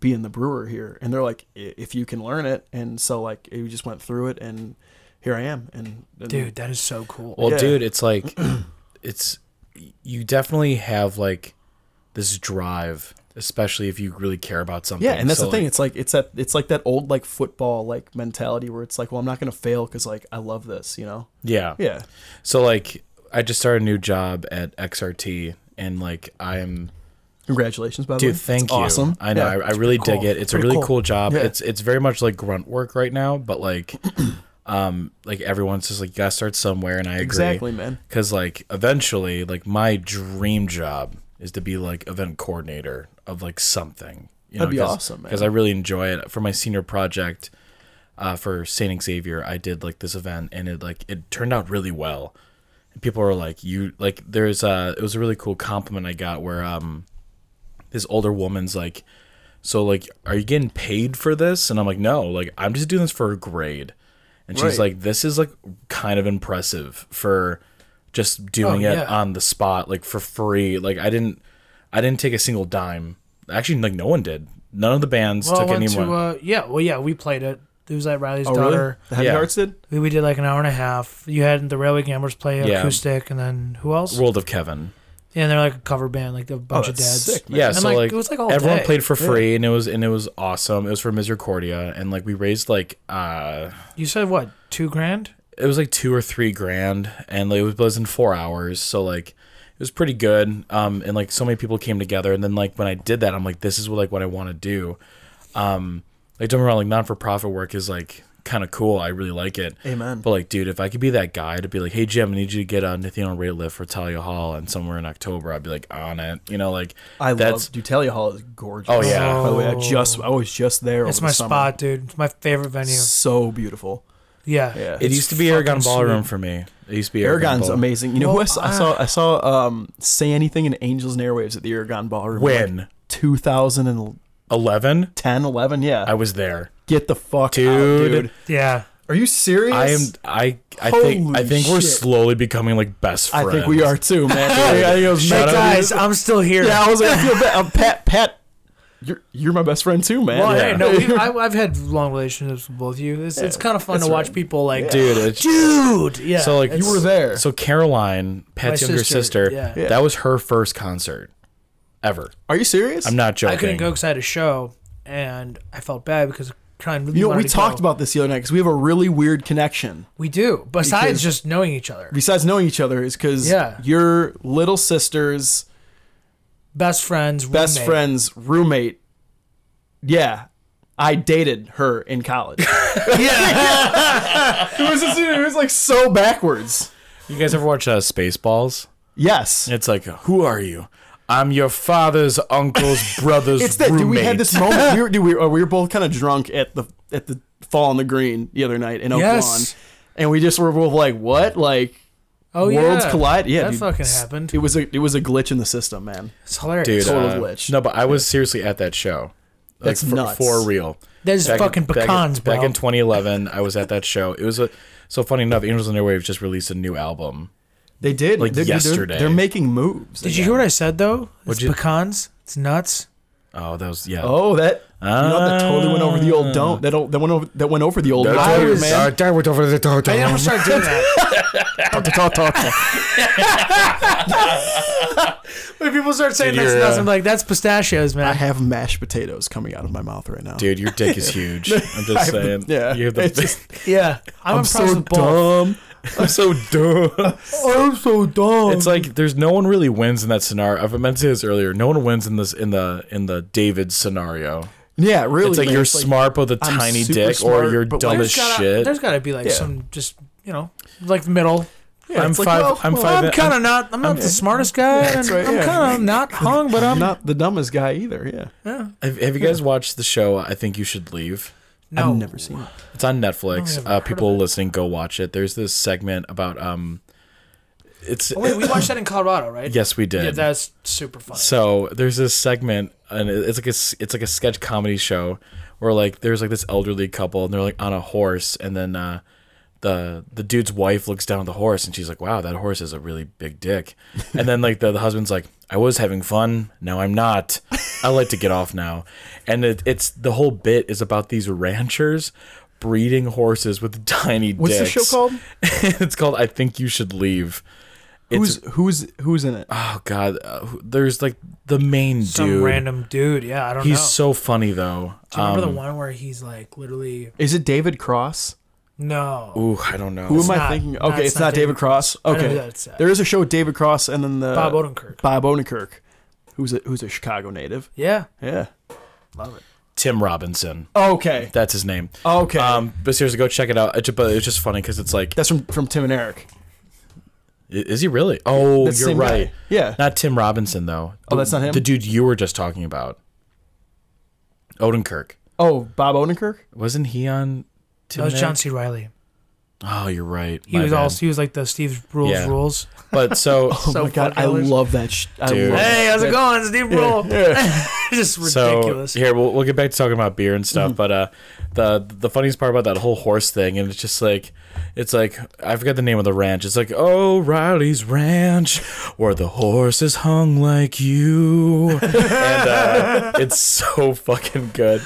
Speaker 3: being the brewer here?" And they're like, "I- "If you can learn it," and so like we just went through it, and here I am. And, and
Speaker 1: Dude, that is so cool.
Speaker 2: Well,
Speaker 3: Yeah.
Speaker 2: dude, it's like
Speaker 3: [clears throat]
Speaker 2: it's you definitely have like this drive, especially if you really care about something.
Speaker 3: Yeah, and that's
Speaker 2: So,
Speaker 3: the thing.
Speaker 2: like,
Speaker 3: it's like it's that it's like that old like football like mentality where it's like, well, I'm not gonna fail because like I love this, you know?
Speaker 2: yeah.
Speaker 3: Yeah.
Speaker 2: So like I just started a new job at XRT and like I'm
Speaker 3: Congratulations, by the way.
Speaker 2: dude,
Speaker 3: It's
Speaker 2: thank you.
Speaker 3: Awesome.
Speaker 2: I know,
Speaker 3: Yeah.
Speaker 2: I, I really
Speaker 1: pretty
Speaker 2: dig
Speaker 1: cool.
Speaker 2: it. It's a
Speaker 1: Pretty
Speaker 2: really
Speaker 1: cool.
Speaker 2: cool, job.
Speaker 3: Yeah.
Speaker 2: It's it's very much like grunt work right now,
Speaker 3: [clears throat]
Speaker 2: but like um like everyone's just like you gotta start somewhere and I agree.
Speaker 3: Exactly, man.
Speaker 2: because like eventually like my dream job is to be like event coordinator of like something you
Speaker 3: That'd be
Speaker 2: cause,
Speaker 3: awesome, man.
Speaker 2: because i really enjoy it for my senior project uh, for saint xavier i did like this event and it like it turned out really well and people were like you like there's uh it was a really cool compliment i got where um this older woman's like so like are you getting paid for this and i'm like no like i'm just doing this for a grade and she's
Speaker 3: Right.
Speaker 2: like this is like kind of impressive for just doing
Speaker 1: Oh,
Speaker 2: it
Speaker 1: yeah.
Speaker 2: on the spot like for free like i didn't i didn't take a single dime actually like no one did none of the bands
Speaker 1: Well, I
Speaker 2: took any
Speaker 1: went to
Speaker 2: money
Speaker 1: uh, yeah, well yeah, we played it. It was at Riley's
Speaker 3: Oh, really?
Speaker 1: daughter.
Speaker 3: The Heavy
Speaker 2: Yeah.
Speaker 3: Hearts did?
Speaker 1: We, we did like an hour and a half. You had the Railway Gamblers play
Speaker 2: Yeah.
Speaker 1: acoustic, and then who else?
Speaker 2: world of kevin
Speaker 1: yeah, and they're like a cover band, like a bunch
Speaker 3: oh,
Speaker 1: of
Speaker 3: that's
Speaker 1: dads.
Speaker 3: sick, man.
Speaker 2: yeah
Speaker 1: And,
Speaker 2: so
Speaker 1: like,
Speaker 2: like,
Speaker 1: it was, like, all
Speaker 2: everyone
Speaker 1: day.
Speaker 2: played for free and it was and it was awesome it was for misericordia and like we raised like uh
Speaker 1: You said what? Two grand?
Speaker 2: it was like two or three grand and like, it was it was in four hours so like it was pretty good um and like so many people came together and then like when i did that i'm like this is what like what i want to do um like don't get me wrong like non-for-profit work is like kind of cool i really like it
Speaker 3: Amen.
Speaker 2: but like dude if i could be that guy to be like hey jim i need you to get a Nathaniel rate lift for talia hall and somewhere in october i'd be like on it you know like
Speaker 3: I
Speaker 2: that's
Speaker 3: love Dutalia Hall is gorgeous.
Speaker 2: Oh, yeah.
Speaker 3: By the way, I just I was just there.
Speaker 1: It's
Speaker 3: over
Speaker 1: my
Speaker 3: the summer.
Speaker 1: spot, dude. It's my favorite venue.
Speaker 3: So beautiful.
Speaker 1: Yeah.
Speaker 3: Yeah.
Speaker 2: it
Speaker 1: It's
Speaker 2: used to be aragon
Speaker 1: fucking
Speaker 2: ballroom
Speaker 1: sweet.
Speaker 2: for me it used to be aragon
Speaker 3: Aragon's
Speaker 2: Ball-
Speaker 3: amazing. You know who I
Speaker 1: Well,
Speaker 3: saw? I saw I saw um say anything in Angels and Airwaves at the Aragon Ballroom. in,
Speaker 2: when
Speaker 3: like 2010,
Speaker 2: 11
Speaker 3: 11? Yeah.
Speaker 2: i was there
Speaker 3: Get the fuck out,
Speaker 2: Dude.
Speaker 3: dude.
Speaker 1: Yeah.
Speaker 3: Are you serious?
Speaker 2: I am. I. I think. I
Speaker 3: Holy
Speaker 2: think we're
Speaker 3: shit.
Speaker 2: slowly becoming like best
Speaker 3: I
Speaker 2: friends.
Speaker 3: think we are too,
Speaker 2: [laughs]
Speaker 3: man. I think it was
Speaker 2: Shout
Speaker 3: meant
Speaker 2: out-
Speaker 3: to be.
Speaker 1: Guys, I'm still here.
Speaker 3: Yeah, I was like, I feel bad. Um, Pat, Pat, you're you're my best friend too, man.
Speaker 1: Well,
Speaker 2: Yeah.
Speaker 1: hey, no,
Speaker 3: [laughs]
Speaker 1: we, I, I've had long relationships with both of you. It's, it's kind of fun to
Speaker 3: that's
Speaker 1: watch
Speaker 3: right.
Speaker 1: people like,
Speaker 2: dude. It's,
Speaker 1: dude. Yeah.
Speaker 2: So like
Speaker 1: it's-
Speaker 3: you were there.
Speaker 2: So Caroline, Pat's
Speaker 1: My
Speaker 2: younger
Speaker 1: sister,
Speaker 2: sister,
Speaker 1: yeah.
Speaker 3: Yeah.
Speaker 2: that was her first concert ever.
Speaker 3: Are you serious?
Speaker 2: I'm not joking.
Speaker 1: I couldn't go because I had a show, and I felt bad because Karen really
Speaker 3: You know,
Speaker 1: wanted
Speaker 3: we
Speaker 1: to
Speaker 3: talked
Speaker 1: go.
Speaker 3: about this the other night because we have a really weird connection.
Speaker 1: We do. Besides
Speaker 3: Because-
Speaker 1: just knowing each other,
Speaker 3: Besides knowing each other, is because
Speaker 1: Yeah.
Speaker 3: your little sister's
Speaker 1: best friends,
Speaker 3: best
Speaker 1: roommate.
Speaker 3: friend's roommate. Yeah, I dated her
Speaker 1: [laughs]
Speaker 3: in college.
Speaker 1: Yeah.
Speaker 3: it was just, it was like so backwards.
Speaker 2: You guys ever watch uh, Spaceballs?
Speaker 3: Yes.
Speaker 2: It's like, who are you? I'm your father's uncle's
Speaker 3: [laughs]
Speaker 2: brother's
Speaker 3: It's that.
Speaker 2: roommate.
Speaker 3: Dude, we had this moment.
Speaker 1: [laughs]
Speaker 3: We were, dude, we, were, we were both kind of drunk at the at the fall on the green the other night in Oak
Speaker 1: Yes.
Speaker 3: Lawn, and we just were both like, "What? Like
Speaker 1: Oh
Speaker 3: worlds
Speaker 1: yeah.
Speaker 3: collide?" Yeah,
Speaker 1: that
Speaker 3: dude.
Speaker 1: fucking happened.
Speaker 3: It was a it was a glitch in the system, man.
Speaker 1: It's hilarious.
Speaker 2: dude.
Speaker 3: Total
Speaker 2: uh,
Speaker 3: glitch.
Speaker 2: No, but I was seriously at that show. Like,
Speaker 3: That's
Speaker 2: for,
Speaker 3: nuts.
Speaker 2: for real.
Speaker 1: That's fucking pecans,
Speaker 2: back,
Speaker 1: bro.
Speaker 2: Back in 2011, I was at that show. It was a so funny enough. Angels and Airwaves just released a new album.
Speaker 3: They did
Speaker 2: Like
Speaker 3: They're- dude, they're-
Speaker 2: yesterday.
Speaker 3: They're, making moves.
Speaker 1: Did you hear what I said though? It's
Speaker 2: you-
Speaker 1: pecans. It's nuts.
Speaker 2: Oh, that was yeah.
Speaker 3: Oh, that you know, that totally went over the
Speaker 2: Ah.
Speaker 3: old don't. That old, that went over that went over the old.
Speaker 2: That
Speaker 3: wire,
Speaker 2: was-
Speaker 3: man.
Speaker 2: uh,
Speaker 1: I went over the door. I'm gonna start doing that. when people start saying
Speaker 2: Dude,
Speaker 1: [laughs] that's
Speaker 2: you're,
Speaker 1: nuts,
Speaker 2: uh,
Speaker 1: I'm like, that's pistachios,
Speaker 3: I
Speaker 1: man.
Speaker 3: have mashed potatoes coming out of my mouth right now.
Speaker 2: Dude, your dick
Speaker 3: [laughs]
Speaker 2: is huge. I'm just saying.
Speaker 3: yeah,
Speaker 2: you're the.
Speaker 3: it's just-
Speaker 1: yeah, I'm,
Speaker 3: I'm
Speaker 1: impressed
Speaker 3: so
Speaker 1: with both.
Speaker 3: dumb.
Speaker 2: I'm so dumb.
Speaker 1: I'm so dumb.
Speaker 2: It's like there's no one really wins in that scenario. I've meant to say this earlier. No one wins in this in the in the David scenario.
Speaker 3: Yeah, really.
Speaker 2: It's like
Speaker 3: man.
Speaker 2: you're
Speaker 3: It's like-
Speaker 2: smart but with a
Speaker 3: I'm
Speaker 2: tiny
Speaker 3: super
Speaker 2: dick, or
Speaker 3: smart,
Speaker 2: you're
Speaker 3: but
Speaker 2: dumb
Speaker 3: like-
Speaker 2: as
Speaker 1: there's gotta,
Speaker 2: shit.
Speaker 1: there's gotta be like
Speaker 3: Yeah.
Speaker 1: some just you know like middle.
Speaker 3: Yeah,
Speaker 2: I'm
Speaker 3: it's like,
Speaker 2: five-
Speaker 3: well,
Speaker 2: I'm
Speaker 3: well,
Speaker 2: five-
Speaker 1: I'm kind of not. I'm not the smartest guy. and
Speaker 3: right,
Speaker 1: I'm
Speaker 3: yeah.
Speaker 1: kind of not hung, but I'm
Speaker 3: I'm not the dumbest guy either. Yeah,
Speaker 2: Have, have you guys watched the show? I think you should leave.
Speaker 1: no.
Speaker 3: I've never seen it.
Speaker 2: It's on Netflix.
Speaker 1: Oh, I've never
Speaker 2: Uh,
Speaker 1: heard of
Speaker 2: people listening, go watch it. There's this segment about um, it's
Speaker 1: Oh, wait, we watched that in Colorado, right?
Speaker 2: yes, we did.
Speaker 1: Yeah, that's super fun.
Speaker 2: So there's this segment, and it- it's like a s- it's like a sketch comedy show where like there's like this elderly couple, and they're like on a horse, and then uh, the the dude's wife looks down at the horse, and she's like, "Wow, that horse has a really
Speaker 3: [laughs]
Speaker 2: big dick," and then like the, the husband's like, "I was having fun, now I'm not. I like to get off now," and it, it's the whole bit is about these ranchers. Breeding horses with [laughs] tiny
Speaker 3: What's the
Speaker 2: dicks.
Speaker 3: show called?
Speaker 2: [laughs] it's called "I Think You Should Leave." It's
Speaker 3: Who's who's who's in it?
Speaker 2: oh god, uh, who- there's like the main
Speaker 1: Some
Speaker 2: dude.
Speaker 1: random dude. Yeah, I don't
Speaker 2: He's
Speaker 1: know.
Speaker 2: so funny though.
Speaker 1: Do you remember
Speaker 2: Um,
Speaker 1: the one where he's like literally
Speaker 3: Is it David Cross?
Speaker 1: no?
Speaker 2: Ooh, I don't know.
Speaker 3: Who am I
Speaker 1: not-
Speaker 3: thinking?
Speaker 1: no,
Speaker 3: Okay, it's, not, David Cross.
Speaker 1: know
Speaker 3: Okay,
Speaker 1: who that's, uh,
Speaker 3: there is a show with David Cross and then the
Speaker 1: Bob Odenkirk.
Speaker 3: Bob Odenkirk, who's a who's a Chicago native.
Speaker 1: Yeah,
Speaker 3: Yeah.
Speaker 1: love it.
Speaker 2: Tim Robinson.
Speaker 3: Okay.
Speaker 2: That's his name.
Speaker 3: Okay.
Speaker 2: Um, but seriously, go check it out. It's, but it's just funny because it's like, i-
Speaker 3: That's from from Tim and Eric.
Speaker 2: is he really? Oh,
Speaker 3: That's the
Speaker 2: you're
Speaker 3: same guy.
Speaker 2: right.
Speaker 3: Yeah.
Speaker 2: Not Tim Robinson though.
Speaker 3: Oh, that's not him?
Speaker 2: The dude you were just talking about, Odenkirk.
Speaker 3: Oh, Bob Odenkirk.
Speaker 2: Wasn't he on? Tim
Speaker 1: That was
Speaker 2: and
Speaker 1: John
Speaker 2: Eric?
Speaker 1: C. Riley.
Speaker 2: Oh, you're right.
Speaker 1: He
Speaker 2: My
Speaker 1: was
Speaker 2: bad.
Speaker 1: also he was like the Steve Rules
Speaker 2: Yeah.
Speaker 1: rules.
Speaker 2: But
Speaker 1: [laughs]
Speaker 2: so,
Speaker 3: Oh
Speaker 1: So
Speaker 3: my god, I
Speaker 1: fucking-
Speaker 3: love that. Sh- I
Speaker 2: Dude.
Speaker 3: love
Speaker 1: Hey, how's
Speaker 3: that.
Speaker 1: it going, Steve Rule? [laughs] Just
Speaker 2: so
Speaker 1: ridiculous.
Speaker 2: here we'll, we'll get back to talking about beer and
Speaker 3: Mm-hmm.
Speaker 2: stuff. But uh, the the funniest part about that whole horse thing, and it's just like, it's like I forget the name of the ranch. It's like O'Reilly's Ranch, where the horse is hung like
Speaker 3: [laughs]
Speaker 2: you, and uh, it's so fucking good.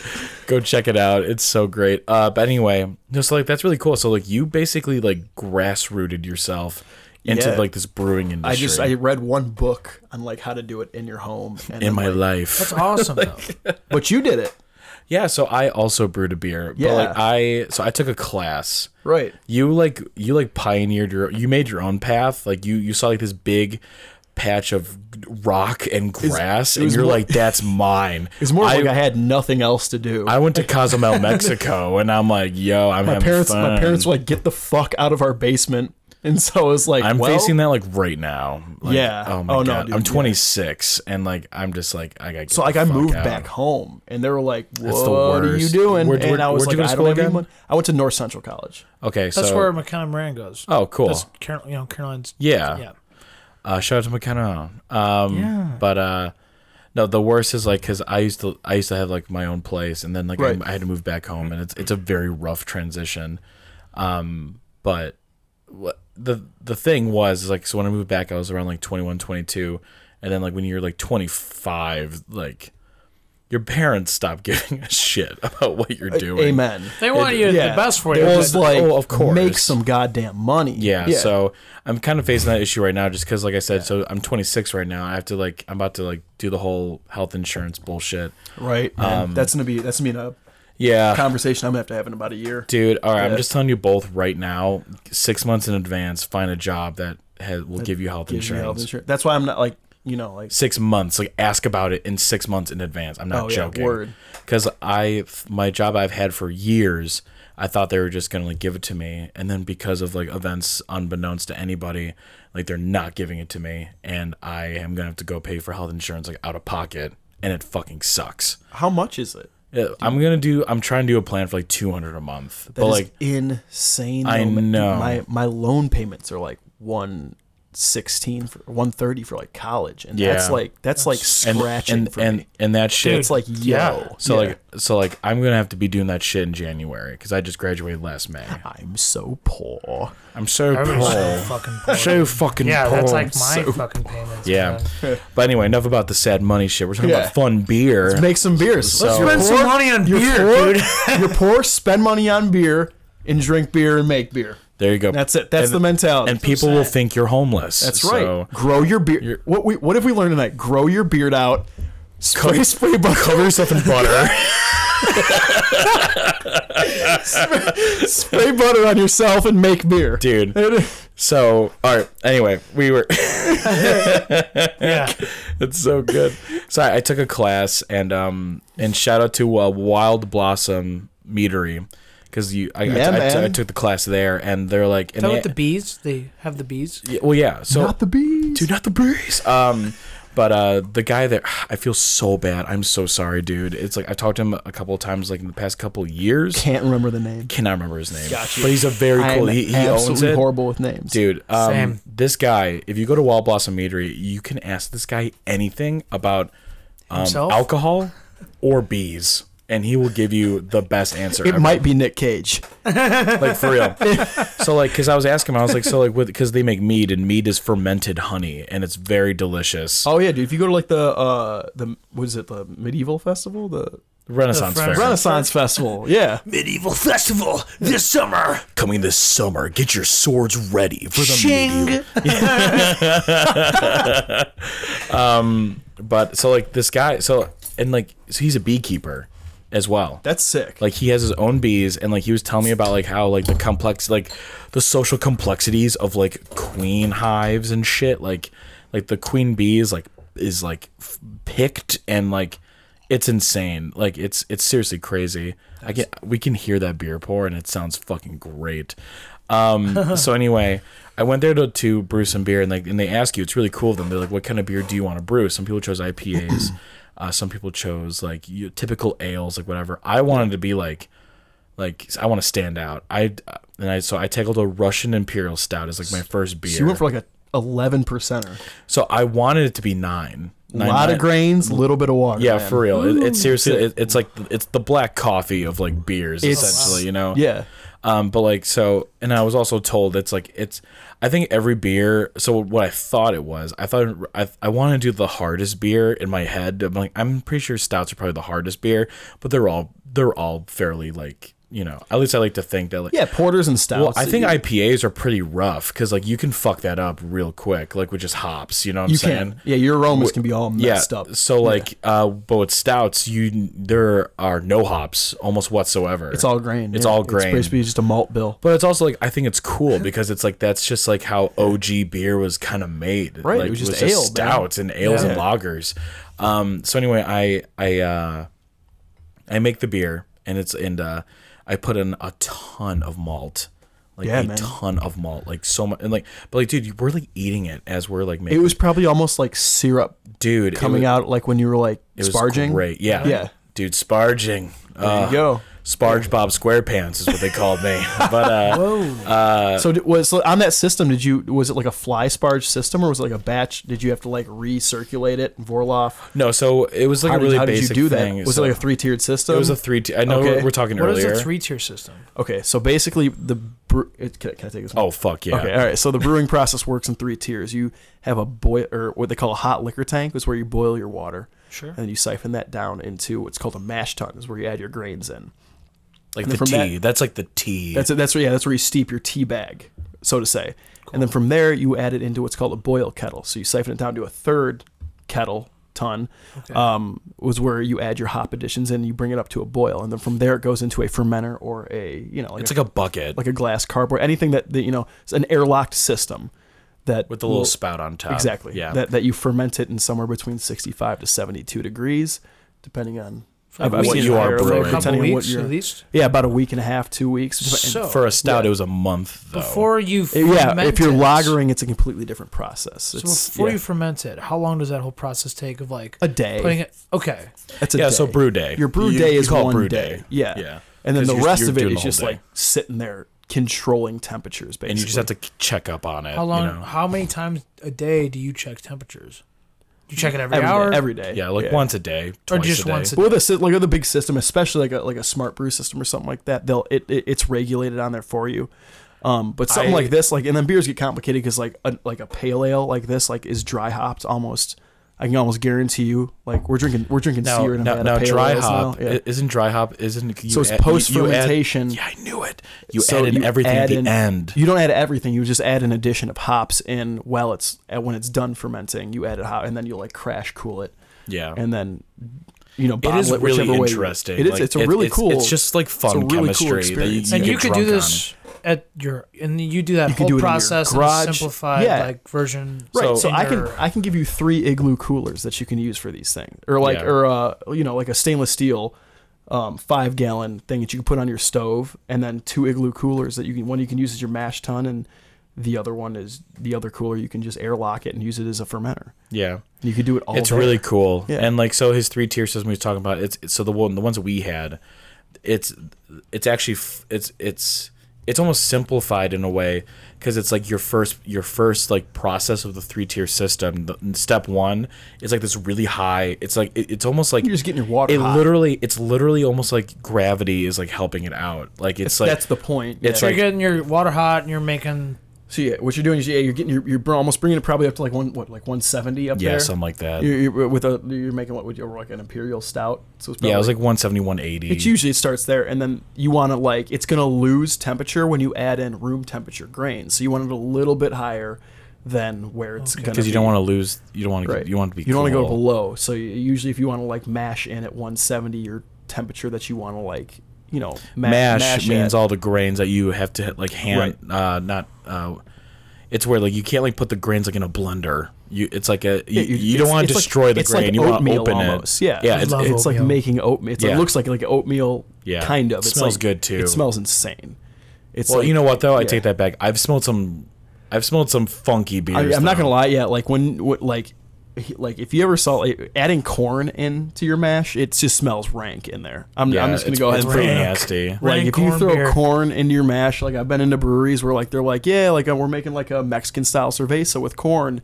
Speaker 2: Go check it out. It's so great. Uh, but anyway, no, so like that's really cool. So like you basically like grassrooted yourself into
Speaker 3: Yeah.
Speaker 2: like this brewing industry
Speaker 3: I just I read one book on like how to do it in your home.
Speaker 2: [laughs]
Speaker 3: And
Speaker 2: in
Speaker 3: then,
Speaker 2: my
Speaker 3: like-
Speaker 2: life. [laughs]
Speaker 1: That's awesome though.
Speaker 3: but you did it
Speaker 2: Yeah, so I also brewed a beer.
Speaker 3: Yeah.
Speaker 2: But like I so I took a class.
Speaker 3: right.
Speaker 2: You like you like pioneered your you made your own path. Like you you saw like this big patch of rock and grass and
Speaker 3: was
Speaker 2: you're
Speaker 3: more-
Speaker 2: like that's mine.
Speaker 3: [laughs] It's more
Speaker 2: I,
Speaker 3: like I had nothing else to do.
Speaker 2: I went
Speaker 3: [laughs]
Speaker 2: to Cozumel, Mexico and I'm like, yo, I'm
Speaker 3: my
Speaker 2: having
Speaker 3: parents, my
Speaker 2: fun.
Speaker 3: parents were like, get the fuck out of our basement. And so I was like,
Speaker 2: I'm
Speaker 3: well,
Speaker 2: facing that like right now. Like,
Speaker 3: Yeah.
Speaker 2: Oh my
Speaker 3: Oh, no,
Speaker 2: god.
Speaker 3: dude,
Speaker 2: I'm
Speaker 3: yeah.
Speaker 2: 26 and like I'm just like I got. to
Speaker 3: So like I moved back home, and they were like,
Speaker 2: the
Speaker 3: "What are you
Speaker 2: worst.
Speaker 3: doing?"
Speaker 2: Where'd-
Speaker 3: and
Speaker 2: where'd-
Speaker 3: I was
Speaker 2: where'd
Speaker 3: like,
Speaker 2: you go to
Speaker 3: "I
Speaker 2: school
Speaker 3: don't have
Speaker 2: again?"
Speaker 3: anyone." I went to North Central College.
Speaker 2: Okay,
Speaker 1: That's
Speaker 2: so
Speaker 1: where McKenna Moran goes.
Speaker 2: oh cool.
Speaker 1: That's Carol, you know, Caroline's.
Speaker 2: Yeah.
Speaker 1: yeah.
Speaker 2: Uh, shout out to McKenna. Um,
Speaker 1: Yeah.
Speaker 2: But uh, no, the worst is like because I used to I used to have like my own place, and then like
Speaker 3: Right.
Speaker 2: I, I had to move back home, and it's it's a very rough transition. Um, but what the the thing was is like so when I moved back, I was around like 21, 22. and then like when you're like twenty five, like your parents stop [laughs] giving a shit about what you're doing.
Speaker 3: Amen.
Speaker 1: They want you
Speaker 3: Yeah.
Speaker 1: the best for you.
Speaker 3: They're
Speaker 1: but-
Speaker 3: just like,
Speaker 2: oh, of course.
Speaker 3: make some goddamn money.
Speaker 2: Yeah, so I'm kind of facing that issue right now, just because, like I said, so I'm 26 right now. I have to like, I'm about to like do the whole health insurance bullshit.
Speaker 3: right. man.
Speaker 2: um,
Speaker 3: that's gonna be that's gonna be a
Speaker 2: Yeah,
Speaker 3: conversation I'm gonna have to have in about a year.
Speaker 2: dude. All right, I'm just telling you both right now, six months in advance, find a job that has, will give you health
Speaker 3: Gives me
Speaker 2: insurance.
Speaker 3: health insurance. That's why I'm not like you know like
Speaker 2: Six months, like ask about it in six months in advance. I'm not
Speaker 3: Oh, yeah,
Speaker 2: joking.
Speaker 3: word.
Speaker 2: Because I, my job I've had for years, I thought they were just gonna like give it to me, and then because of like events unbeknownst to anybody, like they're not giving it to me, and I am gonna have to go pay for health insurance like out of pocket, and it fucking sucks.
Speaker 3: How much is it?
Speaker 2: Yeah, I'm gonna do. I'm trying to do a plan for like 200 a month,
Speaker 3: That
Speaker 2: but
Speaker 3: is
Speaker 2: like
Speaker 3: insane.
Speaker 2: I
Speaker 3: though, man. Dude,
Speaker 2: know.
Speaker 3: My my loan payments are like one sixteen for one thirty for like college, and that's
Speaker 2: Yeah.
Speaker 3: like that's like
Speaker 2: and
Speaker 3: scratching
Speaker 2: and
Speaker 3: for
Speaker 2: and,
Speaker 3: me.
Speaker 2: and that shit.
Speaker 3: It's like yo.
Speaker 1: yeah.
Speaker 2: So
Speaker 3: Yeah.
Speaker 2: like so like I'm gonna have to be doing that shit in January because I just graduated last May.
Speaker 3: I'm so poor.
Speaker 2: I'm so
Speaker 1: I remember so
Speaker 2: poor.
Speaker 1: fucking poor.
Speaker 2: So fucking
Speaker 1: yeah,
Speaker 2: poor.
Speaker 1: that's like my
Speaker 2: So-
Speaker 1: fucking payments.
Speaker 2: yeah.
Speaker 1: man.
Speaker 2: but anyway, enough about the sad money shit. We're talking
Speaker 3: Yeah.
Speaker 2: about fun beer.
Speaker 3: Make some beers.
Speaker 2: Let's
Speaker 3: You're
Speaker 1: spend some
Speaker 3: poor,
Speaker 1: money on
Speaker 3: you're
Speaker 2: [laughs]
Speaker 1: beer,
Speaker 3: poor,
Speaker 1: dude.
Speaker 3: [laughs] you're poor. Spend money on beer and drink beer and make beer.
Speaker 2: There you go.
Speaker 3: That's it. That's
Speaker 2: And-
Speaker 3: the mentality.
Speaker 2: And people will think you're homeless.
Speaker 3: That's right.
Speaker 2: So
Speaker 3: grow your beard. What we what have we learned tonight? Grow your beard out. Spray spray bu-
Speaker 2: cover yourself in butter.
Speaker 3: [laughs]
Speaker 2: [laughs]
Speaker 3: spray butter on yourself and make beer.
Speaker 2: Dude. So all right. Anyway, we were [laughs]
Speaker 1: Yeah.
Speaker 2: That's so good. So I, I took a class and um and shout out to uh, Wild Blossom Meadery because you I, I-
Speaker 3: Yeah,
Speaker 2: I, I
Speaker 3: man.
Speaker 2: took the class there and they're like
Speaker 1: Is
Speaker 2: and
Speaker 1: that
Speaker 2: they-
Speaker 1: with the bees? They have the bees.
Speaker 2: yeah, well yeah so
Speaker 3: Not the bees.
Speaker 2: dude not the breeze um but uh the guy there [sighs] I feel so bad I'm so sorry dude it's like I talked to him a couple of times like in the past couple of years
Speaker 3: Can't remember the name.
Speaker 2: cannot remember his name
Speaker 3: Got you.
Speaker 2: but he's a very cool
Speaker 3: I'm
Speaker 2: he, he
Speaker 3: absolutely
Speaker 2: owns it
Speaker 3: horrible with names.
Speaker 2: Dude, um,
Speaker 1: Same.
Speaker 2: this guy, if you go to Wild Blossom Meadery, you can ask this guy anything about um,
Speaker 1: Himself?
Speaker 2: alcohol or bees, and he will give you the best answer.
Speaker 3: It
Speaker 2: ever.
Speaker 3: might be Nick Cage.
Speaker 2: like for real. so like, because I was asking him, I was like, so like, with because they make mead, and mead is fermented honey, and it's very delicious.
Speaker 3: Oh yeah, dude. If you go to like the uh the was it the medieval festival the
Speaker 2: Renaissance
Speaker 1: The French-
Speaker 2: fair.
Speaker 3: Renaissance festival? Yeah.
Speaker 2: Medieval festival this summer. Coming this summer. Get your swords ready for the medieval. [laughs] Um, But so like this guy, so and like so he's a beekeeper as well.
Speaker 3: [laughs] That's sick.
Speaker 2: like he has his own bees and like he was telling me about like how like the complex like the social complexities of like queen hives and shit like like the queen bee is like is like f- picked and like it's insane like it's it's seriously crazy i can we can hear that beer pour and it sounds fucking great um so anyway i went there to, to brew some beer and like and they ask you it's really cool of them they're like what kind of beer do you want to brew some people chose ipas
Speaker 3: [clears throat]
Speaker 2: uh, some people chose like you, typical ales, like whatever. I wanted to be like, like I want to stand out. I uh, and I so I tackled a Russian Imperial Stout as like my first beer.
Speaker 3: so you went for like a eleven percenter.
Speaker 2: so I wanted it to be nine.
Speaker 3: A
Speaker 2: Nine-
Speaker 3: lot
Speaker 2: nine-
Speaker 3: of grains, a little bit of water.
Speaker 2: Yeah,
Speaker 3: man.
Speaker 2: for real. It, it's seriously, it, it's like it's the black coffee of like beers,
Speaker 3: It's-
Speaker 2: essentially. You know.
Speaker 3: Yeah.
Speaker 2: Um, but like so, and I was also told it's like it's. I think every beer. So what I thought it was, I thought I, I want to do the hardest beer in my head. I'm like I'm pretty sure stouts are probably the hardest beer, but they're all they're all fairly like you know. At least I like to think that like
Speaker 3: Yeah, porters and stouts.
Speaker 2: Well, I think IPAs are pretty rough because like you can fuck that up real quick, like with just hops. You know what
Speaker 3: you
Speaker 2: I'm saying?
Speaker 3: can. Yeah, your aromas can be all messed up.
Speaker 2: So like, uh, but with stouts, you there are no hops almost whatsoever.
Speaker 3: It's all grain.
Speaker 2: It's
Speaker 3: yeah.
Speaker 2: all grain.
Speaker 3: It's basically just a malt bill.
Speaker 2: but it's also like I think
Speaker 3: [laughs]
Speaker 2: it's cool because it's like that's just like how OG beer was kind of made.
Speaker 3: Right, it
Speaker 2: like,
Speaker 3: was just ale, man.
Speaker 2: stouts and ales and
Speaker 3: Yeah.
Speaker 2: lagers. Um, so anyway, I I uh, I make the beer and it's and uh, I put in a ton of malt. Like
Speaker 3: Yeah,
Speaker 2: a
Speaker 3: man.
Speaker 2: ton of malt, like so much, and like, but like, dude, we're like eating it as we're like
Speaker 3: It
Speaker 2: making,
Speaker 3: was probably almost like syrup
Speaker 2: dude, it
Speaker 3: coming
Speaker 2: was-
Speaker 3: out, like when you were like
Speaker 2: It was
Speaker 3: sparging.
Speaker 2: great. Yeah.
Speaker 3: Yeah.
Speaker 2: Dude, sparging.
Speaker 3: There
Speaker 2: Uh,
Speaker 3: you go.
Speaker 2: Sparge Bob Squarepants is what they called me. [laughs] But uh,
Speaker 3: so did, was so on that system? Did you was it like a fly sparge system or was it like a batch? Did you have to like recirculate it, Vorloff?
Speaker 2: no, so it was like
Speaker 3: How,
Speaker 2: a really
Speaker 3: did, how did you
Speaker 2: basic
Speaker 3: do that?
Speaker 2: thing.
Speaker 3: Was
Speaker 2: so
Speaker 3: it like a three tiered system?
Speaker 2: It was a three. T- I know
Speaker 3: Okay.
Speaker 2: we're, we're talking
Speaker 1: What is
Speaker 2: earlier.
Speaker 1: a three tier system?
Speaker 3: okay. So basically, the bre- it, can, I, can I take this?
Speaker 2: oh fuck yeah.
Speaker 3: Okay, all right. So the brewing process works in three tiers. You have a boil, or what they call a hot liquor tank, is where you boil your water,
Speaker 1: Sure.
Speaker 3: and then you siphon that down into what's called a mash tun, is where you add your grains in.
Speaker 2: Like
Speaker 3: And
Speaker 2: the
Speaker 3: from that-
Speaker 2: tea. that's like the tea.
Speaker 3: That's that's where yeah, that's where you steep your tea bag, so to say. And then from there you add it into what's called a boil kettle. So you siphon it down to a third kettle ton. Um, was where you add your hop additions and you bring it up to a boil, and then from there it goes into a fermenter or a you know like
Speaker 2: it's
Speaker 3: a,
Speaker 2: like a bucket
Speaker 3: like a glass cardboard anything that, that you know it's an airlocked system that
Speaker 2: with a little
Speaker 3: will-
Speaker 2: spout on top.
Speaker 3: exactly
Speaker 2: Yeah.
Speaker 3: that that you ferment it in somewhere between 65 to 72 degrees, depending on
Speaker 1: for like
Speaker 2: I've
Speaker 1: a
Speaker 2: seen
Speaker 1: week,
Speaker 2: you are
Speaker 1: for
Speaker 2: brewing.
Speaker 1: a couple
Speaker 3: Depending on what
Speaker 1: weeks
Speaker 3: you're-
Speaker 1: at least.
Speaker 3: Yeah, about a week and a half, two weeks.
Speaker 1: So
Speaker 2: For a stout, it was a month though.
Speaker 1: before you
Speaker 3: yeah, if you're
Speaker 1: ferment it-
Speaker 3: lagering, it's a completely different process.
Speaker 1: so
Speaker 3: It's
Speaker 1: before
Speaker 3: yeah,
Speaker 1: you ferment it, how long does that whole process take of like
Speaker 3: a day.
Speaker 1: putting it? Okay,
Speaker 3: That's a
Speaker 2: yeah, so
Speaker 3: day.
Speaker 2: brew day.
Speaker 3: Your brew
Speaker 2: You-
Speaker 3: day
Speaker 2: you
Speaker 3: is
Speaker 2: call it
Speaker 3: one
Speaker 2: brew
Speaker 3: day.
Speaker 2: day.
Speaker 3: Yeah.
Speaker 2: Yeah.
Speaker 3: And then
Speaker 2: 'Cause
Speaker 3: the
Speaker 2: you're-
Speaker 3: rest
Speaker 2: you're
Speaker 3: of it
Speaker 2: doing
Speaker 3: is
Speaker 2: the whole
Speaker 3: just
Speaker 2: day.
Speaker 3: like sitting there controlling temperatures, basically.
Speaker 2: and you just have to k- check up on it.
Speaker 1: how long?
Speaker 2: Uh, You know?
Speaker 1: How many times a day do you check temperatures? You check it every,
Speaker 3: every day-
Speaker 1: hour.
Speaker 3: every day.
Speaker 2: Yeah, like once a day, twice
Speaker 1: just
Speaker 2: a day.
Speaker 1: once a-
Speaker 3: But with a sy- like with a big system, especially like a like a smart brew system or something like that, they'll it, it it's regulated on there for you. Um, but something
Speaker 2: I-
Speaker 3: like this, like and then beers get complicated because like a, like a pale ale like this like is dry hopped almost. I can almost guarantee you, like we're drinking we're drinking
Speaker 2: now,
Speaker 3: Sierra
Speaker 2: now,
Speaker 3: Nevada
Speaker 2: now
Speaker 3: pale
Speaker 2: dry
Speaker 3: ales
Speaker 2: hop
Speaker 3: now. Yeah.
Speaker 2: i- isn't dry hop isn't you
Speaker 3: so it's
Speaker 2: add- you- you add-
Speaker 3: post fermentation.
Speaker 2: Yeah, I knew it. You
Speaker 3: So
Speaker 2: add in
Speaker 3: you
Speaker 2: everything at
Speaker 3: add
Speaker 2: the
Speaker 3: in-
Speaker 2: end.
Speaker 3: You don't add everything. You just add an addition of hops in while it's and when it's done fermenting. You add it hop, and then you like crash cool it,
Speaker 2: yeah,
Speaker 3: and then you know
Speaker 2: it
Speaker 3: bottle
Speaker 2: is
Speaker 3: it whichever
Speaker 2: really
Speaker 3: way you-
Speaker 2: interesting.
Speaker 3: It is.
Speaker 2: Like,
Speaker 3: it's a really
Speaker 2: it's,
Speaker 3: cool.
Speaker 2: It's just like
Speaker 3: a
Speaker 2: fun
Speaker 3: really cool
Speaker 2: chemistry that you,
Speaker 3: experience.
Speaker 1: and
Speaker 2: get
Speaker 1: you could do
Speaker 2: drunk on.
Speaker 1: this at your and you do that
Speaker 3: You could
Speaker 1: whole
Speaker 3: do it in your
Speaker 1: process
Speaker 3: garage.
Speaker 1: in a simplified
Speaker 3: Yeah.
Speaker 1: like version.
Speaker 3: right.
Speaker 2: so-
Speaker 3: So, I can
Speaker 1: Or-
Speaker 3: I can give you three igloo coolers that you can use for these things, or like
Speaker 2: Yeah.
Speaker 3: or uh you know like a stainless steel. Um, five gallon thing that you can put on your stove, and then two igloo coolers that you can one you can use as your mash tun, and the other one is the other cooler you can just airlock it and use it as a fermenter.
Speaker 2: Yeah,
Speaker 3: You could do it all.
Speaker 2: it's
Speaker 3: there.
Speaker 2: really cool.
Speaker 3: Yeah.
Speaker 2: And like so, his three tier system he was talking about. It's it's- so the one the ones we had. It's it's actually f- it's it's it's almost simplified in a way because it's like your first your first like process of the three tier system. The, step one is like this really high. It's like it- it's almost like
Speaker 3: You're just getting your water
Speaker 2: It
Speaker 3: hot.
Speaker 2: literally it's literally almost like gravity is like helping it out. Like it's like
Speaker 3: that's the point.
Speaker 2: it's
Speaker 3: yeah.
Speaker 1: You're
Speaker 2: like-
Speaker 1: getting your water hot and you're making
Speaker 3: so yeah, what you're doing is yeah, you're getting you're, you're br- almost bringing it probably up to like one what like 170 up
Speaker 2: yeah
Speaker 3: there.
Speaker 2: something like that.
Speaker 3: You're, you're with a you're making what would you like an imperial stout? So it's probably,
Speaker 2: yeah, it was like 170, 180.
Speaker 3: it's usually it starts there, and then you want to like it's gonna lose temperature when you add in room temperature grains. So you want it a little bit higher than where it's gonna
Speaker 2: because you don't want to lose. You don't want to.
Speaker 3: right.
Speaker 2: You want to be.
Speaker 3: you don't want to go
Speaker 2: cool.
Speaker 3: below. So you, usually if you want to like mash in at 170, your temperature that you want to like you know ma-
Speaker 2: mash,
Speaker 3: at.
Speaker 2: means all the grains that you have to like hand uh not uh it's where like you can't like put the grains like in a blender you it's like a
Speaker 3: Yeah,
Speaker 2: you, you, don't want to
Speaker 3: it's like-
Speaker 2: destroy the
Speaker 3: it's like
Speaker 2: grain you want to
Speaker 3: oatmeal
Speaker 2: open
Speaker 3: almost.
Speaker 2: it
Speaker 3: Yeah,
Speaker 2: yeah
Speaker 1: Just
Speaker 2: it's,
Speaker 1: love
Speaker 2: it's,
Speaker 3: It's like
Speaker 1: Oatmeal.
Speaker 3: making oatmeal. It's like,
Speaker 2: Yeah.
Speaker 3: looks like like oatmeal.
Speaker 2: Yeah.
Speaker 3: kind of.
Speaker 2: It
Speaker 3: It's
Speaker 2: smells
Speaker 3: like-
Speaker 2: good, too.
Speaker 3: It smells insane. It's
Speaker 2: well
Speaker 3: like-
Speaker 2: you know what though i
Speaker 3: yeah.
Speaker 2: take that back i've smelled some i've smelled some funky
Speaker 3: I,
Speaker 2: beers
Speaker 3: am not
Speaker 2: though.
Speaker 3: gonna lie. Yeah, like when what like he- like if you ever saw like, adding corn into your mash, it just smells rank in there. I'm,
Speaker 2: yeah,
Speaker 3: I'm just gonna
Speaker 2: it's-
Speaker 3: go ahead
Speaker 2: it's
Speaker 3: and
Speaker 2: pretty
Speaker 3: put it- [laughs]
Speaker 2: nasty
Speaker 3: Like
Speaker 1: Rank
Speaker 3: if you
Speaker 1: corn
Speaker 3: throw
Speaker 1: beer.
Speaker 3: corn into your mash, like I've been into breweries where like they're like, yeah, like uh, we're making like a Mexican style cerveza with corn.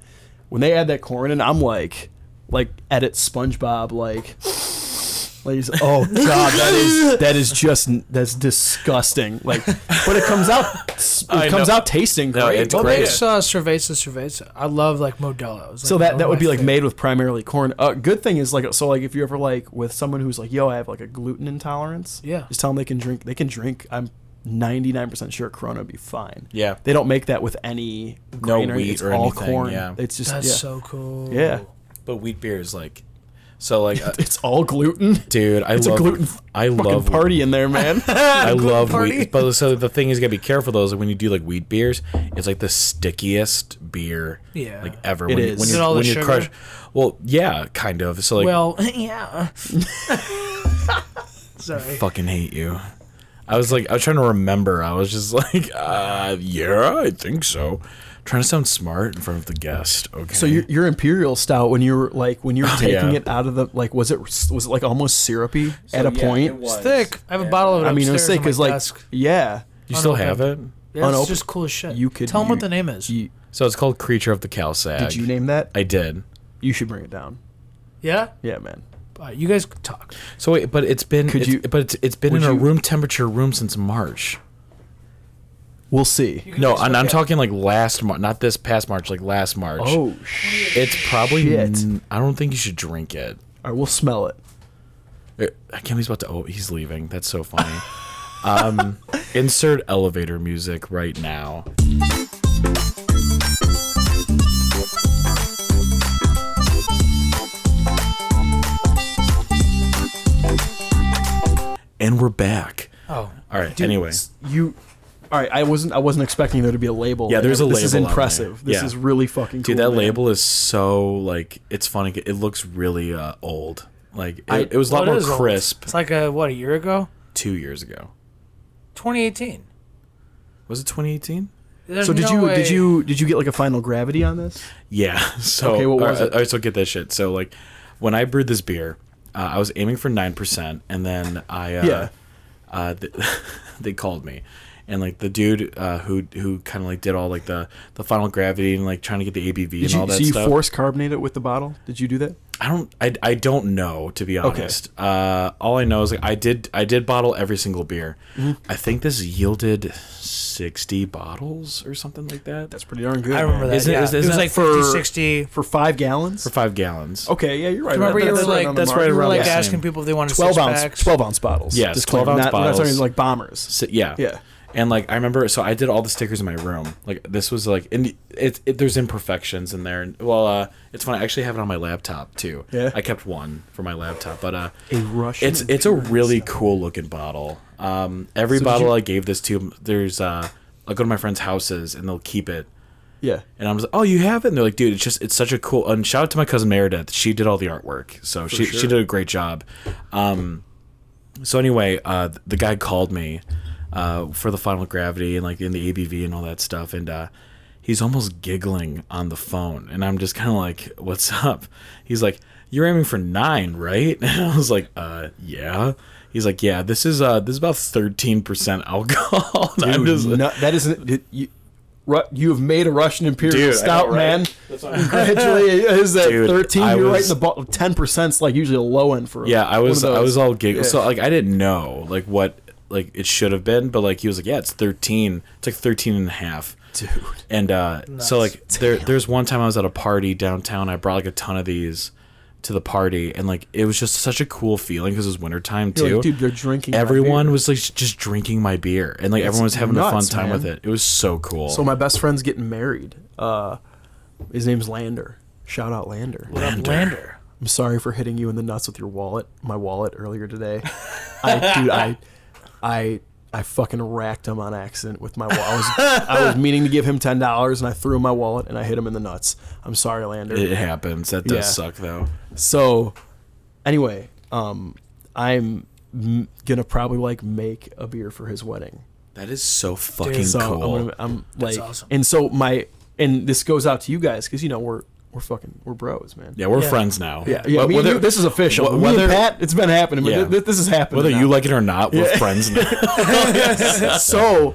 Speaker 3: When they add that corn, and I'm like, like edit SpongeBob, like, like he's-
Speaker 2: [laughs]
Speaker 3: oh god, that is that is just that's disgusting. Like, but it comes out,
Speaker 2: I
Speaker 3: it comes
Speaker 2: know.
Speaker 3: out tasting great.
Speaker 2: No, it's
Speaker 1: what
Speaker 2: great.
Speaker 1: makes uh, cerveza cerveza? I love like Modelo. It's,
Speaker 3: So
Speaker 1: like,
Speaker 3: that,
Speaker 1: one
Speaker 3: that
Speaker 1: of
Speaker 3: would
Speaker 1: my
Speaker 3: be like
Speaker 1: favorite.
Speaker 3: made with primarily corn. A good thing is like so like if you ever like with someone who's like yo I have like a gluten intolerance.
Speaker 1: Yeah.
Speaker 3: Just tell them they can drink. They can drink. I'm 99% sure Corona would be fine.
Speaker 2: Yeah.
Speaker 3: They don't make that with any grain or
Speaker 2: wheat
Speaker 3: it's
Speaker 2: or
Speaker 3: all
Speaker 2: anything,
Speaker 3: corn.
Speaker 2: yeah.
Speaker 3: It's just
Speaker 1: That's
Speaker 3: yeah.
Speaker 1: so cool.
Speaker 3: yeah.
Speaker 2: but wheat beer is like so like uh,
Speaker 3: [laughs]
Speaker 2: [laughs]
Speaker 3: It's all gluten.
Speaker 2: dude i
Speaker 3: It's a
Speaker 2: love
Speaker 3: gluten
Speaker 2: i
Speaker 3: Fucking
Speaker 2: love
Speaker 3: party in there, man.
Speaker 2: I
Speaker 1: gluten
Speaker 2: love
Speaker 1: party.
Speaker 2: wheat. But so the thing is, you gotta be careful though. Is when you do like wheat beers, it's like the stickiest beer,
Speaker 1: Yeah.
Speaker 2: like ever.
Speaker 3: It
Speaker 2: when,
Speaker 3: is.
Speaker 2: You, when
Speaker 3: Is
Speaker 1: it
Speaker 2: you're,
Speaker 1: all the
Speaker 2: when you're
Speaker 1: sugar?
Speaker 2: crushed. Well, yeah, kind of. So like,
Speaker 1: Well, [laughs] yeah. Sorry.
Speaker 2: fucking hate you. I was like, I was trying to remember. I was just [laughs] like, uh, yeah, I think so. Trying to sound smart in front of the guest. Okay.
Speaker 3: so your, your imperial stout when you were like when you were taking
Speaker 2: yeah.
Speaker 3: it out of the like was it was it like almost syrupy at a point?
Speaker 1: It's thick. I have a bottle of it.
Speaker 3: I mean, it was
Speaker 1: upstairs
Speaker 3: sick
Speaker 1: on my
Speaker 3: because like
Speaker 1: desk.
Speaker 3: yeah,
Speaker 2: You still have it?
Speaker 1: Yeah,
Speaker 3: unopened-
Speaker 1: it's just cool as shit.
Speaker 3: you could-
Speaker 1: tell them what
Speaker 3: you-
Speaker 1: the name is.
Speaker 3: you,
Speaker 2: So it's called Creature of the Calsag.
Speaker 3: did you name that?
Speaker 2: I did.
Speaker 3: you should bring it down.
Speaker 1: yeah,
Speaker 3: Yeah, man.
Speaker 1: Alright, you guys could talk.
Speaker 2: So wait, but it's been
Speaker 3: Could
Speaker 2: it's-
Speaker 3: you-
Speaker 2: but it's, it's been in
Speaker 3: would
Speaker 2: a
Speaker 3: you-
Speaker 2: room temperature room since March.
Speaker 3: We'll see.
Speaker 2: No, and I'm talking like last March, not this past March, like last March.
Speaker 3: Oh shit!
Speaker 2: It's probably.
Speaker 3: Shit.
Speaker 2: n- I don't think you should drink it.
Speaker 3: All right, we'll smell it.
Speaker 2: Uh, I can't. believe He's about to. Oh, he's leaving. That's
Speaker 3: [laughs]
Speaker 2: so funny. um, insert elevator music right now. And we're back.
Speaker 1: Oh,
Speaker 2: All right. anyway,
Speaker 3: S- you. All right, I wasn't. I wasn't expecting there to be a label.
Speaker 2: Yeah, there's a
Speaker 3: This is
Speaker 2: label on
Speaker 3: impressive.
Speaker 2: there.
Speaker 3: This
Speaker 2: Yeah.
Speaker 3: is really fucking.
Speaker 2: dude,
Speaker 3: cool,
Speaker 2: that
Speaker 3: man.
Speaker 2: label is so like it's funny. It looks really uh, old. Like it,
Speaker 3: I-
Speaker 2: it was a lot
Speaker 1: Well, it
Speaker 2: more
Speaker 1: is old.
Speaker 2: crisp
Speaker 1: It's like a what a year ago,
Speaker 2: two years ago.
Speaker 1: 2018.
Speaker 2: Was it 2018?
Speaker 1: There's
Speaker 3: So did
Speaker 1: no
Speaker 3: you
Speaker 1: way-
Speaker 3: did you did you get like a final gravity on this?
Speaker 2: Yeah. [laughs] So uh,
Speaker 3: Okay, what was
Speaker 2: all right,
Speaker 3: it?
Speaker 2: all right, so get this shit. So like, when I brewed this beer, uh, I was aiming for nine percent, and then I uh,
Speaker 3: Yeah.
Speaker 2: uh, [laughs] th- they called me, and like the dude uh, who who kind of like did all like the the final gravity and like trying to get the ABV and
Speaker 3: Did you,
Speaker 2: all that
Speaker 3: so you
Speaker 2: stuff.
Speaker 3: force carbonate it with the bottle? Did you do that?
Speaker 2: I don't I, I don't know to be honest. Uh, all I know is like I did I did bottle every single beer. I think this yielded sixty bottles or something like that.
Speaker 3: That's pretty darn good.
Speaker 1: I remember that.
Speaker 2: Isn't-
Speaker 1: yeah.
Speaker 2: isn't-
Speaker 1: it
Speaker 2: isn't
Speaker 1: was
Speaker 2: that
Speaker 1: like
Speaker 3: for-
Speaker 1: 50, 60.
Speaker 3: for five gallons.
Speaker 2: for five gallons.
Speaker 3: okay, yeah, you're right.
Speaker 1: Remember
Speaker 3: That-
Speaker 1: you were
Speaker 3: that's right
Speaker 1: like
Speaker 3: on the
Speaker 2: that's
Speaker 3: mark.
Speaker 2: right around
Speaker 1: like
Speaker 2: Yeah.
Speaker 1: asking people if they wanted
Speaker 3: twelve
Speaker 1: six
Speaker 3: ounce
Speaker 1: packs.
Speaker 3: twelve ounce bottles.
Speaker 2: Yes,
Speaker 3: Disclaimer.
Speaker 2: 12 ounce
Speaker 3: Not- Not
Speaker 2: bottles.
Speaker 3: talking like bombers.
Speaker 2: So, yeah.
Speaker 3: Yeah.
Speaker 2: And like I remember, so I did all the stickers in my room. Like this was like, and it, it there's imperfections in there. And well, uh, it's funny. I actually have it on my laptop too.
Speaker 3: Yeah.
Speaker 2: I kept one for my laptop, but uh,
Speaker 3: A Russian
Speaker 2: It's it's a really cool looking bottle. Um, every
Speaker 3: So did
Speaker 2: bottle
Speaker 3: you-
Speaker 2: I gave this to, there's uh, I go to my friends' houses and they'll keep it.
Speaker 3: Yeah.
Speaker 2: And I'm just like, oh, you have it? And they're like, dude, it's just, it's such a cool. And shout out to my cousin Meredith. She did all the artwork. So she, she
Speaker 3: sure.
Speaker 2: did a great job. Um, so anyway, uh, the guy called me uh, for the final gravity and like in the ABV and all that stuff. And uh, he's almost giggling on the phone. And I'm just kind of like, what's up? He's like, you're aiming for nine, right? [laughs] And I was like, uh, yeah. He's like, yeah, this is uh, this is about thirteen percent alcohol. [laughs] And I'm
Speaker 3: Dude,
Speaker 2: just,
Speaker 3: no- that isn't. it- you, Ru- you have made a Russian imperial
Speaker 2: Dude, I
Speaker 3: stout,
Speaker 2: know, right?
Speaker 3: man. Congratulations. Is that
Speaker 2: Dude,
Speaker 3: 13?
Speaker 2: I
Speaker 3: You're right
Speaker 2: was-
Speaker 3: in the bottom. 10% is like usually a low end for
Speaker 2: Yeah, I
Speaker 3: one
Speaker 2: was
Speaker 3: of
Speaker 2: I
Speaker 3: those.
Speaker 2: was all giggling.
Speaker 3: Yeah.
Speaker 2: So like I didn't know like what like it should have been, but like he was like, "Yeah, it's 13. It's like 13 and a half."
Speaker 3: Dude.
Speaker 2: And uh so like there there's one time I was at a party downtown. I brought like a ton of these to the party and like it was just such a cool feeling cuz it was wintertime
Speaker 3: You're
Speaker 2: too.
Speaker 3: like, dude, they're drinking. my
Speaker 2: everyone
Speaker 3: beer."
Speaker 2: was like just drinking my beer and like everyone was having a fun
Speaker 3: nuts,
Speaker 2: time with
Speaker 3: man.
Speaker 2: it. It was so cool.
Speaker 3: So my best friend's getting married. Uh, his name's Lander. Shout out Lander.
Speaker 1: What up, Lander?
Speaker 3: I'm sorry for hitting you in the nuts with your wallet, my wallet earlier
Speaker 2: [laughs]
Speaker 3: today. I dude, I I I fucking racked him on accident with my wallet. I was, I
Speaker 2: [laughs]
Speaker 3: was meaning to give him ten dollars and I threw him my wallet and I hit him in the nuts. I'm sorry, Lander.
Speaker 2: it happens. That does
Speaker 3: Yeah.
Speaker 2: suck though.
Speaker 3: So anyway, um I'm m- gonna probably like make a beer for his wedding.
Speaker 2: That is so fucking
Speaker 3: So
Speaker 2: cool.
Speaker 3: I'm, gonna, I'm like,
Speaker 1: awesome.
Speaker 3: and so my and this goes out to you guys because you know we're we're fucking we're bros, man.
Speaker 2: yeah, we're
Speaker 1: Yeah.
Speaker 2: friends now.
Speaker 3: Yeah, yeah.
Speaker 2: But
Speaker 3: me and
Speaker 2: whether-
Speaker 3: you- this is official.
Speaker 2: wh-
Speaker 3: Me and
Speaker 2: whether-
Speaker 3: Pat, it's been happening, but
Speaker 2: Yeah.
Speaker 3: thi- this is happening.
Speaker 2: Whether
Speaker 3: now.
Speaker 2: you like it or not, we're
Speaker 3: [laughs]
Speaker 2: friends now.
Speaker 3: so,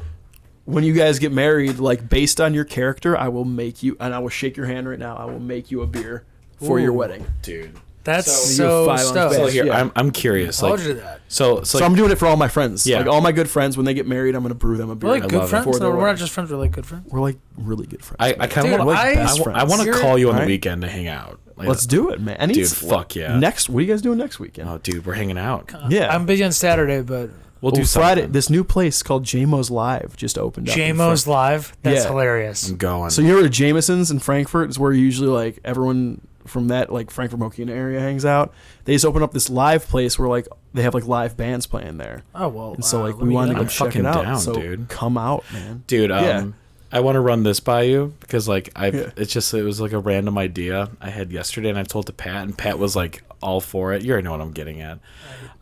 Speaker 3: when you guys get married, like based on your character, I will make you, and I will shake your hand right now. I will make you a beer for your
Speaker 1: Ooh.
Speaker 3: wedding.
Speaker 2: Dude.
Speaker 1: That's
Speaker 3: you're
Speaker 1: so,
Speaker 3: five on
Speaker 1: stoked.
Speaker 2: So
Speaker 3: stage.
Speaker 2: here,
Speaker 3: Yeah.
Speaker 2: I'm, I'm curious.
Speaker 1: Told
Speaker 2: Like,
Speaker 1: you that.
Speaker 2: so, so,
Speaker 3: So I'm doing it for all my friends.
Speaker 2: Yeah.
Speaker 3: Like all my good friends, when they get married, I'm gonna brew them a beer.
Speaker 1: We're like
Speaker 2: I
Speaker 1: good
Speaker 2: love it.
Speaker 1: friends.
Speaker 3: For
Speaker 1: Though.
Speaker 3: their
Speaker 1: We're not
Speaker 3: wedding.
Speaker 1: just friends. We're like good friends.
Speaker 3: We're like really good friends.
Speaker 2: I, I kind
Speaker 1: Dude,
Speaker 2: of want
Speaker 1: I-
Speaker 2: to. I, want to
Speaker 1: You're-
Speaker 2: call you on the
Speaker 3: Alright.
Speaker 2: weekend to hang out. Like,
Speaker 3: Let's do it, man. I need
Speaker 2: Dude,
Speaker 3: s-
Speaker 2: fuck yeah.
Speaker 3: Next, what are you guys doing next weekend?
Speaker 2: Oh, dude, we're hanging out.
Speaker 3: yeah,
Speaker 1: I'm busy on Saturday, but
Speaker 3: Well,
Speaker 2: We'll do
Speaker 3: Oh, Friday.
Speaker 2: something.
Speaker 3: This new place called JMO's Live just opened up. in
Speaker 1: JMO's live. That's
Speaker 3: Yeah.
Speaker 1: hilarious.
Speaker 2: I'm going.
Speaker 3: So you know where Jameson's in Frankfurt is where usually like everyone from that like Frankfurt Mokina area hangs out. They just open up this live place where like they have like live bands playing there.
Speaker 1: Oh well.
Speaker 3: And so
Speaker 1: uh,
Speaker 3: like
Speaker 1: let
Speaker 3: we
Speaker 1: me
Speaker 3: wanted to
Speaker 1: know.
Speaker 3: go
Speaker 2: I'm
Speaker 3: check
Speaker 2: fucking
Speaker 3: it out.
Speaker 2: down,
Speaker 3: so
Speaker 2: dude.
Speaker 3: come out, man.
Speaker 2: dude, um,
Speaker 3: Yeah.
Speaker 2: I want to run this by you because, like, I
Speaker 3: Yeah.
Speaker 2: it's just it was like a random idea I had yesterday, and I told to Pat, and Pat was like all for it. You already know what I'm getting at.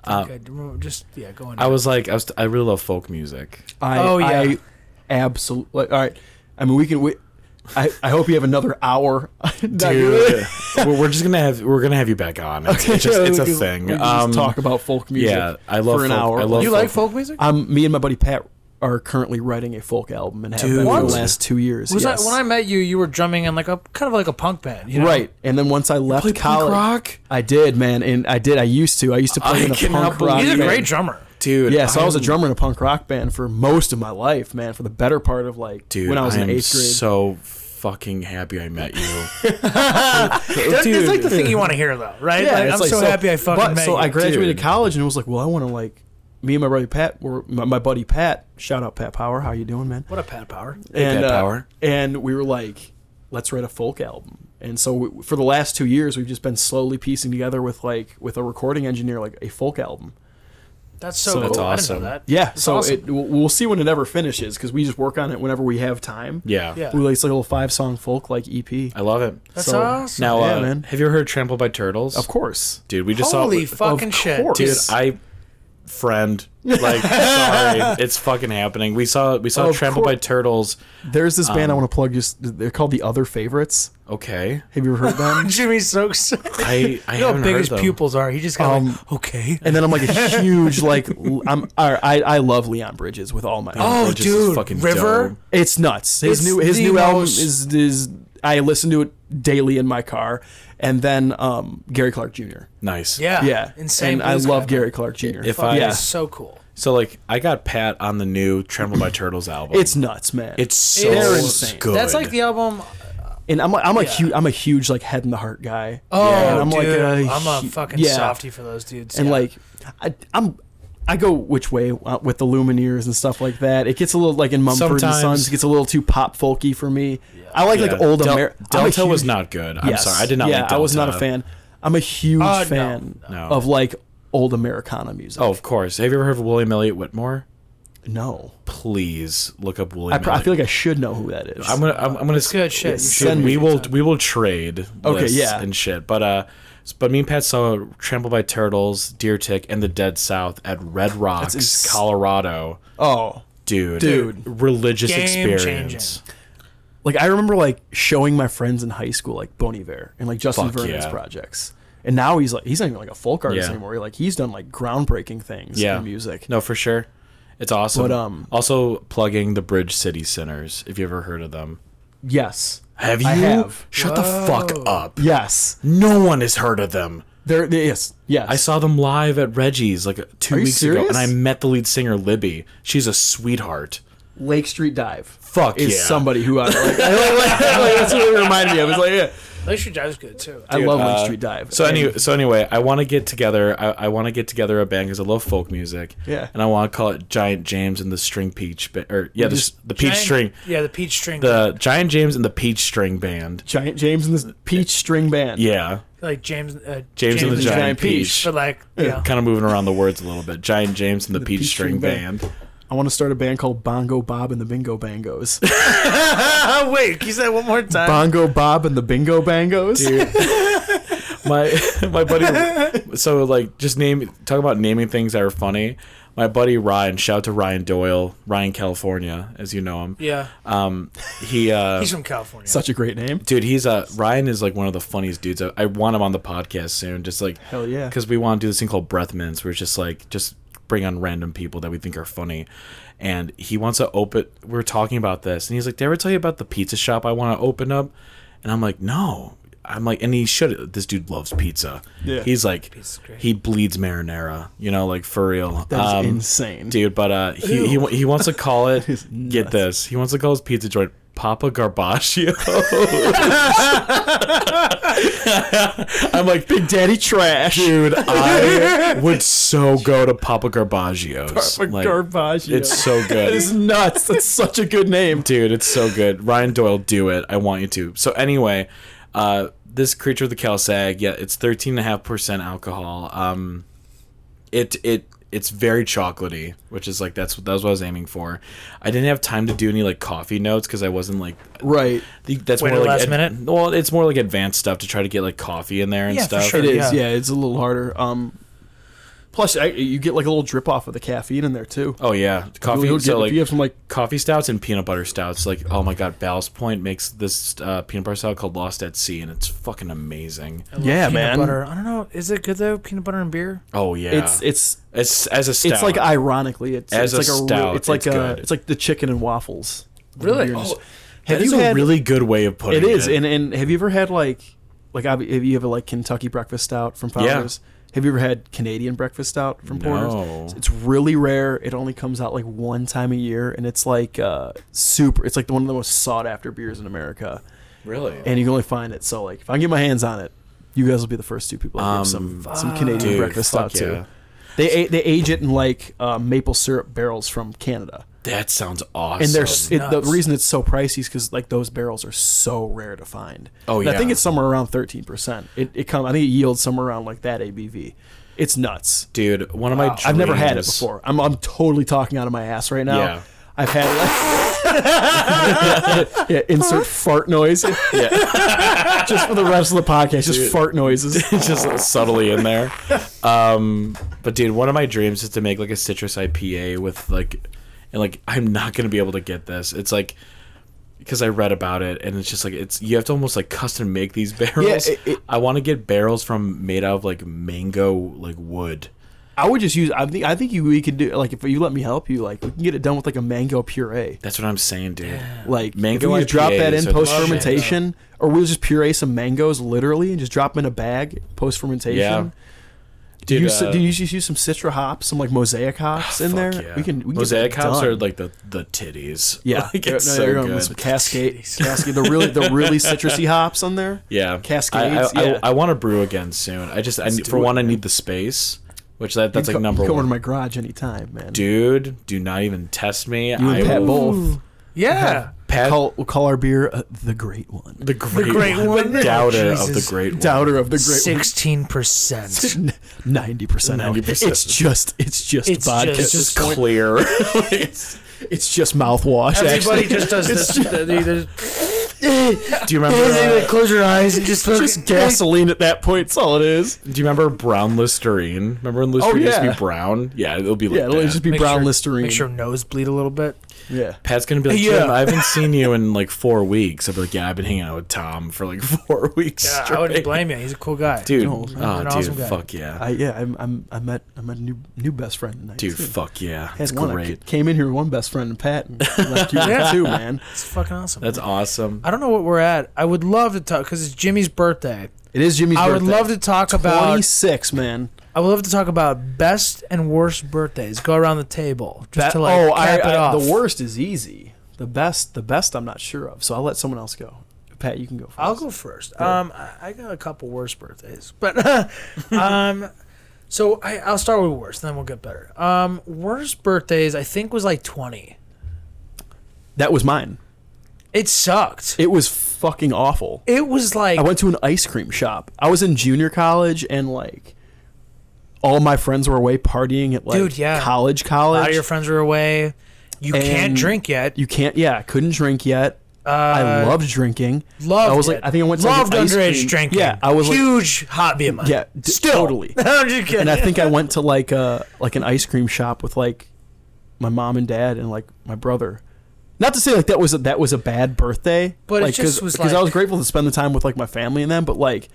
Speaker 1: I think I remember- just yeah, go in.
Speaker 2: I was like, I was, I really love folk music.
Speaker 3: I,
Speaker 1: Oh, yeah.
Speaker 3: I absolutely. all right. I mean, we can. We, I I hope you have another hour. [laughs]
Speaker 2: Dude, we're we're just gonna have we're gonna have you back on. It's, it's just
Speaker 3: [laughs]
Speaker 2: it's a
Speaker 3: We can-
Speaker 2: thing.
Speaker 3: We can just
Speaker 2: Um,
Speaker 3: talk about folk music.
Speaker 2: yeah, I love
Speaker 3: for an
Speaker 2: folk-
Speaker 3: hour.
Speaker 2: I love
Speaker 1: you
Speaker 2: folk-
Speaker 1: like folk music?
Speaker 3: I'm Um, me and my buddy Pat are currently writing a folk album and have been for the
Speaker 1: What?
Speaker 3: last two years.
Speaker 1: was
Speaker 3: yes.
Speaker 1: that when I met you? You were drumming in like a kind of like a punk band, you know?
Speaker 3: Right, and then once I left
Speaker 2: play punk
Speaker 3: college,
Speaker 2: rock?
Speaker 3: I did, man, and I did. I used to. I used to play
Speaker 2: I
Speaker 3: in a
Speaker 2: cannot
Speaker 3: punk
Speaker 2: believe
Speaker 3: rock.
Speaker 1: He's a
Speaker 3: band. [laughs]
Speaker 1: great drummer.
Speaker 2: dude.
Speaker 3: Yeah, so i was a
Speaker 2: I'm-
Speaker 3: drummer in a punk rock band for most of my life, man. For the better part of like
Speaker 2: Dude,
Speaker 3: when I was
Speaker 2: I
Speaker 3: in
Speaker 2: am
Speaker 3: eighth grade.
Speaker 2: so fucking happy I
Speaker 3: [laughs]
Speaker 2: met you.
Speaker 1: That, that's like the
Speaker 2: Dude.
Speaker 1: thing you want to hear, though, right?
Speaker 3: yeah,
Speaker 1: Like,
Speaker 3: it's
Speaker 1: I'm
Speaker 3: like,
Speaker 1: so, happy I fucking
Speaker 3: but-
Speaker 1: met
Speaker 3: So
Speaker 1: you.
Speaker 3: I graduated
Speaker 2: Dude.
Speaker 3: college and was like, well, I want to like. Me and my brother Pat were my, my buddy Pat. Shout out Pat Power. How you doing, man?
Speaker 1: what a Pat Power.
Speaker 3: and
Speaker 2: Pat
Speaker 3: uh,
Speaker 2: Power.
Speaker 3: and we were like, let's write a folk album. And so we, for the last two years, we've just been slowly piecing together with like with a recording engineer like a folk album.
Speaker 1: That's so,
Speaker 2: So
Speaker 1: cool.
Speaker 2: that's
Speaker 1: I
Speaker 2: awesome.
Speaker 1: didn't know that.
Speaker 3: Yeah, so
Speaker 1: awesome.
Speaker 3: it, we'll- we'll see when it ever finishes because we just work on it whenever we have time.
Speaker 2: Yeah.
Speaker 1: Yeah.
Speaker 3: we release like a little five song folk like E EP.
Speaker 2: I love it.
Speaker 1: That's
Speaker 3: So,
Speaker 1: awesome.
Speaker 2: Now,
Speaker 3: Yeah,
Speaker 2: uh,
Speaker 3: man.
Speaker 2: have you ever heard "Trampled by Turtles"?
Speaker 3: Of course,
Speaker 2: dude. We just
Speaker 1: Holy
Speaker 2: saw. it.
Speaker 1: fucking
Speaker 3: of [laughs]
Speaker 1: shit.
Speaker 3: course.
Speaker 2: dude, I friend.
Speaker 1: [laughs]
Speaker 2: Like, sorry, it's fucking happening. We saw. We saw
Speaker 3: Of
Speaker 2: "Trampled by
Speaker 3: course.
Speaker 2: Turtles."
Speaker 3: there's this band I want to plug. Just they're called the Other Favorites.
Speaker 2: Okay,
Speaker 3: Have you ever heard
Speaker 1: [laughs]
Speaker 3: them?
Speaker 1: Jimmy Stokes.
Speaker 2: I I
Speaker 1: You know how
Speaker 2: haven't
Speaker 1: big
Speaker 2: heard
Speaker 1: his
Speaker 2: them.
Speaker 1: pupils are. He just got
Speaker 3: Um,
Speaker 1: like, okay.
Speaker 3: and then I'm like a huge like l- I'm I I, I love Leon Bridges with all my
Speaker 1: Oh,
Speaker 2: Bridges is
Speaker 1: dude,
Speaker 2: fucking
Speaker 1: River.
Speaker 2: dope.
Speaker 3: It's nuts. His
Speaker 1: It's
Speaker 3: new his
Speaker 1: the
Speaker 3: new album
Speaker 1: most-
Speaker 3: is is I listen to it daily in my car, and then um Gary Clark Jr.
Speaker 2: Nice.
Speaker 1: Yeah,
Speaker 3: Yeah,
Speaker 1: Ah, insane.
Speaker 3: And I
Speaker 1: blues
Speaker 3: love
Speaker 1: guy.
Speaker 3: Gary Clark Jr.
Speaker 2: If I-
Speaker 3: yeah,
Speaker 1: It's so cool.
Speaker 2: So like, I got Pat on the new "Tremble by Turtles" album.
Speaker 3: it's nuts, man.
Speaker 2: it's so
Speaker 1: They're
Speaker 3: insane.
Speaker 2: good.
Speaker 1: That's like the album.
Speaker 3: and I'm a, I'm a
Speaker 1: Yeah.
Speaker 3: huge I'm a huge like head in the heart guy.
Speaker 1: Oh,
Speaker 3: and I'm like
Speaker 1: dude,
Speaker 3: a
Speaker 1: I'm a
Speaker 3: hu-
Speaker 1: fucking
Speaker 3: yeah.
Speaker 1: softy for those dudes.
Speaker 3: and
Speaker 1: yeah.
Speaker 3: like I, I'm I go which way uh, with the Lumineers and stuff like that. It gets a little like in Mumford and
Speaker 2: Sometimes.
Speaker 3: Sons. It gets a little too pop folky for me. I like like
Speaker 2: Yeah.
Speaker 3: old
Speaker 2: Del-
Speaker 3: America.
Speaker 2: Delta was not good. I'm sorry, I did not
Speaker 3: Yeah,
Speaker 2: like Delta.
Speaker 3: I was not a fan. I'm a huge
Speaker 1: Uh, no,
Speaker 3: fan
Speaker 2: no.
Speaker 3: of like old Americana music.
Speaker 2: Oh, of course. Have you ever heard of William Elliott Whitmore?
Speaker 3: no,
Speaker 2: Please look up
Speaker 3: I,
Speaker 2: William.
Speaker 3: pro- I
Speaker 2: Elliott.
Speaker 3: feel like I should know who that is.
Speaker 2: I'm gonna I'm, I'm gonna
Speaker 1: It's good shit. You
Speaker 3: send
Speaker 2: Dude,
Speaker 3: me
Speaker 2: we
Speaker 1: your
Speaker 2: will
Speaker 1: time.
Speaker 2: we will trade.
Speaker 3: Okay,
Speaker 2: lists
Speaker 3: yeah.
Speaker 2: and shit. But uh, s- but me and Pat saw Trampled by Turtles, Deer Tick, and the Dead South at Red Rocks,
Speaker 3: ins-
Speaker 2: Colorado.
Speaker 3: oh,
Speaker 2: Dude,
Speaker 3: Dude.
Speaker 2: religious
Speaker 1: Game
Speaker 2: experience.
Speaker 3: like I remember like showing my friends in high school like Bon Iver and like Justin
Speaker 2: Fuck
Speaker 3: Vernon's
Speaker 2: yeah.
Speaker 3: projects. And now he's like he's not even like a folk artist
Speaker 2: Yeah.
Speaker 3: anymore. Like he's done like groundbreaking things
Speaker 2: Yeah,
Speaker 3: in music.
Speaker 2: No, for sure. It's awesome.
Speaker 3: But, um,
Speaker 2: also plugging the Bridge City Sinners. If you ever heard of them,
Speaker 3: Yes.
Speaker 2: have you?
Speaker 3: I have.
Speaker 2: Shut the fuck
Speaker 1: Whoa.
Speaker 2: up.
Speaker 3: Yes.
Speaker 2: No one has heard of them.
Speaker 3: There there- yes. Yes.
Speaker 2: I saw them live at Reggie's like two
Speaker 3: Are you
Speaker 2: weeks ago,
Speaker 3: serious?
Speaker 2: and I met the lead singer Libby. She's a sweetheart.
Speaker 3: Lake Street Dive.
Speaker 2: Fuck
Speaker 3: Is
Speaker 2: yeah.
Speaker 3: somebody
Speaker 2: [laughs]
Speaker 3: who I like, I like, like, that's what it reminded me of. It's like yeah.
Speaker 1: Glacier Dive's good too.
Speaker 3: I love
Speaker 2: uh,
Speaker 3: Lake Street Dive.
Speaker 2: So
Speaker 3: And-
Speaker 2: anyway, so anyway, I want to get together. I, I want to get together a band because I love folk music.
Speaker 3: Yeah.
Speaker 2: and I want to call it Giant James and the String Peach, ba- or yeah, the, s- the Peach
Speaker 1: Giant-
Speaker 2: String,
Speaker 1: Yeah, the peach string.
Speaker 2: the Giant James and the Peach String Band.
Speaker 3: Giant James and the Peach String Band.
Speaker 2: Yeah,
Speaker 1: like James. Uh,
Speaker 2: James, and the Giant,
Speaker 3: Giant
Speaker 2: Peach.
Speaker 3: Peach.
Speaker 1: But like, yeah. [laughs]
Speaker 2: Kind of moving around the words a little bit. Giant James and the, Peach, String, Band.
Speaker 3: I want to start a band called Bongo Bob and the Bingo
Speaker 2: [laughs]
Speaker 3: Bangos.
Speaker 1: Oh, Wait, can you say that one more time?
Speaker 3: Bongo Bob and the Bingo Bangos.
Speaker 2: my [laughs] my
Speaker 1: [laughs]
Speaker 2: buddy so like just name talk about naming things that are funny my buddy ryan shout out to ryan doyle ryan california as you know him
Speaker 1: yeah,
Speaker 2: um he uh
Speaker 1: [laughs] he's from
Speaker 3: [laughs]
Speaker 1: California.
Speaker 3: Such a great name.
Speaker 2: dude he's uh ryan is like one of the funniest dudes i, I want him on the podcast soon just like
Speaker 3: Hell yeah.
Speaker 2: because we want to do this thing called breath mints where it's just like just bring on random people that we think are funny and he wants to open we are talking about this and he's like did i ever tell you about the pizza shop i want to open up and i'm like no i'm like and he should this dude loves pizza
Speaker 3: Yeah.
Speaker 2: he's like
Speaker 1: Pizza's great.
Speaker 2: he bleeds marinara you know like for real
Speaker 3: That is
Speaker 2: Um,
Speaker 3: insane.
Speaker 2: dude but uh he, he, he wants
Speaker 3: [laughs]
Speaker 2: to call it get
Speaker 3: nuts.
Speaker 2: this he wants to call his pizza joint papa garbaccio i'm like
Speaker 3: Big Daddy Trash.
Speaker 2: dude
Speaker 3: [laughs]
Speaker 2: i would so go to papa garbaggio's
Speaker 3: Papa
Speaker 2: Like,
Speaker 3: Garbaggio.
Speaker 2: it's
Speaker 3: [laughs]
Speaker 2: so
Speaker 3: That
Speaker 2: good
Speaker 3: is nuts. That's such a good name.
Speaker 2: dude it's so good ryan doyle do it i want you to so anyway uh this creature of the calsag yeah it's 13.5% alcohol um it it it's very chocolatey which is like that's that was what i was aiming for i didn't have time to do any like coffee notes because i wasn't like
Speaker 3: Right.
Speaker 2: the- that's
Speaker 1: Wait
Speaker 2: more
Speaker 1: till
Speaker 2: like
Speaker 1: last minute?
Speaker 2: well it's more like advanced stuff to try to get like coffee in there and
Speaker 1: Yeah, for
Speaker 2: stuff
Speaker 1: sure.
Speaker 3: It is.
Speaker 1: Yeah.
Speaker 3: Yeah. It's a little harder. Um. Plus, I, you get like a little drip off of the caffeine in there too.
Speaker 2: oh yeah coffee
Speaker 3: You'll get-
Speaker 2: so like
Speaker 3: if you have some like
Speaker 2: coffee stouts and peanut butter stouts. Like, oh my god, Ballast Point makes this uh, peanut butter stout called Lost at Sea, and it's fucking amazing.
Speaker 1: I love
Speaker 3: Yeah,
Speaker 1: peanut
Speaker 3: man.
Speaker 1: Butter. I don't know. Is it good though? Peanut butter and beer.
Speaker 2: Oh yeah,
Speaker 3: it's it's
Speaker 2: it's as a stout.
Speaker 3: it's like ironically it's
Speaker 2: As
Speaker 3: it's
Speaker 2: a
Speaker 3: like real-
Speaker 2: stout,
Speaker 3: it's like
Speaker 2: it's
Speaker 3: a
Speaker 2: good.
Speaker 3: it's like the chicken and waffles.
Speaker 1: Really?
Speaker 3: You're just-
Speaker 2: That
Speaker 3: Oh, Have
Speaker 2: is
Speaker 3: you
Speaker 2: a
Speaker 3: had-
Speaker 2: really good way of
Speaker 3: It
Speaker 2: putting it.
Speaker 3: is, and and have you ever had like like ob- have you ever like Kentucky breakfast stout from
Speaker 2: Yeah.
Speaker 3: Founders? Have you ever had Canadian breakfast stout from
Speaker 2: No.
Speaker 3: Porter's? It's really rare. It only comes out like one time a year, and it's like uh, super. It's like one of the most sought after beers in America,
Speaker 2: really.
Speaker 3: and you can only find it. So like, if I can get my hands on it, you guys will be the first two people. I
Speaker 2: Um,
Speaker 3: give some some Canadian
Speaker 2: dude,
Speaker 3: breakfast
Speaker 2: fuck
Speaker 3: stout too.
Speaker 2: yeah.
Speaker 3: They a- they age it in like uh, maple syrup barrels from Canada
Speaker 2: that sounds awesome.
Speaker 3: and there's it, the
Speaker 1: nuts.
Speaker 3: reason it's so pricey is because like those barrels are so rare to find.
Speaker 2: Oh,
Speaker 3: And I think
Speaker 2: yeah.
Speaker 3: it's somewhere around thirteen percent. It it come I think it yields somewhere around like that ABV. It's nuts.
Speaker 2: dude. One of my
Speaker 3: I've never had it
Speaker 2: dreams-
Speaker 3: before. I'm I'm totally talking out of my ass right now.
Speaker 2: Yeah.
Speaker 3: I've had like [laughs] yeah, insert fart noise.
Speaker 2: Yeah,
Speaker 3: Just for the rest of the podcast, just fart
Speaker 2: [laughs]
Speaker 3: noises.
Speaker 2: it's just subtly
Speaker 3: [laughs]
Speaker 2: in there. Um, but dude, one of my dreams is to make like a citrus IPA with like, and like I'm not gonna be able to get this. It's like. Because I read about it, and it's just like it's you have to almost like custom make these [laughs] barrels.
Speaker 3: it- it-
Speaker 2: I want to get barrels from made out of like mango like wood.
Speaker 3: I would just use. I think. I think you. We could do like if you let me help you. Like we can get it done with like a mango puree.
Speaker 2: That's what I'm saying, dude.
Speaker 3: Like
Speaker 2: Mango
Speaker 3: if we just drop that in
Speaker 2: IPAs are the
Speaker 3: post fermentation, or we'll just puree some mangoes literally and just drop them in a bag post fermentation.
Speaker 2: Yeah.
Speaker 3: Do
Speaker 2: Dude,
Speaker 3: you, s
Speaker 2: uh,
Speaker 3: do you just use some citra hops, some like mosaic
Speaker 2: [sighs]
Speaker 3: hops in there?
Speaker 2: Fuck yeah.
Speaker 3: We can. We can get
Speaker 2: Mosaic
Speaker 3: that
Speaker 2: hops
Speaker 3: done.
Speaker 2: are like the the titties. [laughs]
Speaker 3: Yeah,
Speaker 2: like,
Speaker 3: They're-
Speaker 2: it's
Speaker 3: no,
Speaker 2: so
Speaker 3: they're
Speaker 2: good.
Speaker 3: going with some
Speaker 2: [laughs]
Speaker 3: cascade, cascade, the really, the really citrusy hops on there.
Speaker 2: yeah,
Speaker 3: Cascades,
Speaker 2: I, I,
Speaker 3: yeah.
Speaker 2: I, want to brew again soon. I just I, need-
Speaker 3: do
Speaker 2: for
Speaker 3: it,
Speaker 2: one I need the space, which that, that's
Speaker 3: You
Speaker 2: like
Speaker 3: can co-
Speaker 2: number
Speaker 3: you can Come
Speaker 2: one.
Speaker 3: to my garage anytime, man.
Speaker 2: Dude, do not even test me.
Speaker 3: you
Speaker 2: I
Speaker 3: and Pat
Speaker 2: will-
Speaker 3: both.
Speaker 1: Yeah.
Speaker 2: Pat-
Speaker 3: Call, we'll call our beer uh, the Great One.
Speaker 2: the great,
Speaker 1: great
Speaker 2: one,
Speaker 1: one.
Speaker 2: doubter of the
Speaker 1: Jesus.
Speaker 2: great one.
Speaker 3: Doubter of the Great One.
Speaker 1: Sixteen percent.
Speaker 3: [laughs] Ninety percent.
Speaker 2: 90%.
Speaker 3: It's just. It's just
Speaker 1: It's
Speaker 3: vodka. It's
Speaker 1: just-
Speaker 2: It's
Speaker 3: just. [laughs]
Speaker 2: just clear.
Speaker 3: It's just mouthwash. actually.
Speaker 1: Everybody just does this. They- they- they-
Speaker 2: do you remember?
Speaker 1: they-
Speaker 2: uh,
Speaker 1: they close your eyes and [laughs] just
Speaker 3: just gasoline at that point. That's all it is.
Speaker 2: do you remember brown Listerine? Remember when Listerine used to
Speaker 3: yeah.
Speaker 2: be brown? Yeah, it'll be like
Speaker 3: Yeah, it'll
Speaker 2: that.
Speaker 3: just be
Speaker 1: Make
Speaker 3: brown
Speaker 1: sure-
Speaker 3: Listerine.
Speaker 1: Make sure nose bleed a little bit.
Speaker 3: Yeah.
Speaker 2: Pat's gonna be like,
Speaker 1: Yeah.
Speaker 2: Jim, I haven't seen you in like four weeks. I'll be like, yeah, I've been hanging out with Tom for like [laughs] four weeks.
Speaker 1: Yeah, I
Speaker 2: straight.
Speaker 1: wouldn't blame you. He's a cool guy.
Speaker 2: Dude,
Speaker 3: No, he's
Speaker 2: oh,
Speaker 1: an awesome
Speaker 2: dude,
Speaker 1: guy.
Speaker 2: fuck yeah,
Speaker 3: I yeah. I'm. I'm. I met. I met a new new best friend tonight.
Speaker 2: dude,
Speaker 3: too.
Speaker 2: fuck yeah,
Speaker 3: Had
Speaker 2: that's
Speaker 3: one. I
Speaker 2: great.
Speaker 3: came in here with one best friend and Pat [laughs] and left you with two, man.
Speaker 1: It's fucking awesome.
Speaker 2: That's awesome.
Speaker 1: I don't know what we're at. I would love to talk because it's Jimmy's birthday.
Speaker 3: It is Jimmy's
Speaker 1: I would
Speaker 3: birthday.
Speaker 1: love to talk about.
Speaker 3: 26, man.
Speaker 1: I would love to talk about best and worst birthdays. Go around the table just
Speaker 3: That-
Speaker 1: to like
Speaker 3: oh, I,
Speaker 1: cap it
Speaker 3: I-
Speaker 1: off.
Speaker 3: the worst is easy. The best, the best I'm not sure of. So I'll let someone else go. Pat, you can go 1st
Speaker 1: I'll go first. Um, I, I got a couple worst birthdays, but [laughs] um, so I, I'll start with worst, then we'll get better. Um, worst birthdays I think was like twenty.
Speaker 3: That was mine.
Speaker 1: It sucked.
Speaker 3: It was fucking awful.
Speaker 1: It was like
Speaker 3: I went to an ice cream shop. I was in junior college and like all my friends were away partying at like
Speaker 1: Dude, yeah.
Speaker 3: college
Speaker 1: a lot
Speaker 3: college.
Speaker 1: of your friends were away. You can't
Speaker 3: And
Speaker 1: drink yet.
Speaker 3: you can't yeah, I couldn't drink yet.
Speaker 1: Uh,
Speaker 3: I loved drinking.
Speaker 1: Loved
Speaker 3: I was
Speaker 1: it.
Speaker 3: like I think I went to
Speaker 1: loved
Speaker 3: like, an ice
Speaker 1: underage
Speaker 3: cream-
Speaker 1: drinking.
Speaker 3: Yeah, I was like
Speaker 1: huge hobby of mine.
Speaker 3: Yeah, d-
Speaker 1: still
Speaker 3: totally.
Speaker 1: [laughs] I'm just kidding.
Speaker 3: and I think I went
Speaker 1: [laughs]
Speaker 3: to like a like an ice cream shop with like my mom and dad and like my brother. Not to say like that was a, that was a bad birthday,
Speaker 1: But it
Speaker 3: like,
Speaker 1: just
Speaker 3: cause,
Speaker 1: was,
Speaker 3: 'cause I
Speaker 1: like-
Speaker 3: was grateful to spend the time with like my family and them, but like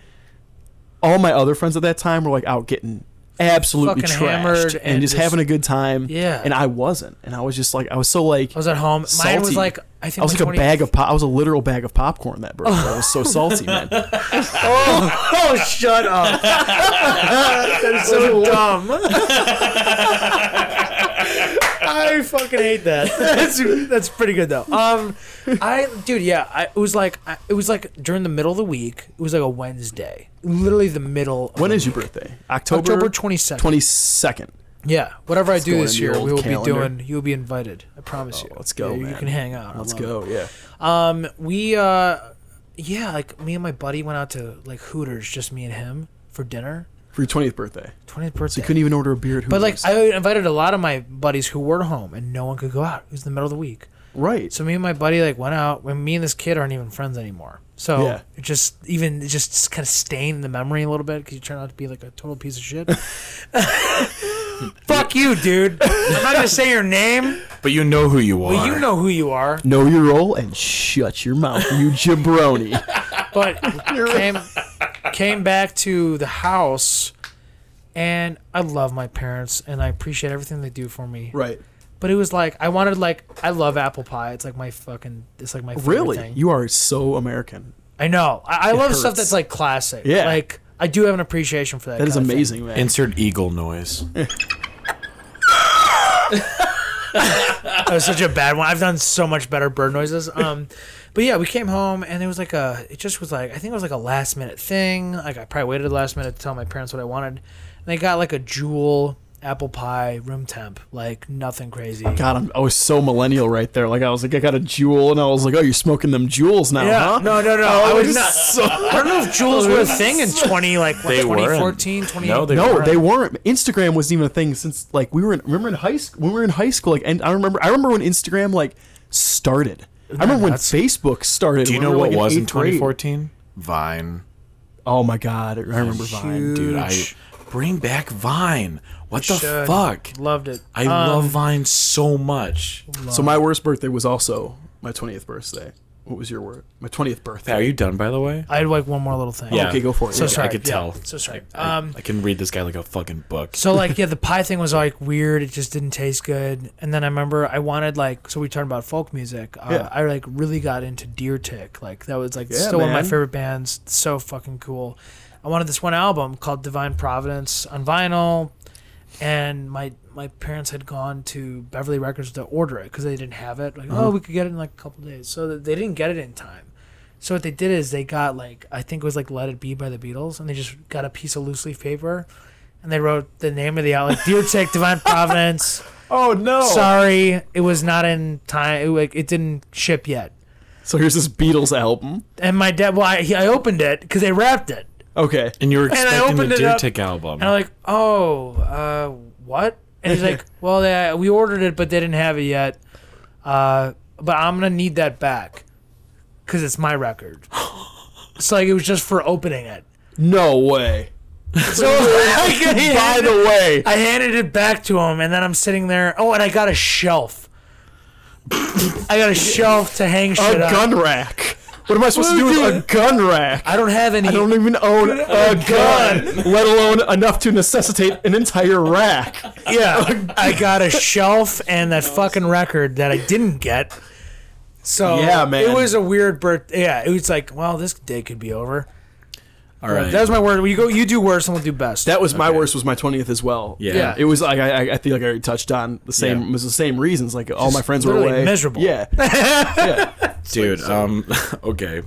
Speaker 3: all my other friends at that time were like out getting absolutely
Speaker 1: Fucking
Speaker 3: trashed
Speaker 1: hammered
Speaker 3: and,
Speaker 1: and
Speaker 3: just,
Speaker 1: just-
Speaker 3: having a good time.
Speaker 1: Yeah.
Speaker 3: and I wasn't, and I was just like I was so like
Speaker 1: I was at home. Mine was
Speaker 3: salty.
Speaker 1: like I think
Speaker 3: I was like
Speaker 1: my
Speaker 3: a
Speaker 1: 20
Speaker 3: bag of pop. I was a literal bag of popcorn that birthday. I was so salty,
Speaker 1: [laughs]
Speaker 3: man. [laughs]
Speaker 1: Oh, oh, shut up. [laughs] That's so dumb.
Speaker 3: [laughs]
Speaker 1: I fucking hate that. [laughs] That's that's pretty good though. Um, I dude, yeah, I, it was like I, it was like during the middle of the week. It was like a Wednesday, literally the middle. Of
Speaker 3: When
Speaker 1: the
Speaker 3: is your
Speaker 1: week.
Speaker 3: birthday? October
Speaker 1: October twenty second.
Speaker 3: twenty second.
Speaker 1: Yeah, whatever I do
Speaker 3: go
Speaker 1: this
Speaker 3: in the
Speaker 1: year,
Speaker 3: old
Speaker 1: we will be
Speaker 3: calendar. Oh,
Speaker 1: doing. You'll be invited. I promise you.
Speaker 3: let's go,
Speaker 1: You, you
Speaker 3: man.
Speaker 1: can hang out. I
Speaker 3: Let's go.
Speaker 1: love it.
Speaker 3: Yeah.
Speaker 1: Um, we uh, yeah, like me and my buddy went out to like Hooters, just me and him for dinner.
Speaker 3: For your twentieth birthday.
Speaker 1: 20th
Speaker 3: So
Speaker 1: birthday.
Speaker 3: you couldn't even order a beer at
Speaker 1: but like
Speaker 3: Hooters.
Speaker 1: I invited a lot of my buddies who were home and no one could go out. It was the middle of the week.
Speaker 3: right.
Speaker 1: So me and my buddy like went out when me and this kid aren't even friends anymore. So
Speaker 3: Yeah.
Speaker 1: it just even it just kind of stained the memory a little bit because you turn out to be like a total piece
Speaker 3: [laughs]
Speaker 1: of shit. [laughs] Fuck you, dude. I'm not gonna say your name,
Speaker 2: But you know who you are.
Speaker 1: but you know who you are.
Speaker 3: know your role and shut your mouth, [laughs] you jabroni. [laughs]
Speaker 1: but came came back to the house and I love my parents and I appreciate everything they do for me.
Speaker 3: right.
Speaker 1: But it was like I wanted like I love apple pie. It's like my fucking it's like my favorite
Speaker 3: Really?
Speaker 1: thing.
Speaker 3: You are so American.
Speaker 1: I know. I, I love stuff
Speaker 3: hurts.
Speaker 1: that's like classic.
Speaker 3: Yeah.
Speaker 1: Like I do have an appreciation for that.
Speaker 3: That is
Speaker 1: kind of thing.
Speaker 3: amazing, man.
Speaker 2: Insert eagle noise.
Speaker 1: That was such a bad one. I've done so much better bird noises. Um, [laughs] but yeah, we came home and it was like a. It just was like I think it was like a last minute thing. Like I probably waited last minute to tell my parents what I wanted, and they got like a jewel apple pie, room temp, like nothing crazy.
Speaker 3: God, I'm, I was so millennial right there. Like I was like, I got a jewel, and I was like, oh, you're smoking them jewels now,
Speaker 1: Yeah,
Speaker 3: huh?
Speaker 1: no, no, no.
Speaker 3: Oh,
Speaker 1: I was
Speaker 3: it's [laughs]
Speaker 1: not.
Speaker 3: so-
Speaker 1: I
Speaker 2: [laughs]
Speaker 1: don't know if jewels were a thing in twenty like what,
Speaker 2: They were in-
Speaker 1: 2014, 2018.
Speaker 2: No, they
Speaker 3: no,
Speaker 2: weren't.
Speaker 3: they weren't. Instagram wasn't even a thing since like we were in. Remember in high school when we were in high school. Like, and I remember, I remember when Instagram like started. I remember when
Speaker 1: that's-
Speaker 3: Facebook started.
Speaker 2: Do you
Speaker 3: when we
Speaker 2: know
Speaker 3: were,
Speaker 2: what
Speaker 3: like, in
Speaker 2: was in
Speaker 3: eighth grade.
Speaker 2: 2014? Vine.
Speaker 3: Oh my god, I remember Vine.
Speaker 2: Dude, I
Speaker 1: Huge.
Speaker 2: bring back Vine. What the
Speaker 1: Should.
Speaker 2: fuck?
Speaker 1: Loved it.
Speaker 2: I
Speaker 1: Um,
Speaker 2: love Vine so much.
Speaker 3: So my worst birthday was also my 20th birthday. What was your word? My 20th birthday.
Speaker 2: Hey, Are you done, by the way?
Speaker 1: I oh, had like one more little thing.
Speaker 2: Yeah.
Speaker 3: Okay, go for it.
Speaker 1: So
Speaker 3: Yeah.
Speaker 1: sorry.
Speaker 2: I could
Speaker 1: yeah,
Speaker 2: tell.
Speaker 1: So sorry.
Speaker 2: I-
Speaker 1: Um,
Speaker 2: I can read this guy like a fucking book.
Speaker 1: So like yeah, the pie thing was like weird. It just didn't taste good. And then I remember I wanted like so we talked about folk music. Uh,
Speaker 3: Yeah.
Speaker 1: I like really got into Deer Tick. Like that was like
Speaker 3: Yeah,
Speaker 1: still one of my
Speaker 3: man.
Speaker 1: favorite bands. So fucking cool. I wanted this one album called Divine Providence on vinyl, and my my parents had gone to Beverly Records to order it because they didn't have it. Like
Speaker 3: Mm-hmm.
Speaker 1: oh we could get it in like a couple days. So th- they didn't get it in time. So what they did is they got like I think it was like Let It Be by the Beatles, and they just got a piece of loose leaf paper, and they wrote the name of the album, like Dear Tech,
Speaker 3: [laughs]
Speaker 1: Divine Providence.
Speaker 3: Oh no!
Speaker 1: Sorry, it was not in time. It, like it didn't ship yet.
Speaker 3: So here's this Beatles album.
Speaker 1: And my dad, well, I, he, I opened it because they wrapped it,
Speaker 3: Okay.
Speaker 2: and you were
Speaker 1: I
Speaker 2: expecting
Speaker 1: opened
Speaker 2: the
Speaker 1: it
Speaker 2: Deer
Speaker 1: up,
Speaker 2: Tick album.
Speaker 1: and I'm like, oh, uh, what? And
Speaker 3: [laughs]
Speaker 1: he's like, well, they, we ordered it, but they didn't have it yet. Uh, but I'm gonna need that back because it's
Speaker 3: [gasps]
Speaker 1: my record. So like it was just for
Speaker 3: [laughs]
Speaker 1: opening it.
Speaker 3: No way.
Speaker 1: So [laughs] like, I
Speaker 3: By
Speaker 1: handed,
Speaker 3: the way,
Speaker 1: I handed it back to him, and then I'm sitting there. Oh, and I got
Speaker 3: [coughs]
Speaker 1: a shelf. I got a shelf to hang
Speaker 3: a
Speaker 1: shit on.
Speaker 3: gun rack. What am I supposed to do
Speaker 1: Well,
Speaker 3: with a
Speaker 1: dude.
Speaker 3: gun rack?
Speaker 1: I don't have any.
Speaker 3: I don't even own a gun, [laughs] let alone enough to necessitate an entire rack.
Speaker 1: yeah, I got a shelf and that fucking record that I didn't get. So
Speaker 3: Yeah, man.
Speaker 1: it was a weird birth. Yeah, it was like, well, this day could be over.
Speaker 2: All right.
Speaker 1: That was my word. You go, you do worse, and we'll do best.
Speaker 3: That was my worst. Was my twentieth as well.
Speaker 2: Yeah.
Speaker 3: it was like I, I- I feel like I already touched on the same.
Speaker 2: Yeah.
Speaker 3: It was the same reasons. Like all my friends were
Speaker 1: literally
Speaker 3: away.
Speaker 1: miserable.
Speaker 3: Yeah, yeah.
Speaker 2: dude um [laughs] okay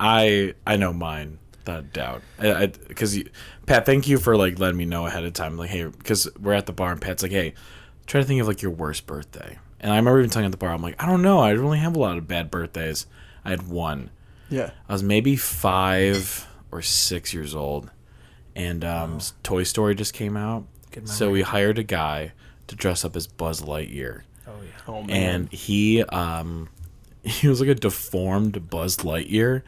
Speaker 2: i i know mine that doubt i because pat thank you for like letting me know ahead of time like hey because we're at the bar and pat's like hey try to think of like your worst birthday and i remember even telling you at the bar i'm like i don't know i don't really have a lot of bad birthdays i had one
Speaker 3: Yeah.
Speaker 2: i was maybe five or six years old and um s- toy story just came out so we hired a guy to dress up as buzz lightyear
Speaker 1: oh yeah.
Speaker 3: Oh
Speaker 2: and he um [laughs] he was like a deformed Buzz Lightyear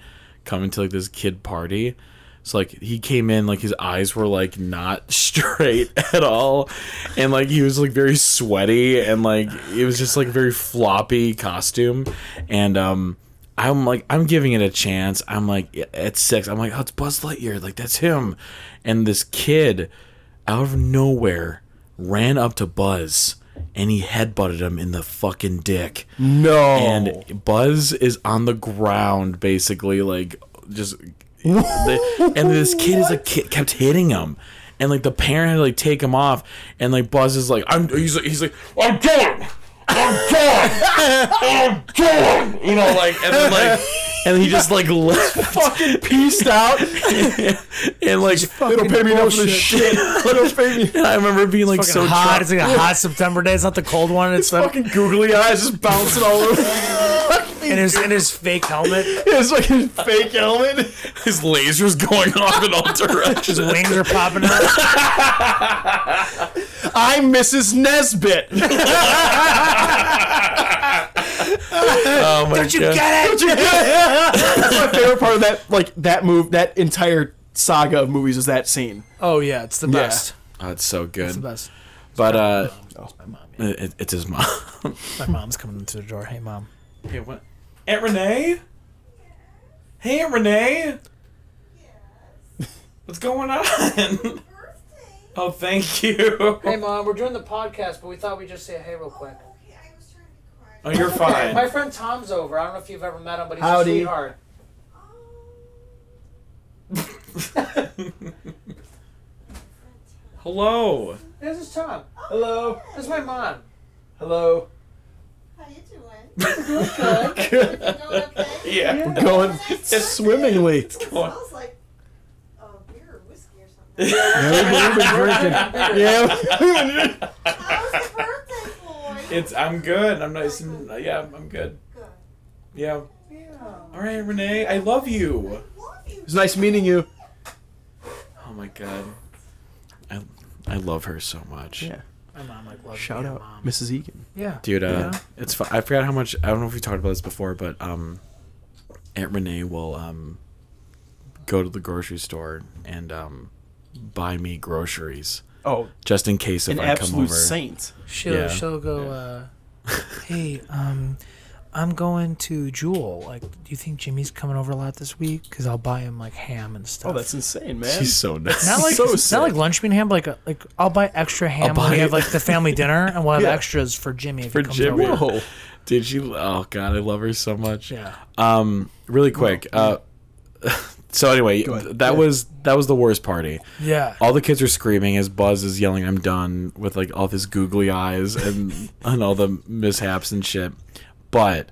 Speaker 2: coming to like this kid party. So like he came in like his eyes were like not [laughs] straight at all, and like he was like very sweaty and like it was just like a very floppy costume, and um. I'm like I'm giving it a chance. I'm like at six. I'm like, oh, it's Buzz Lightyear. Like that's him, and this kid out of nowhere ran up to Buzz and he headbutted him in the fucking dick.
Speaker 3: no.
Speaker 2: And Buzz is on the ground, basically, like just. the- and this kid is like ki- kept hitting him, and like the parent had to like take him off, and like Buzz is like, I'm. He's like, he's like, I'm done. I'm done. I'm done. You know, like and then like. And he just like left,
Speaker 3: fucking pieced out. They
Speaker 2: [laughs] and like
Speaker 3: don't pay me enough for this shit.
Speaker 2: bullshit.
Speaker 3: They don't pay me.
Speaker 2: [laughs] I remember being like so
Speaker 1: hot.
Speaker 2: traumatized.
Speaker 1: It's like a hot September day. It's not the cold one. It's the,
Speaker 3: fucking googly eyes just bouncing all
Speaker 2: [laughs]
Speaker 3: over
Speaker 1: and his and his fake helmet.
Speaker 3: his fucking fake helmet.
Speaker 2: His laser's going off [laughs] in all directions. [laughs]
Speaker 1: His wings are popping out.
Speaker 3: I'm Mrs. [laughs] Nesbit.
Speaker 2: oh my
Speaker 1: Don't you get it?
Speaker 3: That's my favorite part of that, like that move, that entire saga of movies is that scene.
Speaker 1: Oh yeah, it's the
Speaker 3: Yeah.
Speaker 1: best.
Speaker 2: Oh, it's so
Speaker 1: It's
Speaker 2: good.
Speaker 1: the best.
Speaker 2: But uh,
Speaker 1: My mom. yeah.
Speaker 2: it, it's his mom. [laughs]
Speaker 1: My mom's coming into the door. Hey mom.
Speaker 2: Hey, what? Aunt Renee. Hey, Aunt Renee. What's going on? oh, thank you.
Speaker 1: Hey mom, we're doing the podcast, but we thought we'd just say hey real quick.
Speaker 2: Oh, you're
Speaker 1: My
Speaker 2: fine.
Speaker 1: friend Tom's over. I don't know if you've ever met him, but he's
Speaker 3: Howdy.
Speaker 1: a sweetheart.
Speaker 2: [laughs] Hello.
Speaker 1: This is Tom. Hello. This is my mom.
Speaker 3: Hello.
Speaker 4: How you doing? Good. Everything going okay?
Speaker 2: Yeah.
Speaker 3: Going swimmingly.
Speaker 4: It smells like uh, beer or whiskey or something.
Speaker 3: Yeah, we've been, drinking. Yeah. [laughs]
Speaker 5: How's the birthday, Floyd?
Speaker 2: It's I'm good. I'm nice and yeah, I'm good. Yeah. All right, Renee, I love you.
Speaker 4: [laughs]
Speaker 3: It's nice meeting you.
Speaker 2: Oh my god. I I love her so much.
Speaker 3: Yeah.
Speaker 1: My mom like loves
Speaker 3: Shout
Speaker 1: me,
Speaker 3: out,
Speaker 1: Mom.
Speaker 3: Mrs. Egan.
Speaker 1: Yeah.
Speaker 2: Dude, uh,
Speaker 1: Yeah.
Speaker 2: it's fu- I forgot how much I don't know if we talked about this before, but um Aunt Renee will um go to the grocery store and um buy me groceries
Speaker 3: Oh,
Speaker 2: just in case if
Speaker 3: an
Speaker 2: I come
Speaker 3: absolute
Speaker 2: over.
Speaker 3: saint.
Speaker 1: She'll
Speaker 2: Yeah.
Speaker 1: she'll go. Uh,
Speaker 3: [laughs]
Speaker 1: hey, um, I'm going to Jewel. Like, do you think Jimmy's coming over a lot this week? Because I'll buy him like ham and stuff.
Speaker 3: Oh, that's insane, man.
Speaker 6: She's so nice.
Speaker 1: not like
Speaker 3: so sick.
Speaker 1: not like lunch meat ham, but like a, like I'll buy extra ham when
Speaker 2: buy
Speaker 1: we have
Speaker 2: it.
Speaker 1: like
Speaker 3: [laughs]
Speaker 1: the family dinner, and we'll have
Speaker 3: Yeah.
Speaker 1: extras for Jimmy if
Speaker 2: For
Speaker 1: he comes
Speaker 2: Jimmy.
Speaker 1: over.
Speaker 3: Whoa.
Speaker 2: [laughs] Did she Oh god, I love her so much.
Speaker 1: Yeah,
Speaker 2: Um, really quick. Uh, [laughs] so anyway,
Speaker 3: ahead.
Speaker 2: that
Speaker 3: Yeah.
Speaker 2: was that was the worst party.
Speaker 1: yeah.
Speaker 2: All the kids are screaming as Buzz is yelling, "I'm done!" with like all of his googly eyes and [laughs] and all the mishaps and shit. But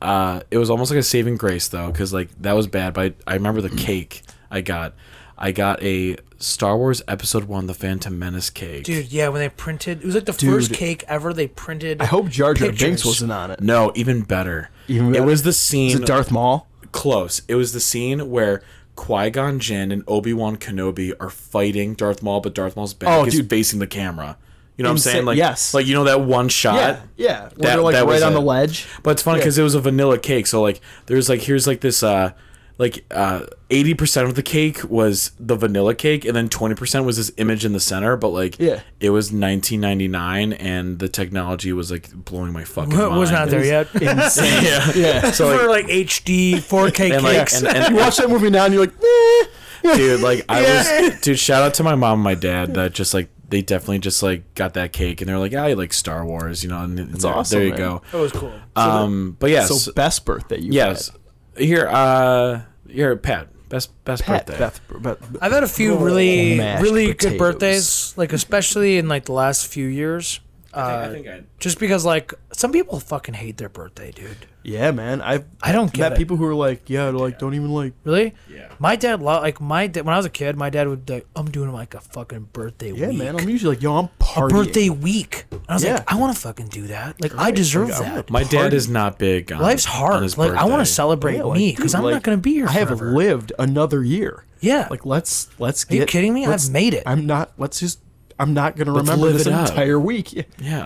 Speaker 2: uh, it was almost like a saving grace though, because like that was bad. But I, I remember the cake I got. I got a Star Wars Episode One: The Phantom Menace cake.
Speaker 1: Dude, yeah, when they printed, it was like the first cake ever they printed.
Speaker 3: I hope Jar Jar
Speaker 1: Pictures.
Speaker 3: Binks
Speaker 1: [laughs]
Speaker 3: wasn't on it.
Speaker 2: No, even better.
Speaker 3: Even
Speaker 2: It
Speaker 3: better?
Speaker 2: was the scene.
Speaker 3: Is it Darth Maul?
Speaker 2: close. It was the scene where Qui Gon Jinn and Obi Wan Kenobi are fighting Darth Maul, but Darth Maul's back
Speaker 3: Oh,
Speaker 2: is
Speaker 3: dude.
Speaker 2: facing the camera. You know what I'm
Speaker 3: Insane-
Speaker 2: saying? Like
Speaker 3: yes.
Speaker 2: like you know that one shot.
Speaker 3: yeah. Where
Speaker 2: That-
Speaker 3: they're like
Speaker 2: that was
Speaker 3: right on
Speaker 2: it.
Speaker 3: the ledge.
Speaker 2: But it's funny
Speaker 3: Yeah.
Speaker 2: because it was a vanilla cake, so like there's like here's like this uh like uh eighty percent of the cake was the vanilla cake, and then twenty percent was this image in the center. But like
Speaker 3: Yeah.
Speaker 2: it was 1999, and the technology was like blowing my fucking mind.
Speaker 1: was not
Speaker 3: [laughs]
Speaker 1: there yet.
Speaker 3: Insane.
Speaker 2: [laughs] Yeah.
Speaker 3: yeah.
Speaker 2: So
Speaker 1: for
Speaker 2: like,
Speaker 1: like HD
Speaker 3: [laughs]
Speaker 1: 4K
Speaker 2: and, like
Speaker 1: cakes.
Speaker 2: and, and,
Speaker 3: You watch that movie now and you're like, eh.
Speaker 2: dude like i was [laughs] dude shout out to my mom and my dad that just like they definitely just like got that cake and they're like yeah, i like star wars you know and it's
Speaker 3: awesome,
Speaker 2: there you
Speaker 3: man.
Speaker 2: go
Speaker 1: it was cool.
Speaker 2: um but yes
Speaker 3: So best birthday you
Speaker 2: yes
Speaker 3: had.
Speaker 2: here uh here pat best best
Speaker 3: Pat,
Speaker 2: birthday
Speaker 3: Beth, but
Speaker 1: I've had a few really,
Speaker 3: Oh, mashed
Speaker 1: really
Speaker 3: potatoes.
Speaker 1: good birthdays, like especially in like the last few years. Uh,
Speaker 2: think i
Speaker 1: just because like some people fucking hate their birthday, dude.
Speaker 3: yeah, man. I've
Speaker 1: I don't get
Speaker 3: met
Speaker 1: it.
Speaker 3: people who are like, yeah, like don't even like.
Speaker 1: Really?
Speaker 2: Yeah.
Speaker 1: My dad lo- like my dad when I was a kid, my dad would be like, I'm doing like a fucking birthday
Speaker 3: Yeah,
Speaker 1: week.
Speaker 3: man. I'm usually like, yo, I'm partying.
Speaker 1: birthday week. And I was
Speaker 3: Yeah.
Speaker 1: like, I want to fucking do that. Like I deserve
Speaker 3: Like, I wanna
Speaker 1: that.
Speaker 2: my dad
Speaker 3: Party.
Speaker 2: is not big on
Speaker 1: Life's
Speaker 2: on
Speaker 1: hard.
Speaker 2: his
Speaker 1: Like I want to
Speaker 2: birthday.
Speaker 1: celebrate
Speaker 3: Yeah, like,
Speaker 1: me because
Speaker 3: dude,
Speaker 1: I'm
Speaker 3: like,
Speaker 1: not gonna be here.
Speaker 3: I have
Speaker 1: forever. [laughs]
Speaker 3: lived another year.
Speaker 1: Yeah.
Speaker 3: Like let's let's
Speaker 1: Are
Speaker 3: get.
Speaker 1: you kidding me?
Speaker 3: let's-
Speaker 1: I've made it.
Speaker 3: I'm not. Let's just. I'm not gonna remember
Speaker 2: live
Speaker 3: this
Speaker 2: it up.
Speaker 3: entire week. [laughs] Yeah.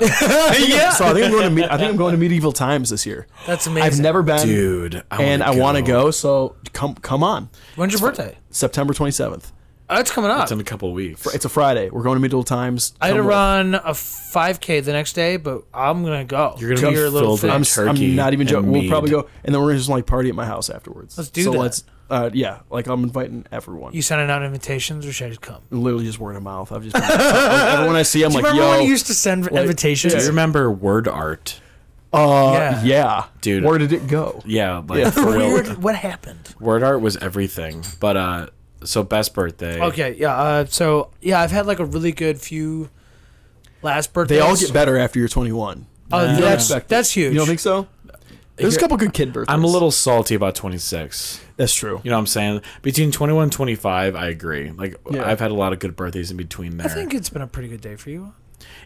Speaker 3: [laughs]
Speaker 2: yeah
Speaker 3: So I think I'm going to. Me- I think I'm
Speaker 1: [laughs]
Speaker 3: going to medieval times this year.
Speaker 1: That's amazing.
Speaker 3: I've never been,
Speaker 2: dude I
Speaker 3: and I want to go. So come, come on.
Speaker 1: When's your birthday?
Speaker 3: September 27th.
Speaker 1: Oh, it's coming up.
Speaker 2: it's in a couple weeks
Speaker 3: It's a Friday. We're going to medieval times.
Speaker 1: I had to
Speaker 3: Come with.
Speaker 1: run a 5K the next day, but I'm gonna go.
Speaker 2: You're gonna be
Speaker 1: a little
Speaker 2: filled with-
Speaker 1: fit.
Speaker 3: I'm,
Speaker 2: turkey
Speaker 3: I'm not even
Speaker 2: and
Speaker 3: joking. We'll
Speaker 2: mead.
Speaker 3: probably go, and then we're gonna just like party at my house afterwards.
Speaker 1: Let's do
Speaker 3: so
Speaker 1: that.
Speaker 3: Let's, uh, yeah, like I'm inviting everyone.
Speaker 1: You sending out invitations, or should I just come?
Speaker 3: Literally just word of mouth. I've just
Speaker 1: [laughs]
Speaker 3: been, everyone I see, I'm like,
Speaker 1: Remember
Speaker 3: yo,
Speaker 1: when you used to send invitations?
Speaker 2: do you remember word art
Speaker 3: uh,
Speaker 1: Yeah.
Speaker 3: yeah.
Speaker 2: Dude.
Speaker 3: Where did it go?
Speaker 2: yeah like
Speaker 3: Yeah.
Speaker 2: for real
Speaker 1: Weird. What happened?
Speaker 2: word art was everything but uh so best birthday
Speaker 1: Okay, yeah. Uh, so yeah, I've had like a really good few last birthdays.
Speaker 3: They all get better after you're 21.
Speaker 1: Oh,
Speaker 3: You don't
Speaker 1: that's
Speaker 3: expect it.
Speaker 1: that's huge.
Speaker 3: You don't think so? There's a
Speaker 2: Here-
Speaker 3: couple good kid birthdays.
Speaker 2: I'm a little salty about 26.
Speaker 3: That's true.
Speaker 2: You know what I'm saying? Between 21 and 25, I agree. Like
Speaker 3: Yeah.
Speaker 2: I've had a lot of good birthdays in between there.
Speaker 1: I think it's been a pretty good day for you.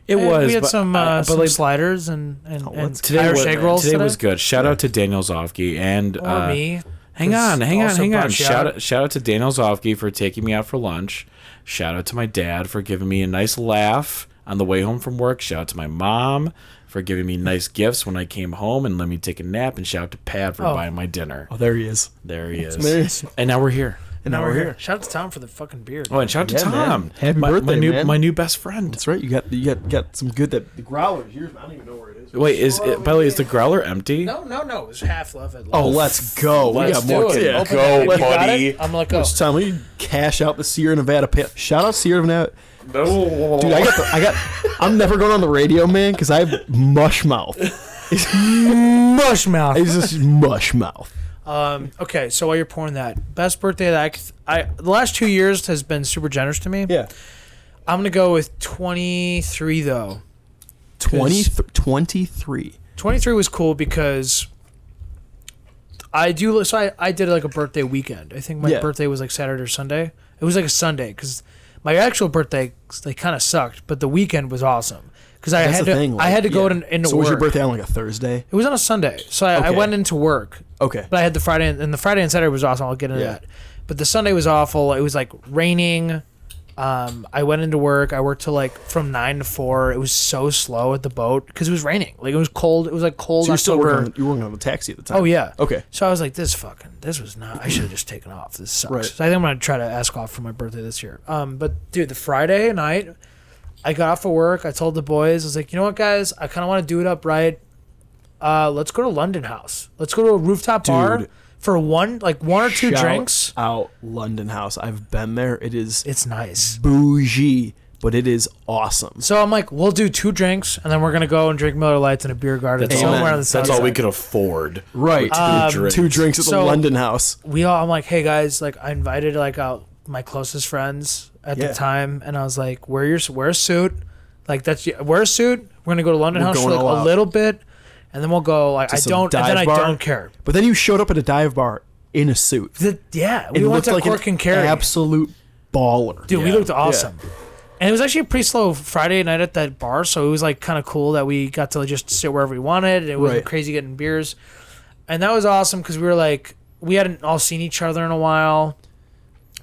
Speaker 2: it
Speaker 1: Uh,
Speaker 2: was.
Speaker 1: We had
Speaker 2: but,
Speaker 1: some,
Speaker 2: I-
Speaker 1: uh,
Speaker 2: but
Speaker 1: some
Speaker 2: like,
Speaker 1: sliders and and, and
Speaker 3: let's-
Speaker 2: Oh, today,
Speaker 1: Irish
Speaker 2: was, uh,
Speaker 1: egg rolls.
Speaker 2: today was good. Shout out to Daniel Zofke and
Speaker 1: Or
Speaker 2: uh,
Speaker 1: me.
Speaker 2: Hang on, hang on,
Speaker 1: also
Speaker 2: hang on.
Speaker 1: brought you
Speaker 2: Shout
Speaker 1: out.
Speaker 2: out, shout out to Daniel Zofke for taking me out for lunch. Shout out to my dad for giving me a nice laugh on the way home from work. Shout out to my mom for giving me nice gifts when I came home and let me take a nap. And shout out to Pat for
Speaker 1: Oh.
Speaker 2: buying my dinner.
Speaker 3: Oh, there he is.
Speaker 2: There he is.
Speaker 3: There he is.
Speaker 2: And now we're here.
Speaker 3: And now we're here.
Speaker 1: Shout out to Tom for the fucking beard.
Speaker 2: Oh, and shout out to
Speaker 3: Yeah, man.
Speaker 2: Tom.
Speaker 3: Happy
Speaker 2: my, my
Speaker 3: birthday,
Speaker 2: new,
Speaker 3: man.
Speaker 2: My new best friend.
Speaker 3: That's right. You got you got got some good that the growlers. Yours, I don't even know where it is.
Speaker 2: Wait, is it, by the way, is the growler empty?
Speaker 1: No, no, no. It was half love at
Speaker 3: Oh, let's go. we
Speaker 2: Let's
Speaker 3: got more
Speaker 2: do it.
Speaker 3: kid-
Speaker 2: Yeah.
Speaker 1: Open
Speaker 2: go,
Speaker 1: it. If you got
Speaker 2: buddy.
Speaker 1: it, I'm like, go.
Speaker 3: It's time we cash out the Sierra Nevada pay. Shout out Sierra Nevada, dude. I got the,
Speaker 1: [laughs]
Speaker 3: I got. I'm never going on the radio, man, because I have mush mouth.
Speaker 1: Mush mouth.
Speaker 3: It's just mush mouth.
Speaker 1: Um, okay, so while you're pouring that, best birthday that I, could- I the last two years has been super generous to me.
Speaker 3: Yeah,
Speaker 1: I'm gonna go with 23 though.
Speaker 3: 20, 23.
Speaker 1: 23 was cool because I do so I, I did like a birthday weekend. I think my
Speaker 3: Yeah.
Speaker 1: birthday was like Saturday or Sunday. It was like a Sunday because my actual birthday like kind of sucked, but the weekend was awesome because I
Speaker 3: That's
Speaker 1: had
Speaker 3: the
Speaker 1: to
Speaker 3: thing.
Speaker 1: I
Speaker 3: like,
Speaker 1: had to go
Speaker 3: yeah.
Speaker 1: in, into
Speaker 3: So
Speaker 1: work.
Speaker 3: was your birthday on like a Thursday?
Speaker 1: It was on a Sunday, so I, I
Speaker 3: Okay.
Speaker 1: went into work.
Speaker 3: Okay.
Speaker 1: But I had the Friday and the Friday and Saturday was awesome. I'll get into
Speaker 3: Yeah.
Speaker 1: that. But the Sunday was awful. It was like raining. Um, I went into work. I worked till like from nine to four. It was so slow at the boat because it was raining. Like it was cold. It was like cold
Speaker 3: So you're still
Speaker 1: October.
Speaker 3: working. On, you're working on the taxi at the time.
Speaker 1: oh yeah.
Speaker 3: Okay.
Speaker 1: So I was like, this fucking, this was not. I should have just taken off. This sucks.
Speaker 3: Right.
Speaker 1: So I think I'm gonna try to ask off for my birthday this year. Um, but dude, the Friday night, I got off of work. I told the boys, I was like, you know what, guys, I kind of want to do it up right. Uh, let's go to London House. Let's go to a rooftop bar
Speaker 3: Dude.
Speaker 1: for one, like one or two
Speaker 3: Shout
Speaker 1: drinks.
Speaker 3: Out London House. I've been there. It is
Speaker 1: It's nice.
Speaker 3: bougie, but it is awesome.
Speaker 1: So I'm like, we'll do two drinks, and then we're gonna go and drink Miller Lights in a beer garden
Speaker 2: That's
Speaker 1: somewhere
Speaker 3: all-
Speaker 1: on the
Speaker 2: That's all we
Speaker 1: Southside.
Speaker 2: could afford.
Speaker 3: Right.
Speaker 2: Um, drinks.
Speaker 3: Two drinks at
Speaker 1: So-
Speaker 3: the London House.
Speaker 1: we all I'm like, hey guys, like I invited like out my closest friends at
Speaker 3: Yeah.
Speaker 1: the time, and I was like, wear your wear a suit, like that's wear a suit. We're gonna go to London
Speaker 3: We're
Speaker 1: House for
Speaker 3: going
Speaker 1: like
Speaker 3: all
Speaker 1: a
Speaker 3: out.
Speaker 1: little bit, and then we'll go. Like I
Speaker 3: some
Speaker 1: don't, and then I
Speaker 3: dive bar?
Speaker 1: don't care.
Speaker 3: But then you showed up at a dive bar in a suit.
Speaker 1: The- yeah, we
Speaker 3: It
Speaker 1: went
Speaker 3: looked
Speaker 1: to
Speaker 3: like
Speaker 1: Cork
Speaker 3: an
Speaker 1: and Kerry.
Speaker 3: absolute baller.
Speaker 1: Dude, we
Speaker 2: Yeah.
Speaker 1: looked awesome. And it was actually a pretty slow Friday night at that bar, so it was like kind of cool that we got to just sit wherever we wanted. It wasn't
Speaker 3: Right.
Speaker 1: crazy getting beers, and that was awesome because we were like we hadn't all seen each other in a while,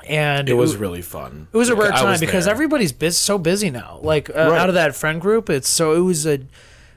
Speaker 1: and
Speaker 2: It was really fun.
Speaker 1: It was a rare
Speaker 2: I
Speaker 1: time
Speaker 2: was
Speaker 1: because
Speaker 2: there.
Speaker 1: everybody's biz- so busy now. Like uh, out of that friend group, it's so it was a,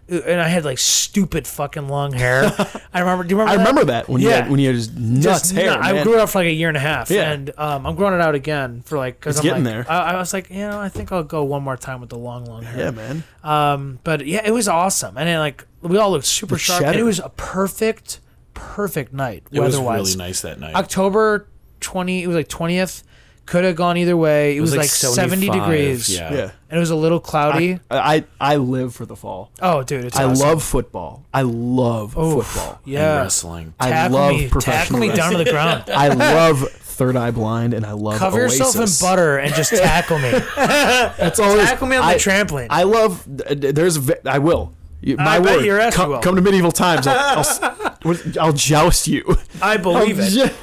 Speaker 1: and I had like stupid fucking
Speaker 3: [laughs]
Speaker 1: long hair. I remember. Do you remember?
Speaker 3: I
Speaker 1: that?
Speaker 3: remember that when you
Speaker 1: Yeah.
Speaker 3: had, when you had his nuts
Speaker 1: Just
Speaker 3: hair.
Speaker 1: not- I
Speaker 3: man.
Speaker 1: grew it out for like a year and a half,
Speaker 3: Yeah.
Speaker 1: and um, I'm growing it out again for like because
Speaker 3: It's
Speaker 1: I'm
Speaker 3: getting
Speaker 1: like,
Speaker 3: there.
Speaker 1: I, I was like, you know, I think I'll go one more time with the long, long hair.
Speaker 3: Yeah, man.
Speaker 1: Um, but yeah, it was awesome, and it, like we all looked super
Speaker 3: The
Speaker 1: sharp. And it
Speaker 3: shadow.
Speaker 1: was a perfect, perfect night
Speaker 2: It was
Speaker 1: weather-wise.
Speaker 2: really nice that night.
Speaker 1: October twenty, it was like twentieth. Could have gone either way. It, was, like, seventy
Speaker 2: 75,
Speaker 1: degrees.
Speaker 2: Yeah.
Speaker 3: Yeah.
Speaker 1: and it was a little cloudy.
Speaker 3: I, I I live for the fall.
Speaker 1: oh, dude, it's
Speaker 3: I
Speaker 1: awesome.
Speaker 3: love football. I love
Speaker 1: Oof, [laughs]
Speaker 3: football.
Speaker 1: Yeah,
Speaker 2: Wrestling.
Speaker 3: I
Speaker 1: Tackle
Speaker 3: love
Speaker 1: me, tackle
Speaker 3: professional
Speaker 1: me down to the ground.
Speaker 3: [laughs] I love Third Eye Blind and I love
Speaker 1: Cover yourself in
Speaker 3: Oasis.
Speaker 1: butter and just tackle me.
Speaker 3: That's all. it is.
Speaker 1: Tackle me on the
Speaker 3: I,
Speaker 1: trampoline.
Speaker 3: I love. There's. ve- I will. You- My
Speaker 1: I
Speaker 3: word.
Speaker 1: bet your ass
Speaker 3: come,
Speaker 1: you will.
Speaker 3: come to medieval times. I'll, I'll,
Speaker 1: [laughs]
Speaker 3: s- what- I'll joust you.
Speaker 1: I believe
Speaker 3: I'll
Speaker 1: it.
Speaker 3: ju-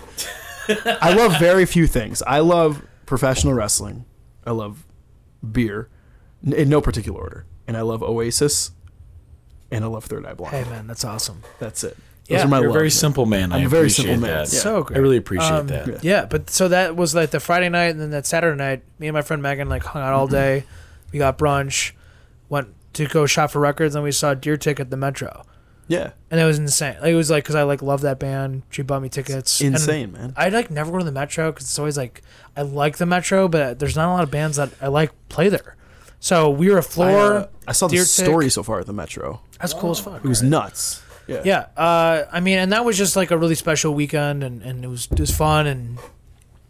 Speaker 3: I love very few things. I love professional wrestling. I love beer, n- in no particular order, and I love Oasis, and I love Third Eye Blind.
Speaker 1: Hey man, that's awesome.
Speaker 3: That's it. Those
Speaker 1: Yeah,
Speaker 3: are my
Speaker 2: You're a
Speaker 3: loves,
Speaker 2: very
Speaker 3: man.
Speaker 2: simple man. i
Speaker 3: I'm a very simple
Speaker 2: appreciate
Speaker 3: man.
Speaker 2: that.
Speaker 3: Yeah.
Speaker 1: So great.
Speaker 2: I really appreciate
Speaker 1: Um,
Speaker 2: that.
Speaker 3: yeah.
Speaker 1: Yeah, but so that was like the Friday night, and then that Saturday night, me and my friend Megan like hung out all day. We got brunch, went to go shop for records, and we saw Deer Tick at the Metro,
Speaker 3: Yeah,
Speaker 1: and it was insane. Like, it was like because I like love that band. She bought me tickets. and
Speaker 3: insane, man.
Speaker 1: I like never go to the Metro because it's always like I like the Metro, but there's not a lot of bands that I like play there. So we were a floor.
Speaker 3: I, uh, I saw the
Speaker 1: Deer Tick.
Speaker 3: story so far at the Metro.
Speaker 1: That's cool as fuck.
Speaker 3: It was nuts. Yeah.
Speaker 1: yeah uh, i mean and that was just like a really special weekend and, and it was it was fun and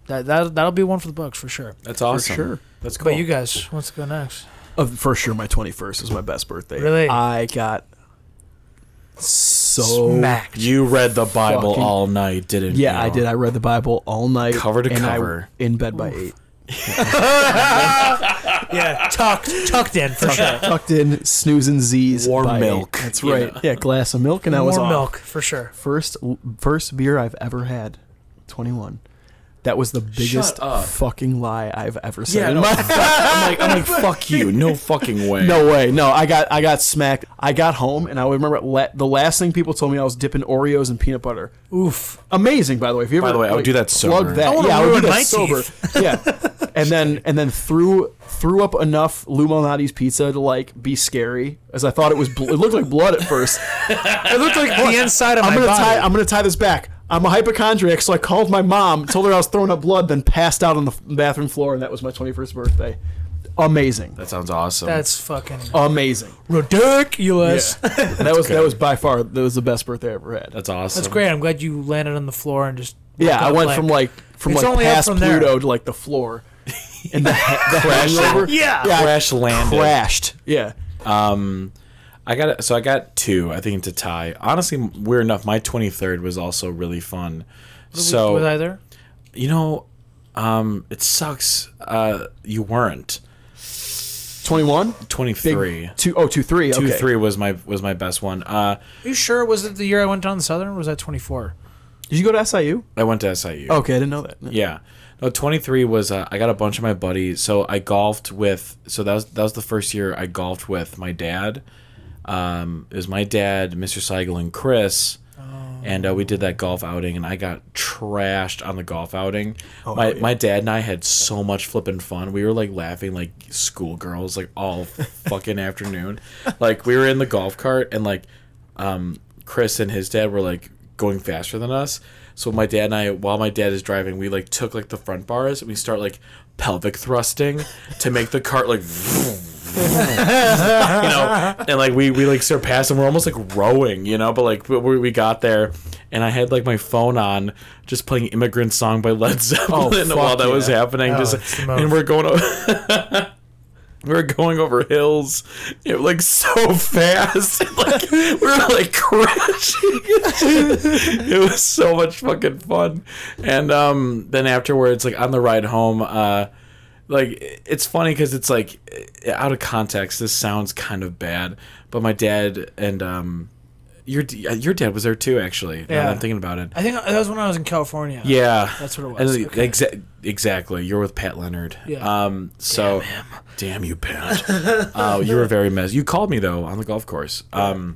Speaker 1: that, that that'll be one for the books for sure
Speaker 2: That's awesome.
Speaker 3: sure.
Speaker 2: That's
Speaker 1: but
Speaker 2: cool.
Speaker 1: you guys what's going next
Speaker 3: Of for sure, my twenty first is my best birthday.
Speaker 1: Really?
Speaker 3: I got so
Speaker 1: smacked
Speaker 2: You read the Bible
Speaker 3: Fucking-
Speaker 2: all night, didn't you?
Speaker 3: yeah. I
Speaker 2: [laughs]
Speaker 3: did. I read the Bible all night,
Speaker 2: Cover to
Speaker 3: and I-
Speaker 2: cover.
Speaker 3: in bed by eight,
Speaker 1: yeah tucked tucked in for sure
Speaker 3: tucked in, snoozing Z's.
Speaker 2: Warm
Speaker 3: by eight.
Speaker 2: milk,
Speaker 3: That's
Speaker 2: you
Speaker 3: right.
Speaker 2: know.
Speaker 3: Yeah, glass of milk, and I
Speaker 1: more
Speaker 3: was on.
Speaker 1: milk for sure
Speaker 3: First, first beer I've ever had, twenty one. That was the biggest
Speaker 2: up.
Speaker 3: fucking lie I've ever said
Speaker 2: Yeah,
Speaker 3: in
Speaker 2: no,
Speaker 3: my
Speaker 2: fuck. I'm like, I'm [laughs] like, fuck you. No fucking way.
Speaker 3: [laughs] No way. No, I got I got smacked. I got home and I remember la- the last thing people told me I was dipping Oreos in peanut butter.
Speaker 1: oof
Speaker 3: Amazing, by the way. If you ever
Speaker 2: By the way, I would
Speaker 3: like,
Speaker 2: do that sober.
Speaker 3: Plug that.
Speaker 1: I wanna
Speaker 3: yeah, I would do
Speaker 1: ruin
Speaker 3: that
Speaker 1: my
Speaker 3: sober.
Speaker 1: [laughs]
Speaker 3: yeah, and then and then threw threw up enough Lumonati's pizza to like be scary, as I thought it was. Bl- it looked like blood at first.
Speaker 1: [laughs] it looked like the inside of
Speaker 3: I'm
Speaker 1: my
Speaker 3: gonna
Speaker 1: body
Speaker 3: tie. I'm gonna tie this back. I'm a hypochondriac, so I called my mom, told her I was throwing up blood, then passed out on the f- bathroom floor, and that was my 21st birthday. Amazing,
Speaker 2: That sounds awesome.
Speaker 1: that's fucking
Speaker 3: amazing.
Speaker 1: ridiculous
Speaker 3: that was that was by far that was the best birthday I ever had.
Speaker 2: That's awesome.
Speaker 1: [laughs] that's great i'm glad you landed on the floor and just woke
Speaker 3: yeah, I
Speaker 1: up,
Speaker 3: went from like from
Speaker 1: It's
Speaker 3: like
Speaker 1: only up
Speaker 3: past
Speaker 1: from there.
Speaker 3: Pluto to like the floor, and [laughs] the, ha- the hangover
Speaker 1: yeah,
Speaker 3: Yeah, I
Speaker 2: Crash landed.
Speaker 3: crashed. Yeah,
Speaker 2: Um, I got so I got two. I think to tie. Honestly, weird enough, my twenty third was also really fun. So
Speaker 1: was i there
Speaker 2: you know, um, it sucks. Uh, you weren't
Speaker 3: twenty one,
Speaker 2: twenty three.
Speaker 3: two oh two three,
Speaker 2: Two
Speaker 3: okay.
Speaker 2: three was my was my best one. Uh,
Speaker 1: are you sure was it the year i went down the southern or was that 24
Speaker 3: Did you go to SIU?
Speaker 2: I went to SIU.
Speaker 3: Okay, I didn't know that.
Speaker 2: Yeah. No, 23 was uh, I got a bunch of my buddies. So I golfed with so that was that was the first year I golfed with my dad. Um, it was my dad, Mr. Seigel, and Chris. And uh, we did that golf outing, and I got trashed on the golf outing. my my dad and I had so much flipping fun. We were like laughing like schoolgirls, like all fucking afternoon. Like we were in the golf cart, and like um, Chris and his dad were like going faster than us. So my dad and I, while my dad is driving, we like took like the front bars and we start like pelvic thrusting to make the cart like, [laughs] you know, and like we we like surpassed and we're almost like rowing, you know. But like we, we got there, and I had like my phone on, just playing "Immigrant Song" by Led Zeppelin
Speaker 3: fuck
Speaker 2: [laughs] while that was
Speaker 3: yeah.
Speaker 2: happening.
Speaker 1: Oh, it's
Speaker 2: just
Speaker 1: the most.
Speaker 2: and we're going. o- [laughs] we were going over hills, it, like so fast, [laughs] like we were like crashing. [laughs] it was so much fucking fun. And um, then afterwards, like on the ride home, uh, like it's funny because it's like eh, out of context. This sounds kind of bad, but my dad and um, your d- uh, your dad was there too. Actually, yeah.
Speaker 1: Yeah.
Speaker 2: I'm thinking about it.
Speaker 1: I think that was when I was in California.
Speaker 2: Yeah,
Speaker 1: That's what it was.
Speaker 2: And,
Speaker 1: Okay.
Speaker 2: exa- exactly. You're with Pat Leonard.
Speaker 1: Yeah.
Speaker 2: Um. So, damn, you, Pat. uh, you were very messy. You called me though on the golf course. Um.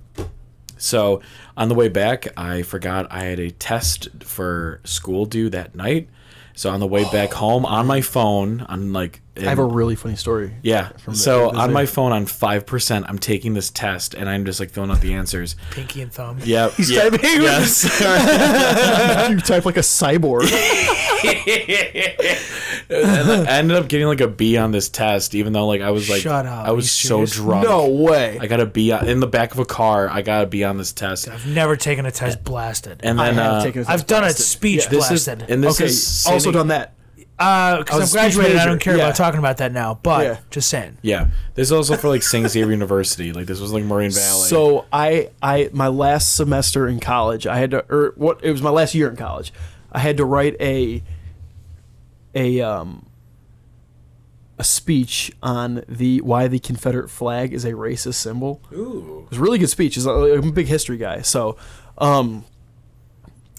Speaker 2: So on the way back, I forgot I had a test for school due that night. So on the way back home, on my phone, I'm like,
Speaker 3: I have a really funny story.
Speaker 2: yeah.
Speaker 3: from the-
Speaker 2: So
Speaker 3: the-
Speaker 2: on my phone, on five percent, I'm taking this test and I'm just like filling out the answers.
Speaker 1: Pinky and thumb.
Speaker 2: Yep. He's yeah. Yes.
Speaker 3: [laughs]
Speaker 2: [laughs]
Speaker 3: you type like a cyborg.
Speaker 2: I ended up getting like a B on this test, even though like I was like
Speaker 1: Shut up.
Speaker 2: I was
Speaker 1: You
Speaker 2: so
Speaker 1: serious?
Speaker 2: drunk.
Speaker 3: [laughs] no way.
Speaker 2: I got a B on, in the back of a car. I got a B on this test,
Speaker 1: I've never taken a test blasted.
Speaker 2: and then uh,
Speaker 1: I've done a speech
Speaker 2: this is
Speaker 1: blasted.
Speaker 2: and this
Speaker 3: Okay,
Speaker 2: is
Speaker 3: also
Speaker 2: sitting-
Speaker 3: done that.
Speaker 1: Uh,
Speaker 2: I was
Speaker 1: because
Speaker 2: a
Speaker 1: I'm
Speaker 2: speech
Speaker 1: graduated, I
Speaker 2: major.
Speaker 1: don't care
Speaker 2: Yeah.
Speaker 1: about talking about that now. But
Speaker 3: Yeah.
Speaker 1: just saying,
Speaker 2: Yeah, this is also for like St. Xavier [laughs] University. Like this was like Marine Valley.
Speaker 3: So I, I, my last semester in college, I had to, or what? It was my last year in college. I had to write a, a, um, a speech on the why the Confederate flag is a racist symbol. It was a really good speech. It's like- I'm a big history guy, so, um,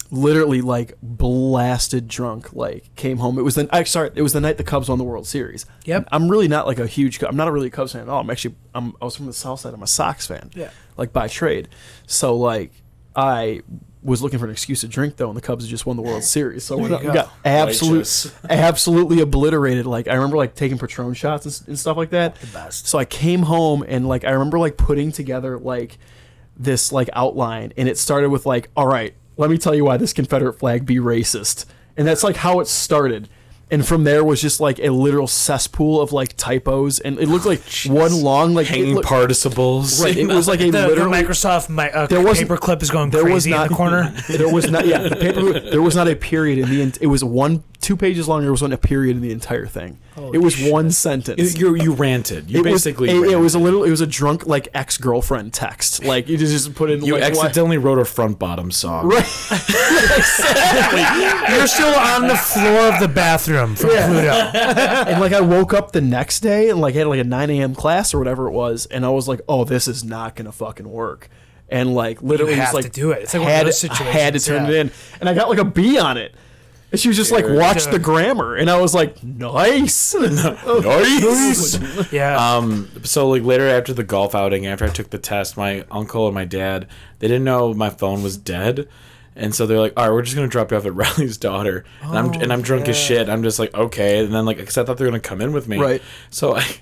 Speaker 3: literally like blasted drunk. Like came home. It was the I, sorry. It was the night the Cubs won the World Series.
Speaker 1: Yep.
Speaker 3: I'm really not like a huge. Cub- I'm not a really Cubs fan at all. I'm actually. I'm, I was from the South Side. I'm a Sox fan.
Speaker 1: Yeah.
Speaker 3: Like by trade. So like I was looking for an excuse to drink though, and the Cubs had just won the
Speaker 1: [laughs]
Speaker 3: World Series. So we
Speaker 1: you
Speaker 3: got,
Speaker 1: go.
Speaker 3: got absolute,
Speaker 2: Righteous.
Speaker 3: absolutely obliterated. Like I remember like taking Patron shots and, s- and stuff like that. The
Speaker 1: best.
Speaker 3: So I came home and like I remember like putting together like this like outline, and it started with like, all right, let me tell you why this Confederate flag be racist, and that's like how it started. And from there was just like a literal cesspool of like typos, and it looked like one long like it
Speaker 2: hanging
Speaker 3: looked-
Speaker 2: participles. [laughs]
Speaker 3: Right, it was like a
Speaker 1: [laughs] the, the
Speaker 3: literal
Speaker 1: Microsoft my, uh,
Speaker 3: There wasn't-
Speaker 1: paperclip is going
Speaker 3: there
Speaker 1: crazy
Speaker 3: was not
Speaker 1: in the corner.
Speaker 3: [laughs] There was not. Yeah, the
Speaker 1: [laughs]
Speaker 3: paper. There was not a period in the. en- It was one two pages long. There wasn't a period in the entire thing. it was one
Speaker 2: you,
Speaker 3: sentence.
Speaker 2: you- you ranted. You
Speaker 3: it
Speaker 2: basically
Speaker 3: was, a, it
Speaker 2: ranted.
Speaker 3: was a little. It was a drunk like ex girlfriend text. Like you just put in.
Speaker 2: you
Speaker 3: like, why-
Speaker 2: accidentally wrote a front bottom song.
Speaker 3: Right. [laughs]
Speaker 1: You're still on the floor of the bathroom from Pluto.
Speaker 3: and like I woke up the next day and like had like a 9 a.m. class or whatever it was, and I was like, oh, this is not gonna fucking work. And like literally,
Speaker 1: have
Speaker 3: just, like
Speaker 1: to do it. It's like one of
Speaker 3: had,
Speaker 1: those
Speaker 3: I had to
Speaker 1: situations,
Speaker 3: turn
Speaker 1: yeah.
Speaker 3: it in, and I got like a B on it. And she was just like, watch
Speaker 1: [laughs]
Speaker 3: the grammar, and I was like, nice. Oh. [laughs]
Speaker 2: Nice.
Speaker 1: Yeah.
Speaker 2: Um, so like later after the golf outing, after I took the test, my uncle and my dad they didn't know my phone was dead, and so they're like, "All right, we're just gonna drop you off at [laughs] Riley's daughter." and I'm and I'm
Speaker 3: Oh,
Speaker 2: drunk as shit. I'm just like, okay, and then like because I thought they were gonna come in with me,
Speaker 3: Right.
Speaker 2: So I. [laughs]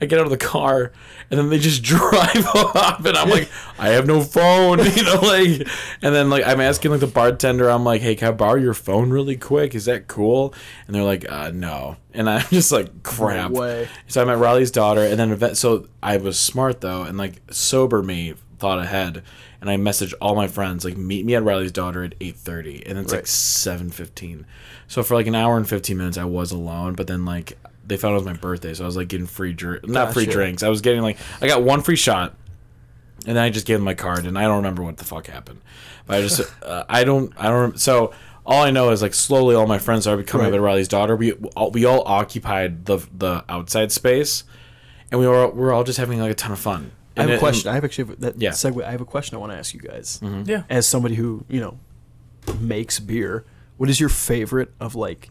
Speaker 2: I get out of the car and then they just [laughs] drive off and
Speaker 3: [laughs]
Speaker 2: I'm like, I have no phone, [laughs] you know, like and then like I'm asking like the bartender, I'm like, Hey, can I borrow your phone really quick? Is that cool? And they're like, uh no. And I'm just like crap.
Speaker 3: way.
Speaker 2: So I met Riley's daughter, and then event- so I was smart though, and like sober me thought ahead, and I messaged all my friends like, meet me at Riley's daughter at eight thirty, and it's like seven fifteen. So for like an hour and fifteen minutes, I was alone, but then like they found it was my birthday, so I was like getting free drink, not free drinks. I was getting like I got one free shot. And then I just gave them my card, and I don't remember what the fuck happened. But I just, [laughs] uh, I don't, I don't. rem- So all I know is like slowly, all my friends started coming up at Riley's daughter. We all, we all occupied the the outside space, and we were we were all just having like a ton of fun.
Speaker 3: I have
Speaker 2: And
Speaker 3: a
Speaker 2: it- mm,
Speaker 3: question. I have actually that
Speaker 2: Yeah.
Speaker 1: Mm-hmm.
Speaker 3: segue. I have a question I want to ask you guys
Speaker 1: Yeah.
Speaker 3: as somebody who you know makes beer. What is your favorite of like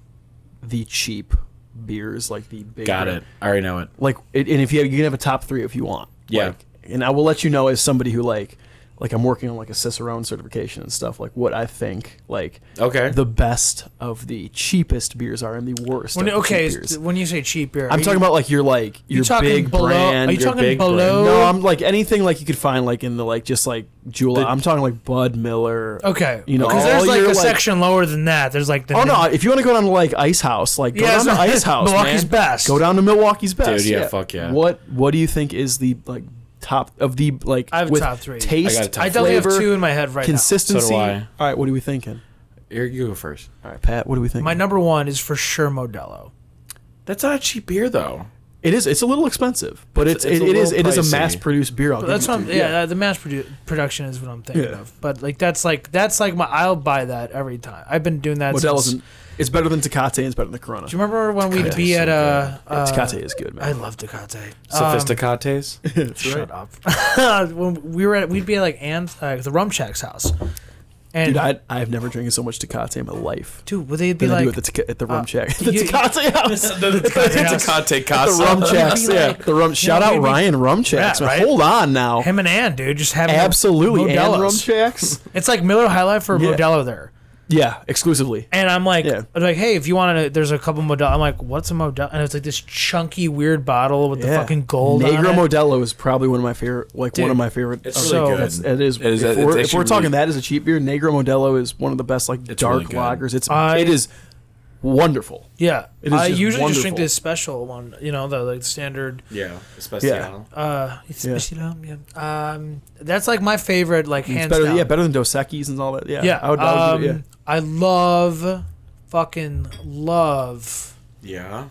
Speaker 3: the cheap beers, like the big?
Speaker 2: Got it. I already know it.
Speaker 3: Like, it, and if you have, you can have a top three if you want.
Speaker 2: Yeah.
Speaker 3: Like, and I will let you know as somebody who like, like I'm working on like a Cicerone certification and stuff. Like what I think like
Speaker 2: Okay.
Speaker 3: the best of the cheapest beers are and the worst.
Speaker 1: When,
Speaker 3: of the
Speaker 1: okay,
Speaker 3: cheap beers.
Speaker 1: when you say cheap beer,
Speaker 3: I'm talking about like your like your
Speaker 1: you talking
Speaker 3: big
Speaker 1: below?
Speaker 3: brand.
Speaker 1: are you
Speaker 3: your
Speaker 1: talking
Speaker 2: big
Speaker 1: below?
Speaker 3: no, I'm like anything like you could find like in the like just like Jula. I'm talking like Bud Miller.
Speaker 1: okay.
Speaker 3: you know,
Speaker 1: because there's
Speaker 3: all
Speaker 1: like a
Speaker 3: your, like-
Speaker 1: section lower than that. There's like the
Speaker 3: Oh no! If you want to go down to like Ice House, like go
Speaker 1: Yeah,
Speaker 3: down
Speaker 1: so-
Speaker 3: to Ice House,
Speaker 1: Milwaukee's
Speaker 3: man.
Speaker 1: best.
Speaker 3: Go down to Milwaukee's best.
Speaker 2: yeah, fuck yeah.
Speaker 3: What What do you think is the like top of the like
Speaker 1: I have a
Speaker 3: with
Speaker 1: top three.
Speaker 3: taste?
Speaker 2: I got a top
Speaker 1: I definitely have
Speaker 3: flavor,
Speaker 1: two in my head right
Speaker 3: Consistency.
Speaker 2: So do I.
Speaker 3: All right, what are we thinking?
Speaker 2: Here you go first.
Speaker 3: All right, Pat, what are we
Speaker 1: now.
Speaker 3: thinking?
Speaker 1: My number one is for sure Modelo.
Speaker 2: That's not a cheap beer though.
Speaker 3: it is. It's a little expensive, but it's,
Speaker 2: It's- it's
Speaker 3: it,
Speaker 2: a
Speaker 3: it is
Speaker 2: little
Speaker 3: it is
Speaker 2: pricey.
Speaker 3: a mass produced beer. I'll
Speaker 1: But
Speaker 3: give
Speaker 1: that's
Speaker 3: you
Speaker 1: what I'm,
Speaker 3: two.
Speaker 1: yeah, the mass produ- production is what I'm thinking
Speaker 3: Yeah.
Speaker 1: of. But like that's like that's like my I'll buy that every time. I've been doing that.
Speaker 3: Modelo's.
Speaker 1: Since,
Speaker 3: in- It's better than Tecate. and It's better than the Corona.
Speaker 1: do you remember when we'd
Speaker 2: Tecate's
Speaker 1: be
Speaker 2: so
Speaker 1: at uh,
Speaker 3: Yeah,
Speaker 1: uh
Speaker 3: Tecate is good, man. [laughs]
Speaker 1: I love Tecate. Um,
Speaker 2: Sophisticates.
Speaker 1: Shut up. [laughs] when we were at, we'd be at like Ann's, uh, the Rum Shack's house, and
Speaker 3: Dude,
Speaker 1: dude,
Speaker 3: I, I've never drinking so much Tecate in my life
Speaker 1: would they be
Speaker 3: than I do
Speaker 1: like,
Speaker 3: at the, teca- at the rum
Speaker 1: uh,
Speaker 3: check. [laughs]
Speaker 1: you-
Speaker 3: The
Speaker 1: [laughs]
Speaker 3: Tecate house. [laughs]
Speaker 2: Tecate
Speaker 3: The
Speaker 2: Casa. [laughs]
Speaker 3: rum checks.
Speaker 1: You'd be
Speaker 3: Yeah.
Speaker 1: like-
Speaker 3: The rum. Shout out
Speaker 1: we'd be-
Speaker 3: Ryan Rum Checks.
Speaker 1: Yeah,
Speaker 3: man.
Speaker 1: right?
Speaker 3: Hold on now.
Speaker 1: him and Ann, dude, just having
Speaker 3: Absolutely. And
Speaker 1: Modelos.
Speaker 3: rum checks.
Speaker 1: It's like Miller High Life for
Speaker 3: Yeah.
Speaker 1: Modelo there.
Speaker 3: Yeah, exclusively.
Speaker 1: And I'm like,
Speaker 3: Yeah.
Speaker 1: I'm like, hey, if you want to, there's a couple Modelo. I'm like, what's a Modelo? And it's like this chunky, weird bottle with the
Speaker 3: Yeah.
Speaker 1: fucking gold on
Speaker 3: Negro
Speaker 1: it.
Speaker 3: Modelo is probably one of my favorite, like
Speaker 1: Dude,
Speaker 3: one of my favorite. Oh,
Speaker 2: It's
Speaker 1: really
Speaker 2: really
Speaker 1: So- good.
Speaker 2: good.
Speaker 3: That's, it is.
Speaker 2: It is-
Speaker 3: if,
Speaker 2: it's
Speaker 3: we're, if
Speaker 2: actually
Speaker 3: we're talking
Speaker 2: really-
Speaker 3: that as a cheap beer, Negro Modelo is one of the best like
Speaker 2: It's really
Speaker 3: dark
Speaker 2: good.
Speaker 3: lagers. It's
Speaker 1: I-
Speaker 3: it is wonderful.
Speaker 1: yeah,
Speaker 3: It is
Speaker 1: I
Speaker 3: just
Speaker 1: usually just drink
Speaker 3: wonderful.
Speaker 1: this special one, you know, the like standard.
Speaker 2: Yeah.
Speaker 3: Yeah.
Speaker 1: Uh, it's
Speaker 3: Yeah.
Speaker 1: special, yeah. Um, that's like my favorite, like
Speaker 3: It's
Speaker 1: hands
Speaker 3: better,
Speaker 1: down.
Speaker 3: yeah, better than Dos Equis and all that. Yeah,
Speaker 1: Yeah,
Speaker 3: I would, I would-
Speaker 1: um,
Speaker 3: yeah.
Speaker 1: I love, fucking love.
Speaker 2: Yeah.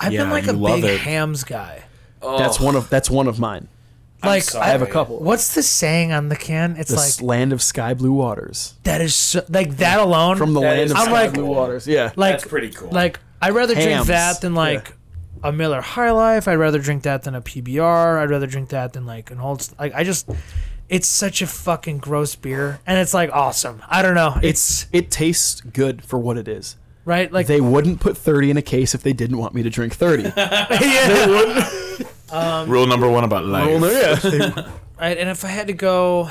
Speaker 1: I've
Speaker 2: Yeah,
Speaker 1: been like
Speaker 2: you
Speaker 1: a
Speaker 2: love
Speaker 1: big
Speaker 2: it.
Speaker 1: hams guy.
Speaker 2: Oh,
Speaker 3: That's one of that's one of mine.
Speaker 1: Like
Speaker 2: sorry.
Speaker 3: I have a couple.
Speaker 1: What's the saying on the can? It's
Speaker 3: the
Speaker 1: like
Speaker 3: s- land of sky blue waters.
Speaker 1: that is so, like that alone.
Speaker 3: From the
Speaker 2: That
Speaker 3: land
Speaker 2: is
Speaker 3: of
Speaker 1: I'm
Speaker 3: sky
Speaker 1: like-
Speaker 3: blue waters. Yeah.
Speaker 1: like
Speaker 2: That's pretty cool.
Speaker 1: Like I'd rather drink
Speaker 3: Hams.
Speaker 1: that than like a Miller High Life. I'd rather drink that than a PBR. I'd rather drink that than like an old. Like I just, it's such a fucking gross beer, and it's like awesome. I don't know. It's,
Speaker 3: it's it tastes good for what it is.
Speaker 1: right. Like
Speaker 3: They wouldn't put 30 in a case if they didn't want me to drink [laughs] 30.
Speaker 1: [laughs] yeah.
Speaker 2: Rule number one about life.
Speaker 1: Right, and if I had to go,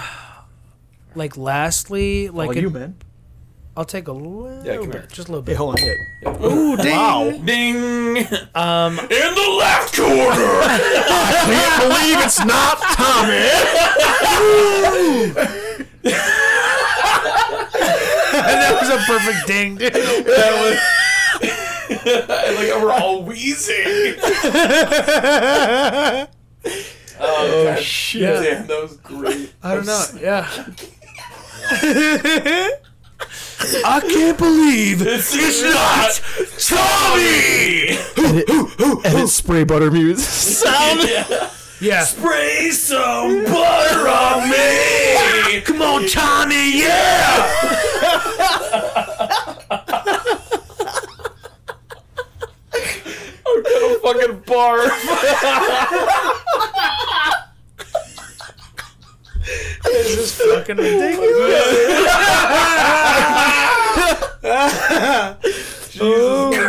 Speaker 1: like lastly, like
Speaker 2: Oh,
Speaker 3: All
Speaker 1: it-
Speaker 3: you,
Speaker 1: [laughs]
Speaker 3: man.
Speaker 1: I'll take a little,
Speaker 2: come here.
Speaker 1: bit, just a little
Speaker 3: Hey,
Speaker 1: bit.
Speaker 3: hold on. Hey.
Speaker 1: Ooh, dang.
Speaker 2: Ding. Um. In the left corner.
Speaker 7: Can't believe it's not Tommy.
Speaker 1: [laughs] that was a
Speaker 2: [laughs]
Speaker 1: perfect ding, dude.
Speaker 2: like we're all [laughs] wheezing. oh shit! Damn, that was great.
Speaker 1: I don't know. Yeah.
Speaker 7: I can't believe
Speaker 2: It's, not Tommy.
Speaker 1: [gasps]
Speaker 3: And it's spray butter
Speaker 1: [laughs]
Speaker 3: music.
Speaker 2: [laughs]
Speaker 1: Yeah.
Speaker 2: Spray some butter on me. Come on, Tommy. Yeah. I'm gonna fucking [laughs] barf.
Speaker 1: fucking ridiculous.
Speaker 2: Oh,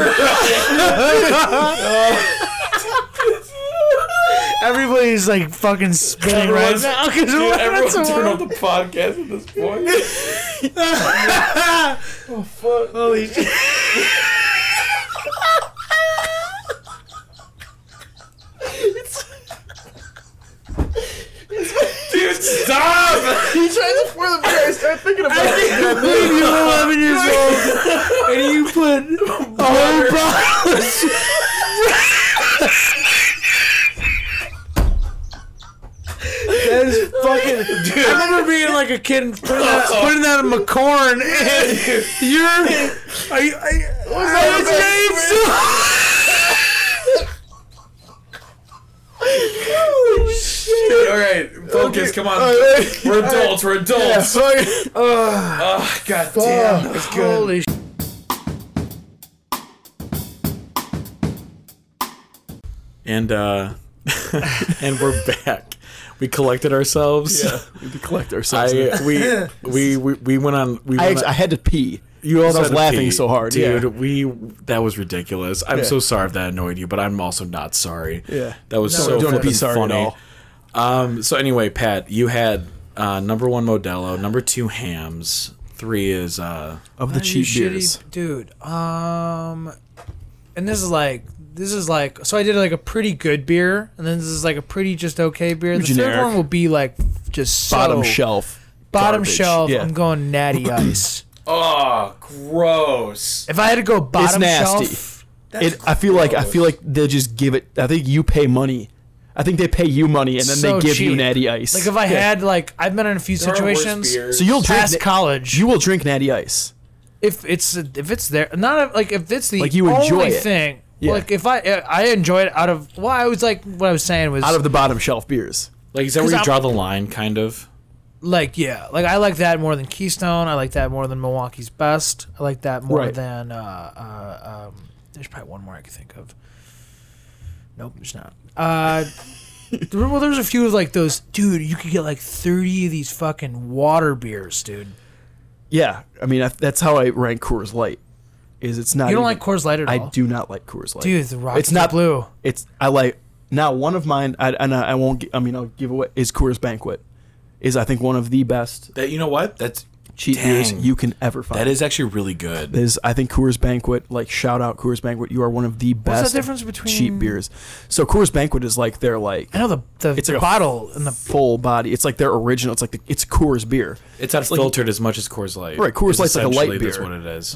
Speaker 1: Everybody's like fucking spinning right
Speaker 2: Everyone's-
Speaker 1: now because
Speaker 2: Dude, everyone
Speaker 1: [laughs] that's
Speaker 2: turn off
Speaker 1: a
Speaker 2: the podcast at this point. Oh,
Speaker 4: [laughs]
Speaker 2: [laughs] Dude, stop!
Speaker 3: he tries to pour the beer. I start thinking about it.
Speaker 1: You're 11 years old.
Speaker 3: And you put.
Speaker 1: Oh, bro.
Speaker 3: That is fucking.
Speaker 1: I remember being like a kid and putting that, putting that in McCorn and you're. Are you, I, I,
Speaker 2: All right, focus. Come on,
Speaker 3: [laughs]
Speaker 2: we're adults. We're adults.
Speaker 1: [laughs]
Speaker 2: Oh, God damn, that's
Speaker 1: James. Holy sh-
Speaker 2: [laughs] And uh, and we're back. we collected ourselves.
Speaker 3: we had to collect ourselves.
Speaker 2: I we, we we we went on. We
Speaker 3: I,
Speaker 2: went
Speaker 3: ex-
Speaker 2: on-
Speaker 3: I had to pee.
Speaker 2: you also
Speaker 3: I was
Speaker 2: had to
Speaker 3: laughing
Speaker 2: pee.
Speaker 3: so hard,
Speaker 2: dude.
Speaker 3: yeah.
Speaker 2: We that was ridiculous. I'm so sorry if that annoyed you, but I'm also not sorry.
Speaker 3: Yeah.
Speaker 2: that was
Speaker 1: No,
Speaker 2: so
Speaker 1: don't be
Speaker 2: fucking
Speaker 3: sorry at
Speaker 2: funny.
Speaker 3: all.
Speaker 2: Um. So anyway, Pat, you had uh, number one Modelo, number two Hams, three is uh.
Speaker 3: Of the
Speaker 1: Are you
Speaker 3: cheap
Speaker 1: shitty-
Speaker 3: beers.
Speaker 1: dude. Um, and this is like this is like so I did like a pretty good beer, and then this is like a pretty just okay beer. The
Speaker 3: Generic.
Speaker 1: third one will be like just so
Speaker 3: Bottom shelf.
Speaker 1: Bottom
Speaker 3: garbage.
Speaker 1: shelf.
Speaker 3: Yeah.
Speaker 1: I'm
Speaker 3: [clears throat]
Speaker 1: going Natty Ice.
Speaker 2: Oh, gross.
Speaker 1: if I had to go bottom
Speaker 3: nasty.
Speaker 1: shelf,
Speaker 3: It, I feel like I feel like they'll just give it. I think you pay money. I think they pay you money and then
Speaker 1: so
Speaker 3: they give you
Speaker 1: cheap.
Speaker 3: natty ice.
Speaker 1: Like if I
Speaker 3: Yeah.
Speaker 1: had like I've been in a few situations.
Speaker 3: so you'll drink
Speaker 1: Past
Speaker 3: na-
Speaker 1: college,
Speaker 3: you will drink natty ice.
Speaker 1: if it's if it's there, not if, like if it's the
Speaker 3: Like, you
Speaker 1: only
Speaker 3: enjoy it.
Speaker 1: thing.
Speaker 3: Yeah.
Speaker 1: Like if I I enjoy it out of well I was like what I was saying was
Speaker 3: out of the bottom shelf beers.
Speaker 2: like is that
Speaker 1: 'Cause
Speaker 2: where you
Speaker 1: I'm-
Speaker 2: draw the line? Kind of.
Speaker 1: like yeah like i like that more than keystone i like that more than milwaukee's best i like that more
Speaker 3: Right.
Speaker 1: than uh, uh um there's probably one more i could think of nope there's not
Speaker 3: [laughs]
Speaker 1: uh there, well there's a few of like those dude you could get like 30 of these fucking water beers dude
Speaker 3: Yeah, I mean I, that's how I rank Coors Light. Is it's not
Speaker 1: you
Speaker 3: even-
Speaker 1: don't like coors light at
Speaker 3: I
Speaker 1: all
Speaker 3: do not like Coors Light.
Speaker 1: dude the rock
Speaker 3: it's not
Speaker 1: blue
Speaker 3: It's I like now one of mine. I and I, I won't. gi- I mean I'll give away is Coors Banquet. Is I think one of the best
Speaker 2: That you know what? That's
Speaker 3: cheap
Speaker 2: Dang.
Speaker 3: beers you can ever find.
Speaker 2: that is actually really good.
Speaker 3: is I think Coors Banquet, like shout out Coors Banquet, you are one of the
Speaker 1: the
Speaker 3: best
Speaker 1: difference between-
Speaker 3: cheap beers. So Coors Banquet is like their like
Speaker 1: i know the the,
Speaker 3: It's
Speaker 1: the
Speaker 3: like a
Speaker 1: bottle and the
Speaker 3: full body. It's like their original. It's like the, it's Coors beer.
Speaker 2: It's not
Speaker 3: like-
Speaker 2: filtered as much as Coors Light.
Speaker 3: Right, Coors
Speaker 2: is
Speaker 3: Light's like a light
Speaker 2: essentially That's
Speaker 3: beer.
Speaker 2: what it is.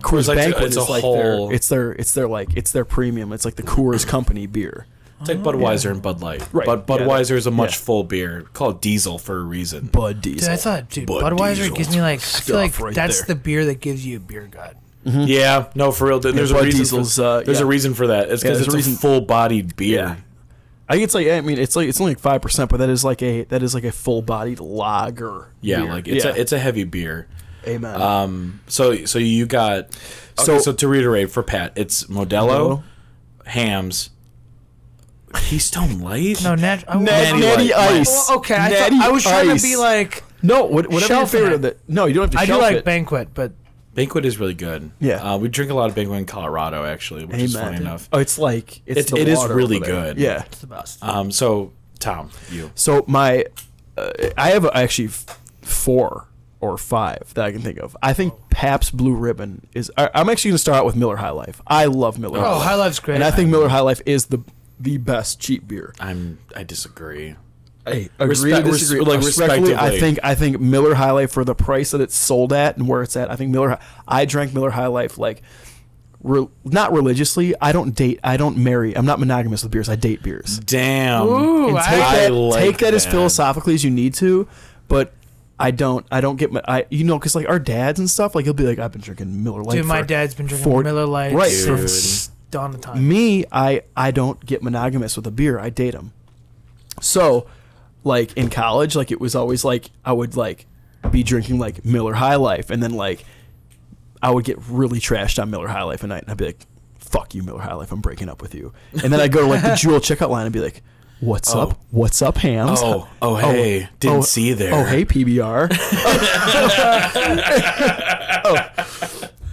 Speaker 3: Coors
Speaker 2: Light's a-
Speaker 3: Banquet
Speaker 2: it's
Speaker 3: is
Speaker 2: a
Speaker 3: like
Speaker 2: whole-
Speaker 3: their it's their it's their like it's their premium. It's like the Coors Company beer.
Speaker 2: It's like Budweiser and Bud Light.
Speaker 3: Oh, Right.
Speaker 2: But
Speaker 3: Yeah, that-
Speaker 2: Budweiser is a much
Speaker 3: yeah.
Speaker 2: full beer called Diesel for a reason.
Speaker 3: Bud Diesel.
Speaker 1: dude, i thought dude
Speaker 2: Bud
Speaker 1: budweiser
Speaker 2: Diesel
Speaker 1: gives me like i
Speaker 3: stuff
Speaker 1: feel like
Speaker 3: right
Speaker 1: that's
Speaker 3: there.
Speaker 1: the beer that gives you a beer gut
Speaker 2: [laughs] Yeah, no, for real. There's a
Speaker 3: Bud
Speaker 2: reason.
Speaker 3: Diesel's,
Speaker 2: for,
Speaker 3: uh,
Speaker 2: there's
Speaker 3: yeah.
Speaker 2: a reason for that. It's
Speaker 3: Yeah, there's
Speaker 2: because it's
Speaker 3: a
Speaker 2: a,
Speaker 3: reason-
Speaker 2: full-bodied beer.
Speaker 3: I think it's like I mean it's like it's only like five percent, but that is like a that is like a full bodied lager.
Speaker 2: Yeah,
Speaker 3: beer.
Speaker 2: like it's
Speaker 3: Yeah.
Speaker 2: a it's a heavy beer.
Speaker 3: amen.
Speaker 2: Um, so so you got so
Speaker 3: So-
Speaker 2: so to reiterate for Pat, it's Modelo, Hams, Keystone Light.
Speaker 1: no nat- I,
Speaker 3: Natty
Speaker 1: I-
Speaker 3: Natty
Speaker 1: Well,
Speaker 3: Ice.
Speaker 1: okay I, thought,
Speaker 3: Natty
Speaker 1: I was trying
Speaker 3: Ice.
Speaker 1: to be like
Speaker 3: no, what, whatever your
Speaker 1: Shelf it.
Speaker 3: favorite of the no, you don't have to.
Speaker 1: I do
Speaker 3: shelf
Speaker 1: like
Speaker 3: it.
Speaker 1: banquet, but
Speaker 2: Banquet is really good.
Speaker 3: Yeah.
Speaker 2: uh, we drink a lot of Banquet in Colorado actually, which is funny enough.
Speaker 3: Oh, it's like it's
Speaker 2: It's-
Speaker 3: the
Speaker 2: it is
Speaker 3: water
Speaker 2: really
Speaker 3: over there.
Speaker 2: good.
Speaker 3: Yeah.
Speaker 1: it's the best.
Speaker 2: Um, so Tom, you
Speaker 3: So my, uh, I have actually f- four or five that I can think of. I think
Speaker 1: Oh.
Speaker 3: Pabst Blue Ribbon is. I, I'm actually going to start out with Miller High Life. I love Miller.
Speaker 1: Oh,
Speaker 3: Life.
Speaker 1: High Life's great.
Speaker 3: And I think Miller High Life is the the best cheap beer.
Speaker 2: I'm I disagree.
Speaker 3: Hey,
Speaker 2: Respect- res- like,
Speaker 3: respectfully, I
Speaker 2: respectively.
Speaker 3: think I think Miller High Life for the price that it's sold at and where it's at. I think Miller. Hi- I drank Miller High Life like, re, not religiously. I don't date. I don't marry. I'm not monogamous with beers. I date beers.
Speaker 2: Damn.
Speaker 1: Ooh,
Speaker 3: And
Speaker 1: I-
Speaker 3: take
Speaker 2: I
Speaker 3: that,
Speaker 2: like
Speaker 3: take that as
Speaker 2: that.
Speaker 3: philosophically as you need to, but I don't. I don't get my. I you know because like our dads and stuff like he'll be like I've been drinking Miller Lite.
Speaker 1: dude, my
Speaker 3: for
Speaker 1: dad's been drinking
Speaker 3: for-
Speaker 1: Miller Lite
Speaker 3: right,
Speaker 1: for
Speaker 2: dude.
Speaker 1: s- dawn of time.
Speaker 3: Me, I I don't get monogamous with a beer. I date him. So, like in college, like it was always like I would like be drinking like Miller High Life, and then like I would get really trashed on Miller High Life at night, and I'd be like, "Fuck you, Miller High Life, I'm breaking up with you." And then I go to
Speaker 2: [laughs]
Speaker 3: like the Jewel checkout line and be like, "What's up? What's up, Hams?"
Speaker 2: Oh, oh, hey, didn't see you there.
Speaker 3: Oh, hey,
Speaker 2: [laughs]
Speaker 3: PBR. oh.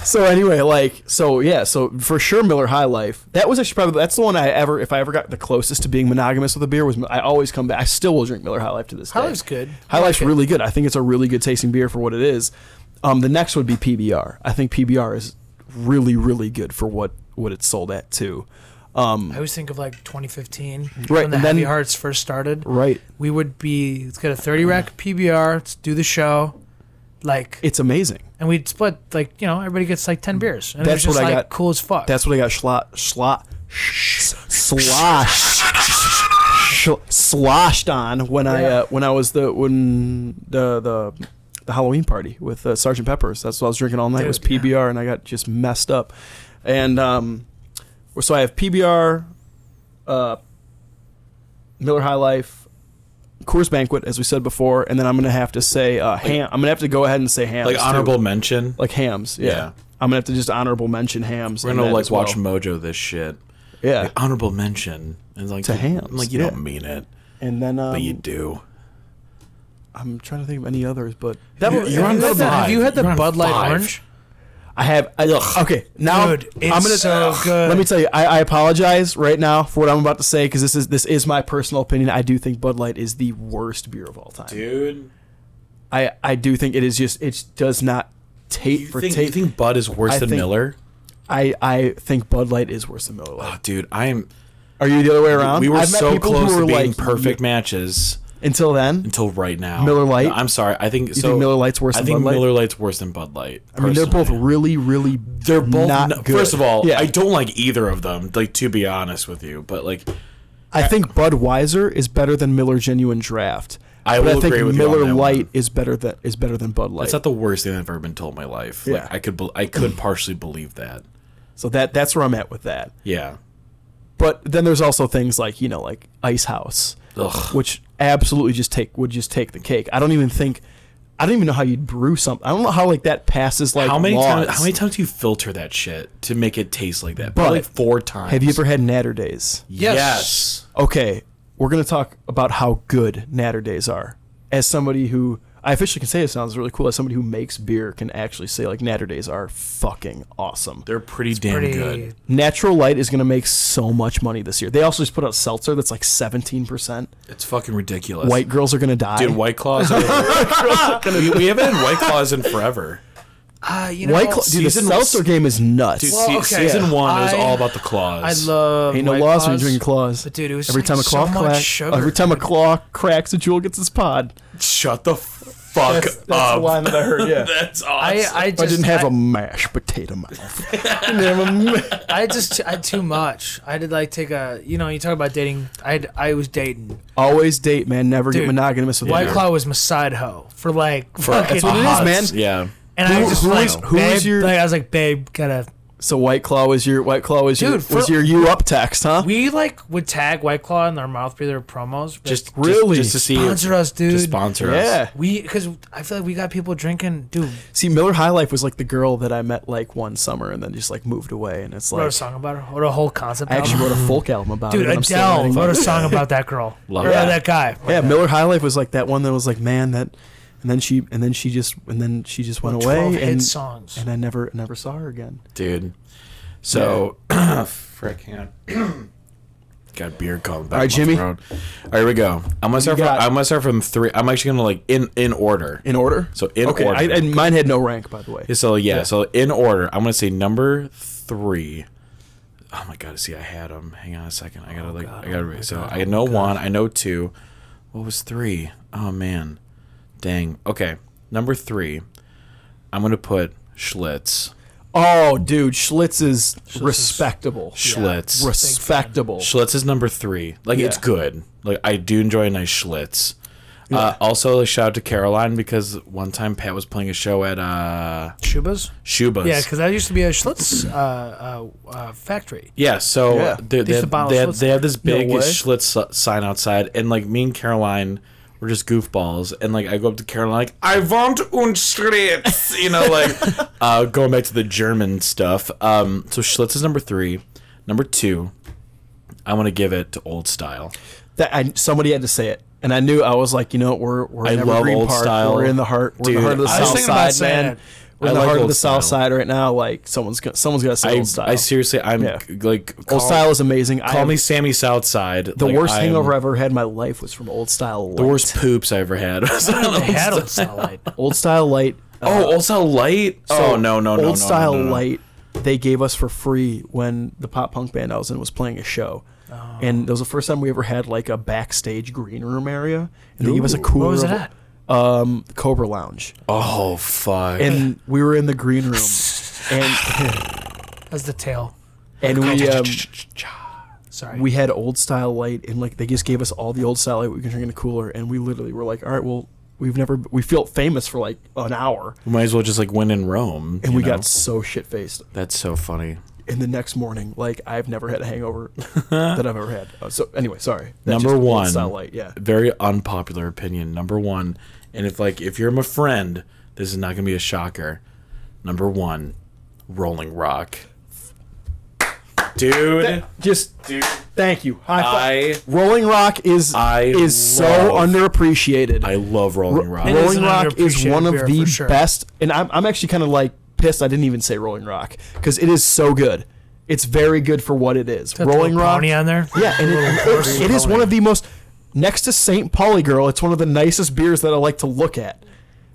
Speaker 3: So anyway, like, so yeah, so for sure, Miller High Life. That was actually probably that's the one I ever, if I ever got the closest to being monogamous with a beer was. I always come back. I still will drink Miller High Life to this
Speaker 1: High
Speaker 3: day.
Speaker 1: Life's good.
Speaker 3: High
Speaker 1: I like
Speaker 3: Life's
Speaker 1: it.
Speaker 3: really good. I think it's a really good tasting beer for what it is. Um, the next would be PBR. I think PBR is really, really good for what what it's sold at too. Um,
Speaker 1: I always think of like 2015
Speaker 3: Right,
Speaker 1: when the
Speaker 3: and
Speaker 1: Heavy
Speaker 3: then-
Speaker 1: Hearts first started.
Speaker 3: Right.
Speaker 1: We would be let's get a 30 rack PBR. Let's do the show. Like
Speaker 3: It's amazing.
Speaker 1: and we'd split like you know everybody gets like 10 beers and
Speaker 3: Mm. That's
Speaker 1: it was just
Speaker 3: what I
Speaker 1: like
Speaker 3: got-
Speaker 1: cool as fuck.
Speaker 3: That's what I got. Slot, slot, slosh, sh- sloshed on when I
Speaker 1: Yeah.
Speaker 3: uh, when I was the when the the, the Halloween party with uh, Sergeant Pepper's. That's what I was drinking all night was
Speaker 1: Dude, yeah.
Speaker 3: PBR, and I got just messed up. And um, so I have PBR, uh, Miller High Life. Coors Banquet, as we said before, and then I'm gonna have to say uh, ham. I'm gonna have to go ahead and say hams,
Speaker 2: like
Speaker 3: too.
Speaker 2: honorable mention.
Speaker 3: like hams. Yeah.
Speaker 2: Yeah.
Speaker 3: I'm gonna have to just honorable mention hams.
Speaker 2: We're
Speaker 3: in
Speaker 2: gonna
Speaker 3: that
Speaker 2: like
Speaker 3: as well.
Speaker 2: watch Mojo this shit.
Speaker 3: Yeah.
Speaker 2: Like, honorable mention. And it's like
Speaker 3: To
Speaker 2: I'm
Speaker 3: hams,
Speaker 2: like you
Speaker 3: yeah.
Speaker 2: don't mean it.
Speaker 3: And then um,
Speaker 2: But you do.
Speaker 3: I'm trying to think of any others, but
Speaker 1: That
Speaker 8: You're-
Speaker 1: was-
Speaker 8: you're
Speaker 1: have
Speaker 8: on
Speaker 1: you had the-
Speaker 8: five.
Speaker 1: Have you had the
Speaker 8: You're on
Speaker 1: Bud Light
Speaker 8: five.
Speaker 1: orange?
Speaker 3: I have. I, ugh, okay, now
Speaker 1: Dude, it's
Speaker 3: I'm gonna.
Speaker 1: so good.
Speaker 3: Let me tell you, I, I apologize right now for what I'm about to say because this is this is my personal opinion. I do think Bud Light is the worst beer of all time.
Speaker 2: Dude.
Speaker 3: I I do think it is just it does not taste
Speaker 2: You
Speaker 3: for
Speaker 2: think,
Speaker 3: taste.
Speaker 2: you think Bud is worse
Speaker 3: I
Speaker 2: than
Speaker 3: think-
Speaker 2: Miller?
Speaker 3: I I think Bud Light is worse than Miller Lite.
Speaker 2: Oh, dude, I am.
Speaker 3: Are you the other way around?
Speaker 2: We were
Speaker 3: I've met
Speaker 2: so
Speaker 3: people who
Speaker 2: close to
Speaker 3: were
Speaker 2: being
Speaker 3: like-
Speaker 2: perfect matches
Speaker 3: until then.
Speaker 2: until right now.
Speaker 3: Miller Lite?
Speaker 2: No, I'm sorry. I think
Speaker 3: You
Speaker 2: so.
Speaker 3: think Miller Light's worse
Speaker 2: I
Speaker 3: than
Speaker 2: think
Speaker 3: Bud Light?
Speaker 2: Miller Light's worse than Bud Light.
Speaker 3: I mean, they're both
Speaker 2: personally.
Speaker 3: really, really.
Speaker 2: They're both
Speaker 3: not
Speaker 2: no-
Speaker 3: good.
Speaker 2: First of all,
Speaker 3: yeah,
Speaker 2: I don't like either of them. Like to be honest with you, but like
Speaker 3: I think Budweiser is better than Miller Genuine Draft.
Speaker 2: I
Speaker 3: but
Speaker 2: will
Speaker 3: I think
Speaker 2: agree with you on
Speaker 3: Miller
Speaker 2: that
Speaker 3: Light
Speaker 2: one.
Speaker 3: is better than is better than Bud Light.
Speaker 2: it's not the worst thing I've ever been told in my life.
Speaker 3: Yeah.
Speaker 2: Like I could, be- I could partially believe that.
Speaker 3: so that that's where I'm at with that.
Speaker 2: Yeah.
Speaker 3: But then there's also things like you know like Ice House,
Speaker 2: Ugh.
Speaker 3: which absolutely just take would just take the cake. I don't even think, I don't even know how you'd brew something. I don't know how like that passes like
Speaker 2: how many
Speaker 3: laws.
Speaker 2: times? How many times do you filter that shit to make it taste like that?
Speaker 3: But-
Speaker 2: Probably like four times.
Speaker 3: Have you ever had Natter Days?
Speaker 2: Yes.
Speaker 1: Yes.
Speaker 3: okay, we're going to talk about how good Natter Days are. As somebody who, I officially can say it sounds really cool, as somebody who makes beer can actually say, like, Natter Days are fucking awesome.
Speaker 2: They're pretty damn
Speaker 1: Pretty
Speaker 2: good.
Speaker 3: Natural Light is going to make so much money this year. They also just put out seltzer that's like 17%.
Speaker 2: It's fucking ridiculous.
Speaker 3: White girls are going to die.
Speaker 2: Dude, White
Speaker 3: [laughs]
Speaker 2: Claws. we, we haven't had White Claws in forever.
Speaker 1: Ah, you know,
Speaker 3: White Claw, dude, the
Speaker 2: season-
Speaker 3: seltzer game is nuts.
Speaker 2: Dude,
Speaker 1: Well,
Speaker 2: se-
Speaker 1: okay.
Speaker 2: season one is
Speaker 1: I-
Speaker 2: all about the claws.
Speaker 1: I love
Speaker 3: Ain't no
Speaker 1: White
Speaker 3: laws when
Speaker 1: Claws.
Speaker 3: you're drinking claws.
Speaker 1: But dude, it was
Speaker 3: every
Speaker 1: like
Speaker 3: time a claw
Speaker 1: so much
Speaker 3: cracks,
Speaker 1: sugar,
Speaker 3: every time a claw cracks, a jewel gets his pod.
Speaker 2: Shut the fuck
Speaker 3: That's, that's
Speaker 2: up.
Speaker 3: the line that I heard. Yeah,
Speaker 2: [laughs] That's awesome.
Speaker 1: I, I, just,
Speaker 3: I didn't have
Speaker 1: I-
Speaker 3: a mashed potato
Speaker 1: [laughs]
Speaker 3: mouth. I didn't have a ma-
Speaker 1: I just I had too much. I did like take a you know you talk about dating. I had, I was dating.
Speaker 3: Always date, man. Never get
Speaker 1: Dude,
Speaker 3: monogamous with
Speaker 1: White
Speaker 3: beer.
Speaker 1: Claw was my side hoe for like for,
Speaker 3: that's what it is, man. [laughs]
Speaker 2: yeah.
Speaker 1: And I
Speaker 3: Who-
Speaker 1: was just
Speaker 3: who
Speaker 1: like,
Speaker 3: is- who
Speaker 1: babe,
Speaker 3: is your-
Speaker 1: like, I was like, babe, gotta.
Speaker 3: So White Claw was your White Claw was your
Speaker 1: Dude, for-
Speaker 3: was your you up text, huh?
Speaker 1: We like would tag White Claw in our mouth breather promos. but
Speaker 2: Just
Speaker 3: Really?
Speaker 2: just, just to see
Speaker 1: sponsor us, dude.
Speaker 2: To sponsor us.
Speaker 3: yeah.
Speaker 1: we because I feel like we got people drinking, dude.
Speaker 3: See, Miller High Life was like the girl that I met like one summer and then just like moved away, and it's
Speaker 1: Wrote a
Speaker 3: like
Speaker 1: song about her. Wrote a whole concept.
Speaker 3: I actually
Speaker 1: album.
Speaker 3: wrote a folk album about it.
Speaker 1: dude
Speaker 3: and I'm still
Speaker 1: Adele
Speaker 3: writing
Speaker 1: wrote
Speaker 3: about
Speaker 1: a
Speaker 3: it.
Speaker 1: song about that
Speaker 3: [laughs]
Speaker 1: girl.
Speaker 2: Love
Speaker 1: or
Speaker 2: that.
Speaker 1: that guy.
Speaker 3: Yeah, Miller High Life was like that one that was like, man, that, and then she and then she just and then she just went
Speaker 1: Twelve
Speaker 3: away
Speaker 1: hit
Speaker 3: and
Speaker 1: songs.
Speaker 3: and I never never saw her again.
Speaker 2: Dude. So [clears throat] frick hang on. [clears throat] Got beer coming back.
Speaker 3: All right,
Speaker 2: my
Speaker 3: Jimmy.
Speaker 2: throat. All right, here we go. I'm gonna start. From,
Speaker 3: got-
Speaker 2: I'm gonna start from three. I'm actually gonna like in in order.
Speaker 3: In order.
Speaker 2: So in
Speaker 3: okay,
Speaker 2: order.
Speaker 3: I, and mine had no rank by the way.
Speaker 2: So yeah, so in order, I'm gonna say number three. Oh my god, see, I had them. Hang on a second. I gotta like, I gotta. so I know one. I know two. What was three? Oh man, dang. Okay, number three. I'm gonna put Schlitz.
Speaker 3: Oh, dude, Schlitz is respectable.
Speaker 2: Schlitz.
Speaker 3: respectable.
Speaker 2: Schlitz is number three. Like it's good. Like I do enjoy a nice Schlitz. Uh, also, a shout out to Caroline because one time Pat was playing a show at uh,
Speaker 1: Shubas.
Speaker 2: Shuba's.
Speaker 1: Yeah, because that used to be a Schlitz uh, uh,
Speaker 3: [laughs]
Speaker 1: uh, factory.
Speaker 2: Yeah, so
Speaker 3: Yeah.
Speaker 2: They,
Speaker 1: They
Speaker 2: they,
Speaker 1: used to
Speaker 2: have,
Speaker 1: bottle
Speaker 2: they, have,
Speaker 1: Schlitz.
Speaker 2: they
Speaker 3: [laughs]
Speaker 2: have this big
Speaker 3: way.
Speaker 2: Schlitz s- sign outside, and like me and Caroline were just goofballs, and like I go up to Caroline like I want un Schlitz, [laughs] you
Speaker 3: [laughs]
Speaker 2: know, like uh, going back to the German stuff. Um, so Schlitz is number three. Number two, I want to give it to Old Style.
Speaker 3: That I, somebody had to say it, and I knew I was like, you know, what, we're we're in
Speaker 2: I love
Speaker 3: Evergreen
Speaker 2: old
Speaker 3: Park.
Speaker 2: style.
Speaker 3: We're in the heart. We're in
Speaker 2: Dude,
Speaker 3: the heart of the
Speaker 2: I
Speaker 1: was
Speaker 3: South
Speaker 1: thinking about
Speaker 3: Side,
Speaker 1: saying
Speaker 3: man.
Speaker 1: it.
Speaker 3: We're in
Speaker 2: I
Speaker 3: the
Speaker 2: like
Speaker 3: heart of
Speaker 2: old
Speaker 3: the South
Speaker 2: style.
Speaker 3: Side right now. Like someone's gonna, someone's got to say
Speaker 2: I,
Speaker 3: old style.
Speaker 2: I seriously, I'm
Speaker 3: Yeah.
Speaker 2: like call,
Speaker 3: old style is amazing. I
Speaker 2: Call
Speaker 3: am-
Speaker 2: me Sammy Southside.
Speaker 3: the
Speaker 2: Like,
Speaker 3: worst
Speaker 2: I'm-
Speaker 3: hangover I ever had in my life was from old style. Light.
Speaker 2: The worst poops I ever had. [laughs] was on
Speaker 1: They
Speaker 2: Old
Speaker 1: had
Speaker 2: Style.
Speaker 1: old satellite.
Speaker 3: [laughs] old style light. uh,
Speaker 2: Oh, Old Style Light. oh no no no
Speaker 3: old
Speaker 2: no, no,
Speaker 3: style
Speaker 2: no, no.
Speaker 3: light they gave us for free when the pop punk band I was in was playing a show.
Speaker 2: Oh.
Speaker 3: And that was the first time we ever had like a backstage green room area. And they gave us a cooler.
Speaker 1: What was it
Speaker 3: of-
Speaker 1: at?
Speaker 3: Um, Cobra Lounge.
Speaker 2: Oh fuck.
Speaker 3: And we were in the green room.
Speaker 2: [laughs]
Speaker 3: And
Speaker 1: That's the tail.
Speaker 3: and we um,
Speaker 1: Sorry.
Speaker 3: we had old style light and like they just gave us all the old style light we could drink in a cooler and we literally were like, all right, well, we've never we felt famous for like an hour
Speaker 2: We might as well just like win in Rome.
Speaker 3: and
Speaker 2: you
Speaker 3: we
Speaker 2: know?
Speaker 3: got so shit faced.
Speaker 2: that's so funny.
Speaker 3: and the next morning, like I've never had a
Speaker 2: [laughs]
Speaker 3: hangover that I've ever had. Uh, so anyway, sorry. That's
Speaker 2: Number
Speaker 3: just old
Speaker 2: one.
Speaker 3: style light, yeah.
Speaker 2: Very unpopular opinion. Number one, and if like if you're my friend, this is not gonna be a shocker. Number one, Rolling Rock. Dude,
Speaker 3: Just
Speaker 2: dude,
Speaker 3: Thank you. High five.
Speaker 2: I
Speaker 3: Rolling Rock is
Speaker 2: I
Speaker 3: is so
Speaker 2: love-
Speaker 3: underappreciated.
Speaker 2: I love Rolling Rock.
Speaker 1: It is
Speaker 3: Rolling
Speaker 1: an
Speaker 3: Rock is
Speaker 1: underappreciated
Speaker 3: one of
Speaker 1: beer,
Speaker 3: the
Speaker 1: for sure.
Speaker 3: best, and I'm, I'm actually kind of like pissed I didn't even say Rolling Rock because it is so good. It's very good for what it is.
Speaker 1: Got the
Speaker 3: Rolling
Speaker 1: little
Speaker 3: Rock,
Speaker 1: pony on there.
Speaker 3: yeah, and it- it- it is one of the most next to Saint Pauli Girl. It's one of the nicest beers that I like to look at.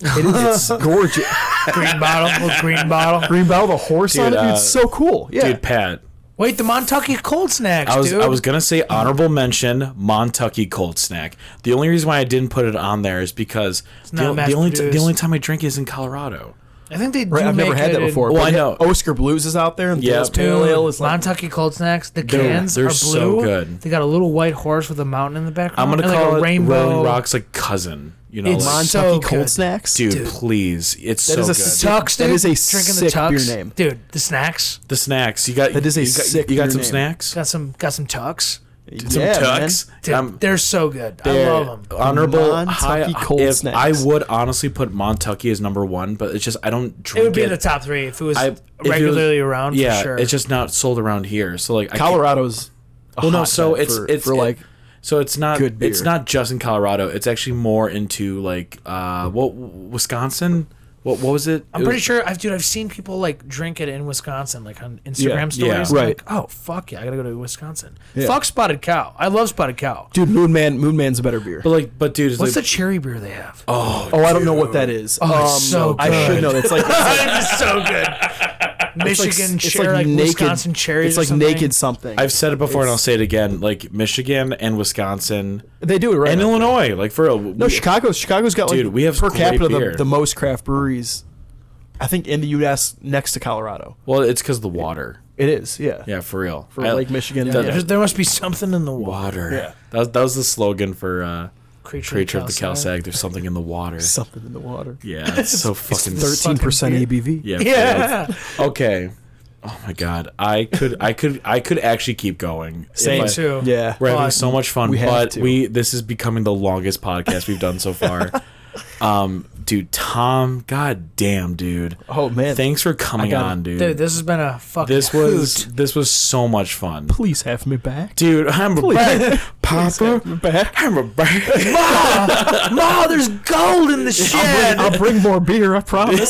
Speaker 3: It is
Speaker 1: [laughs]
Speaker 3: it's gorgeous.
Speaker 1: green bottle, little green bottle.
Speaker 3: [laughs] Green Bell, the horse on it, dude,
Speaker 2: uh,
Speaker 3: it's so cool. Yeah,
Speaker 2: Dude, Pat.
Speaker 1: Wait, the Montucky cold snacks,
Speaker 2: I was
Speaker 1: dude.
Speaker 2: I was gonna say honorable mention Montucky cold snack. The only reason why I didn't put it on there is because
Speaker 1: not
Speaker 2: the, the only t-
Speaker 1: mass-produced.
Speaker 2: the only time I drink is in Colorado.
Speaker 1: I think they do
Speaker 3: Right, I've
Speaker 1: make
Speaker 3: never had
Speaker 1: it
Speaker 3: that
Speaker 1: in-
Speaker 3: before.
Speaker 2: Well,
Speaker 3: but yeah,
Speaker 2: I know.
Speaker 3: Oscar Blues is out there, and
Speaker 2: Yeah.
Speaker 3: Dale's Pale
Speaker 1: Dude,
Speaker 3: Ale is like
Speaker 1: Montucky cold snacks. The
Speaker 2: They're-
Speaker 1: cans
Speaker 2: they're
Speaker 1: are blue.
Speaker 2: so good.
Speaker 1: They got a little white horse with a mountain in the background.
Speaker 2: I'm gonna
Speaker 1: and
Speaker 2: call
Speaker 1: like a
Speaker 2: it
Speaker 1: rainbow.
Speaker 2: Rolling Rock's like cousin. You know,
Speaker 1: It's
Speaker 3: Montucky
Speaker 2: like,
Speaker 1: so
Speaker 3: Cold
Speaker 1: good.
Speaker 3: Snacks,
Speaker 2: dude, please. It's
Speaker 3: That
Speaker 2: so
Speaker 3: is a
Speaker 2: good.
Speaker 3: sick-
Speaker 1: Tux,
Speaker 3: That
Speaker 1: dude.
Speaker 3: is a
Speaker 1: drinking
Speaker 3: sick
Speaker 1: the Tux.
Speaker 3: beer name.
Speaker 1: dude. The snacks
Speaker 2: the snacks you got.
Speaker 3: That is a
Speaker 2: you
Speaker 3: sick
Speaker 2: Got, you got
Speaker 3: beer
Speaker 2: some
Speaker 3: name.
Speaker 2: snacks.
Speaker 1: got some got some Tux.
Speaker 2: some
Speaker 3: Yeah, man.
Speaker 2: tucks.
Speaker 1: Dude,
Speaker 2: Um,
Speaker 1: they're so good. I
Speaker 3: they're-
Speaker 1: love them.
Speaker 2: honorable
Speaker 3: Montucky
Speaker 2: high,
Speaker 3: cold
Speaker 2: if-
Speaker 3: snacks.
Speaker 2: I would honestly put Montucky as number one, but it's just I don't
Speaker 1: It
Speaker 2: drink
Speaker 1: would be in the top three if it was
Speaker 2: I- if it was-
Speaker 1: regularly around.
Speaker 2: Yeah,
Speaker 1: for sure.
Speaker 2: it's just not sold around here. So like I can't-
Speaker 3: Colorado's. a
Speaker 2: Well, no,
Speaker 3: hotbed
Speaker 2: so it's
Speaker 3: for,
Speaker 2: it's
Speaker 3: for
Speaker 2: it-
Speaker 3: like
Speaker 2: so it's not
Speaker 3: good beer.
Speaker 2: it's not just in Colorado. It's actually more into like uh what Wisconsin. What what was it?
Speaker 1: I'm
Speaker 2: It
Speaker 1: pretty
Speaker 2: was-
Speaker 1: sure I've dude I've seen people like drink it in Wisconsin like on Instagram stories.
Speaker 2: yeah.
Speaker 1: I'm
Speaker 3: Right.
Speaker 1: Like, oh fuck yeah, I gotta go to Wisconsin. Fuck Spotted Cow. I love Spotted Cow.
Speaker 3: dude, Moon Man. Moon Man's a better beer.
Speaker 2: But like, but dude, it's
Speaker 1: What's the
Speaker 2: like,
Speaker 1: cherry beer they have? [laughs]
Speaker 3: Oh, I don't know what that is. Um,
Speaker 1: Oh, it's so
Speaker 3: I should
Speaker 1: good.
Speaker 3: know.
Speaker 1: [laughs]
Speaker 3: It's like
Speaker 1: it's so good. Michigan
Speaker 3: it's
Speaker 1: cherry, like, Wisconsin cherries.
Speaker 3: It's
Speaker 1: or
Speaker 3: like
Speaker 1: something.
Speaker 3: naked something.
Speaker 2: I've said it before and I'll say it again. Like Michigan and Wisconsin
Speaker 3: they do it right.
Speaker 2: and
Speaker 3: now.
Speaker 2: Illinois. Like for a
Speaker 3: no, Chicago's Chicago's got
Speaker 2: Dude,
Speaker 3: like
Speaker 2: we have
Speaker 3: per
Speaker 2: great
Speaker 3: capita
Speaker 2: beer.
Speaker 3: the, the most craft breweries. I think in the U.S. next to Colorado.
Speaker 2: well, it's because the water.
Speaker 3: It is. Yeah.
Speaker 2: Yeah, for real.
Speaker 3: For
Speaker 2: I-
Speaker 3: Lake Michigan. and-
Speaker 2: the-
Speaker 1: There's- there must be something in the water.
Speaker 2: water.
Speaker 3: Yeah.
Speaker 2: That was, that was the slogan for uh,
Speaker 1: Creature,
Speaker 2: Creature of the
Speaker 1: Calcite.
Speaker 2: Calsag. There's something in the water.
Speaker 3: Something in the water.
Speaker 2: Yeah, it's so fucking
Speaker 3: Thirteen percent
Speaker 1: fucking
Speaker 3: ABV.
Speaker 2: Yeah.
Speaker 1: [laughs] Yeah.
Speaker 2: for real. Okay. Oh my god. I could I could I could actually keep going.
Speaker 1: Me
Speaker 2: If I-
Speaker 1: too.
Speaker 3: Yeah.
Speaker 2: We're having
Speaker 1: But
Speaker 2: so much fun,
Speaker 3: we have
Speaker 2: but
Speaker 3: to.
Speaker 2: we this is becoming the longest podcast we've done
Speaker 3: [laughs]
Speaker 2: so far. um dude, Tom, god damn, dude.
Speaker 3: Oh man.
Speaker 2: Thanks for coming
Speaker 3: got
Speaker 2: on, dude.
Speaker 1: Dude, this has been a fucking
Speaker 2: this was
Speaker 1: hoot.
Speaker 2: this was so much fun.
Speaker 3: Please have me back.
Speaker 2: Dude, I'm
Speaker 3: [laughs]
Speaker 2: back. Papa,
Speaker 3: Back. [laughs]
Speaker 2: I'm back.
Speaker 1: Ma, there's gold in the shed.
Speaker 3: I'll bring more beer.
Speaker 2: [laughs]
Speaker 3: I promise.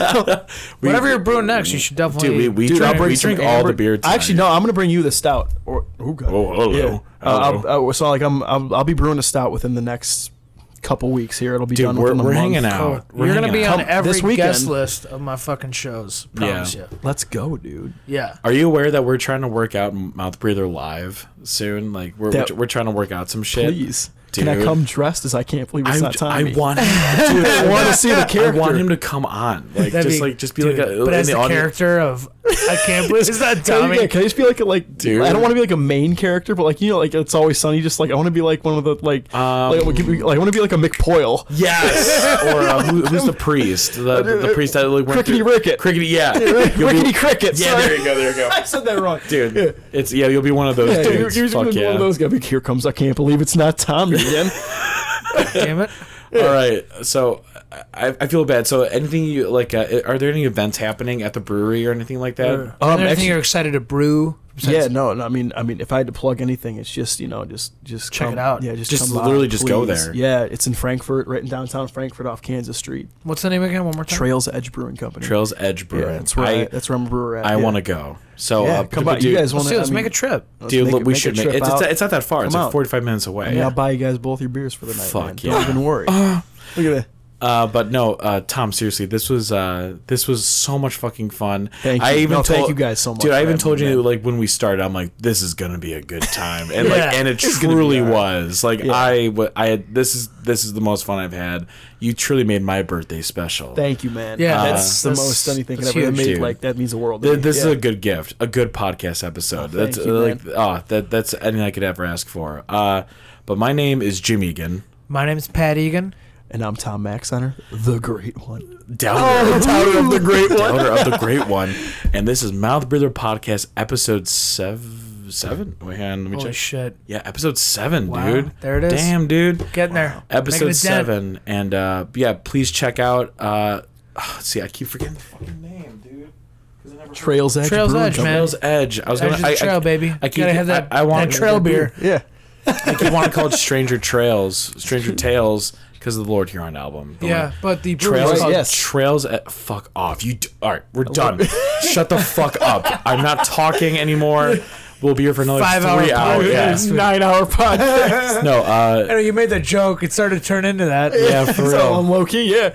Speaker 1: Whatever you're brewing next, you should definitely.
Speaker 2: Dude, we, we
Speaker 3: Dude, I'll
Speaker 2: drink,
Speaker 3: bring
Speaker 2: we
Speaker 3: some
Speaker 2: drink all
Speaker 3: amber-
Speaker 2: the beer. Tonight.
Speaker 3: Actually, no. I'm gonna bring you the stout. Or oh god.
Speaker 2: Oh, hello.
Speaker 3: Yeah. Uh, I'll, uh, so like I'm, I'll, I'll be brewing a stout within the next couple weeks. Here, it'll be
Speaker 2: Dude,
Speaker 3: done
Speaker 2: we're,
Speaker 3: within the
Speaker 2: we're
Speaker 3: month.
Speaker 2: hanging
Speaker 1: Oh,
Speaker 2: out. We're
Speaker 1: you're gonna
Speaker 2: hanging
Speaker 1: be
Speaker 2: out.
Speaker 1: on
Speaker 3: Come
Speaker 1: every
Speaker 3: this weekend.
Speaker 1: guest list of my fucking shows. Promise
Speaker 2: Yeah.
Speaker 1: you.
Speaker 3: Let's go, dude.
Speaker 1: Yeah.
Speaker 2: Are you aware that we're trying to work out mouth breather live soon? Like we're
Speaker 3: That-
Speaker 2: we're, we're trying to work out some shit.
Speaker 3: Please.
Speaker 2: Dude.
Speaker 3: Can I come dressed as I can't believe
Speaker 2: I,
Speaker 3: it's not
Speaker 2: I
Speaker 3: Tommy? [laughs]
Speaker 2: want him, dude, I
Speaker 3: I
Speaker 2: want
Speaker 3: want to see the
Speaker 2: I
Speaker 3: character.
Speaker 2: want him to come on. Like
Speaker 1: That'd
Speaker 2: just
Speaker 1: be-
Speaker 2: like just be
Speaker 1: dude,
Speaker 2: like a in
Speaker 1: but as the,
Speaker 2: audience.
Speaker 1: character of I can't believe
Speaker 2: [laughs]
Speaker 1: is that
Speaker 3: Can I- yeah,
Speaker 1: Tommy?
Speaker 3: can I just be like a like?
Speaker 2: Dude.
Speaker 3: I don't want to be like a main character, but like you know, like it's always sunny. Just like I want to be like one of the like,
Speaker 2: Um,
Speaker 3: like, I wanna be- like, I want to be like a McPoyle.
Speaker 2: [laughs]
Speaker 3: [laughs]
Speaker 2: Yes, or uh, who, who's the priest? The, the priest that like went
Speaker 3: Crickety
Speaker 2: through-
Speaker 3: Ricket.
Speaker 2: Crickety,
Speaker 3: [laughs]
Speaker 2: yeah, [laughs] You'll be-
Speaker 3: Rickety Cricket.
Speaker 2: yeah.
Speaker 3: sorry.
Speaker 2: There you go, there
Speaker 3: [laughs]
Speaker 2: you go,
Speaker 3: I said that wrong,
Speaker 2: dude. It's yeah, you'll be one of those
Speaker 3: Yeah, you're,
Speaker 2: dudes.
Speaker 3: you're
Speaker 2: Fuck
Speaker 3: one
Speaker 2: yeah.
Speaker 3: of those guys. Like, Here comes. I can't believe it's not Tommy
Speaker 2: [laughs]
Speaker 3: again.
Speaker 1: Damn it.
Speaker 2: All right, so I, I feel bad. So anything you like? Uh, are there any events happening at the brewery or anything like that?
Speaker 1: Um, Anything
Speaker 3: actually-
Speaker 1: you're excited to brew?
Speaker 3: Yeah, no, no, I mean, I mean, if I had to plug anything, it's just you know, just just
Speaker 1: Check
Speaker 3: come-
Speaker 1: it out.
Speaker 3: Yeah, just
Speaker 2: Just
Speaker 3: come
Speaker 2: literally
Speaker 3: by,
Speaker 2: just go
Speaker 3: please.
Speaker 2: there.
Speaker 3: Yeah, it's in Frankfurt, right in downtown Frankfurt, off Kansas Street.
Speaker 1: What's the name again? One more time.
Speaker 3: Trails Edge Brewing Company.
Speaker 2: Trails Edge
Speaker 3: yeah,
Speaker 2: Brewing.
Speaker 3: that's where I, that's where I'm a brewer at.
Speaker 2: I
Speaker 3: yeah.
Speaker 2: want to go. So
Speaker 3: Yeah,
Speaker 2: uh,
Speaker 3: come
Speaker 2: but
Speaker 3: by. You
Speaker 2: dude-
Speaker 3: guys
Speaker 1: Let's
Speaker 3: want
Speaker 1: do.
Speaker 3: to?
Speaker 1: it. Let's make a trip.
Speaker 2: dude, look, we should make. It's, it's, it's not that far. It's
Speaker 3: Come
Speaker 2: like
Speaker 3: out.
Speaker 2: 45 minutes away.
Speaker 3: I'll buy you guys both your beers for the night.
Speaker 2: Fuck
Speaker 3: man.
Speaker 2: yeah. Ah.
Speaker 3: Don't even worry.
Speaker 2: [laughs]
Speaker 3: Look at that.
Speaker 2: Uh, but no, uh, Tom, seriously, this was uh, this was so much fucking fun.
Speaker 3: Thank
Speaker 2: I
Speaker 3: you.
Speaker 2: even
Speaker 3: No,
Speaker 2: told,
Speaker 3: thank you guys so much
Speaker 2: dude. I
Speaker 3: for
Speaker 2: even
Speaker 3: having
Speaker 2: told
Speaker 3: me,
Speaker 2: you
Speaker 3: man.
Speaker 2: like when we started, I'm like, this is gonna be a good time,
Speaker 3: [laughs]
Speaker 2: and
Speaker 1: Yeah.
Speaker 2: like, and it
Speaker 3: gonna be
Speaker 2: truly
Speaker 3: all right.
Speaker 2: was. Like
Speaker 3: Yeah.
Speaker 2: I, wa- I had this is this is the most fun I've had. You truly made my birthday special.
Speaker 3: Thank you, man.
Speaker 1: Yeah,
Speaker 3: that's
Speaker 1: Uh,
Speaker 3: the
Speaker 1: that's-
Speaker 3: most anything could
Speaker 1: that's
Speaker 3: ever have
Speaker 1: huge,
Speaker 3: made.
Speaker 2: dude.
Speaker 3: Like that means the world. to
Speaker 2: Th-
Speaker 3: me.
Speaker 2: This
Speaker 3: Yeah.
Speaker 2: is a good gift, a good podcast episode. that's
Speaker 3: you,
Speaker 2: uh, like oh, that that's anything I could ever ask for. Uh, but my name is Jim Egan.
Speaker 1: My name's Pat Egan.
Speaker 3: And I'm Tom Maxiner, the great one.
Speaker 2: Downer,
Speaker 1: Oh,
Speaker 3: Downer of the great one.
Speaker 2: Downer of the great one, and this is Mouth Breather Podcast, episode seven. Seven. Wait, hang on, let me
Speaker 1: Holy
Speaker 2: check.
Speaker 1: shit.
Speaker 2: yeah, episode seven,
Speaker 1: Wow,
Speaker 2: dude.
Speaker 1: there it is.
Speaker 2: Damn, dude.
Speaker 1: Getting there. Making a
Speaker 2: Episode
Speaker 1: dent.
Speaker 2: seven, and [sighs] uh, yeah, please check out. Uh, see, I keep forgetting the fucking name, dude. 'Cause
Speaker 3: Trails Edge.
Speaker 1: Trails
Speaker 3: Brewing
Speaker 1: Edge,
Speaker 3: Company.
Speaker 1: man.
Speaker 2: Trails Edge. I was
Speaker 1: Edge
Speaker 2: gonna.
Speaker 1: of the
Speaker 2: I,
Speaker 1: trail,
Speaker 2: I,
Speaker 1: baby.
Speaker 2: I keep-
Speaker 1: gotta have that.
Speaker 2: I- I want-
Speaker 1: that trail beer.
Speaker 3: Yeah.
Speaker 2: I keep want to
Speaker 1: [laughs]
Speaker 2: call it Stranger Trails, Stranger Tales, because of the Lord Huron album. But
Speaker 1: Yeah,
Speaker 2: like,
Speaker 1: but the brewery's
Speaker 2: Trails,
Speaker 1: called-
Speaker 3: yes.
Speaker 2: Oh, trails. At, fuck off. You. D- all right, we're done.
Speaker 3: [laughs]
Speaker 2: Shut the fuck up. I'm not talking anymore. We'll be here for another
Speaker 1: Five
Speaker 2: three
Speaker 1: hour
Speaker 2: hours.
Speaker 1: podcast.
Speaker 2: Yeah.
Speaker 3: Nine hour podcast.
Speaker 2: No. Uh,
Speaker 1: I know you made that joke. It started to turn into that.
Speaker 3: [laughs]
Speaker 2: yeah, for
Speaker 3: so
Speaker 2: real.
Speaker 3: on low key, yeah.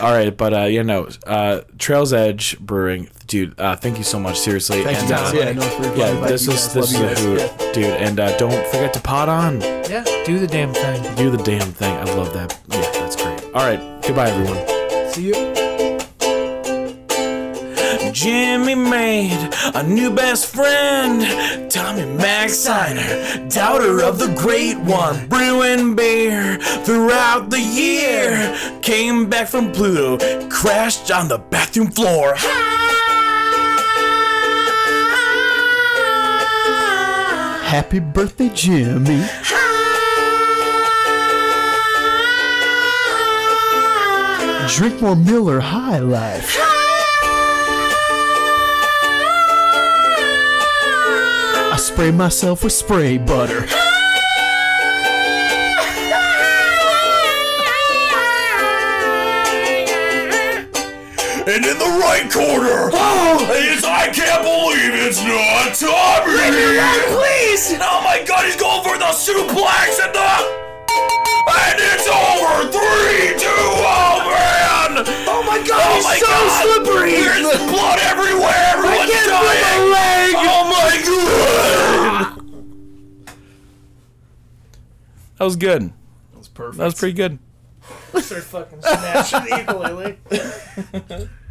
Speaker 2: All right, but uh, you know, uh, Trails Edge Brewing, dude. Uh, thank you so much. Seriously.
Speaker 3: Thank you
Speaker 2: and,
Speaker 3: guys.
Speaker 2: uh,
Speaker 3: Yeah, no, it's really
Speaker 2: yeah,
Speaker 3: fun.
Speaker 2: this
Speaker 3: Thank you
Speaker 2: is
Speaker 3: guys.
Speaker 2: this is
Speaker 3: Love you
Speaker 2: a
Speaker 3: guys.
Speaker 2: hoot, dude. And uh, don't forget to pot on.
Speaker 1: Yeah, do the damn thing.
Speaker 2: Do the damn thing. I love that. Yeah, that's great. All right. Goodbye, everyone.
Speaker 1: See you.
Speaker 2: Jimmy made a new best friend. Tommy Maxiner, doubter of the great one. Brewing beer throughout the year. Came back from Pluto, crashed on the bathroom floor.
Speaker 3: Happy birthday, Jimmy. Drink more Miller High Life. I spray myself with spray butter.
Speaker 2: And in the right corner, it's, I can't believe it's not Tommy. please. Oh my God, he's going for the suplex and the. And it's over. Three, two, oh man. Oh my God, oh my so God. slippery. There's blood everywhere. Everyone's dying. leg. Oh my God. That was good. That was perfect. That was pretty good.
Speaker 1: Start fucking smashing the ukulele.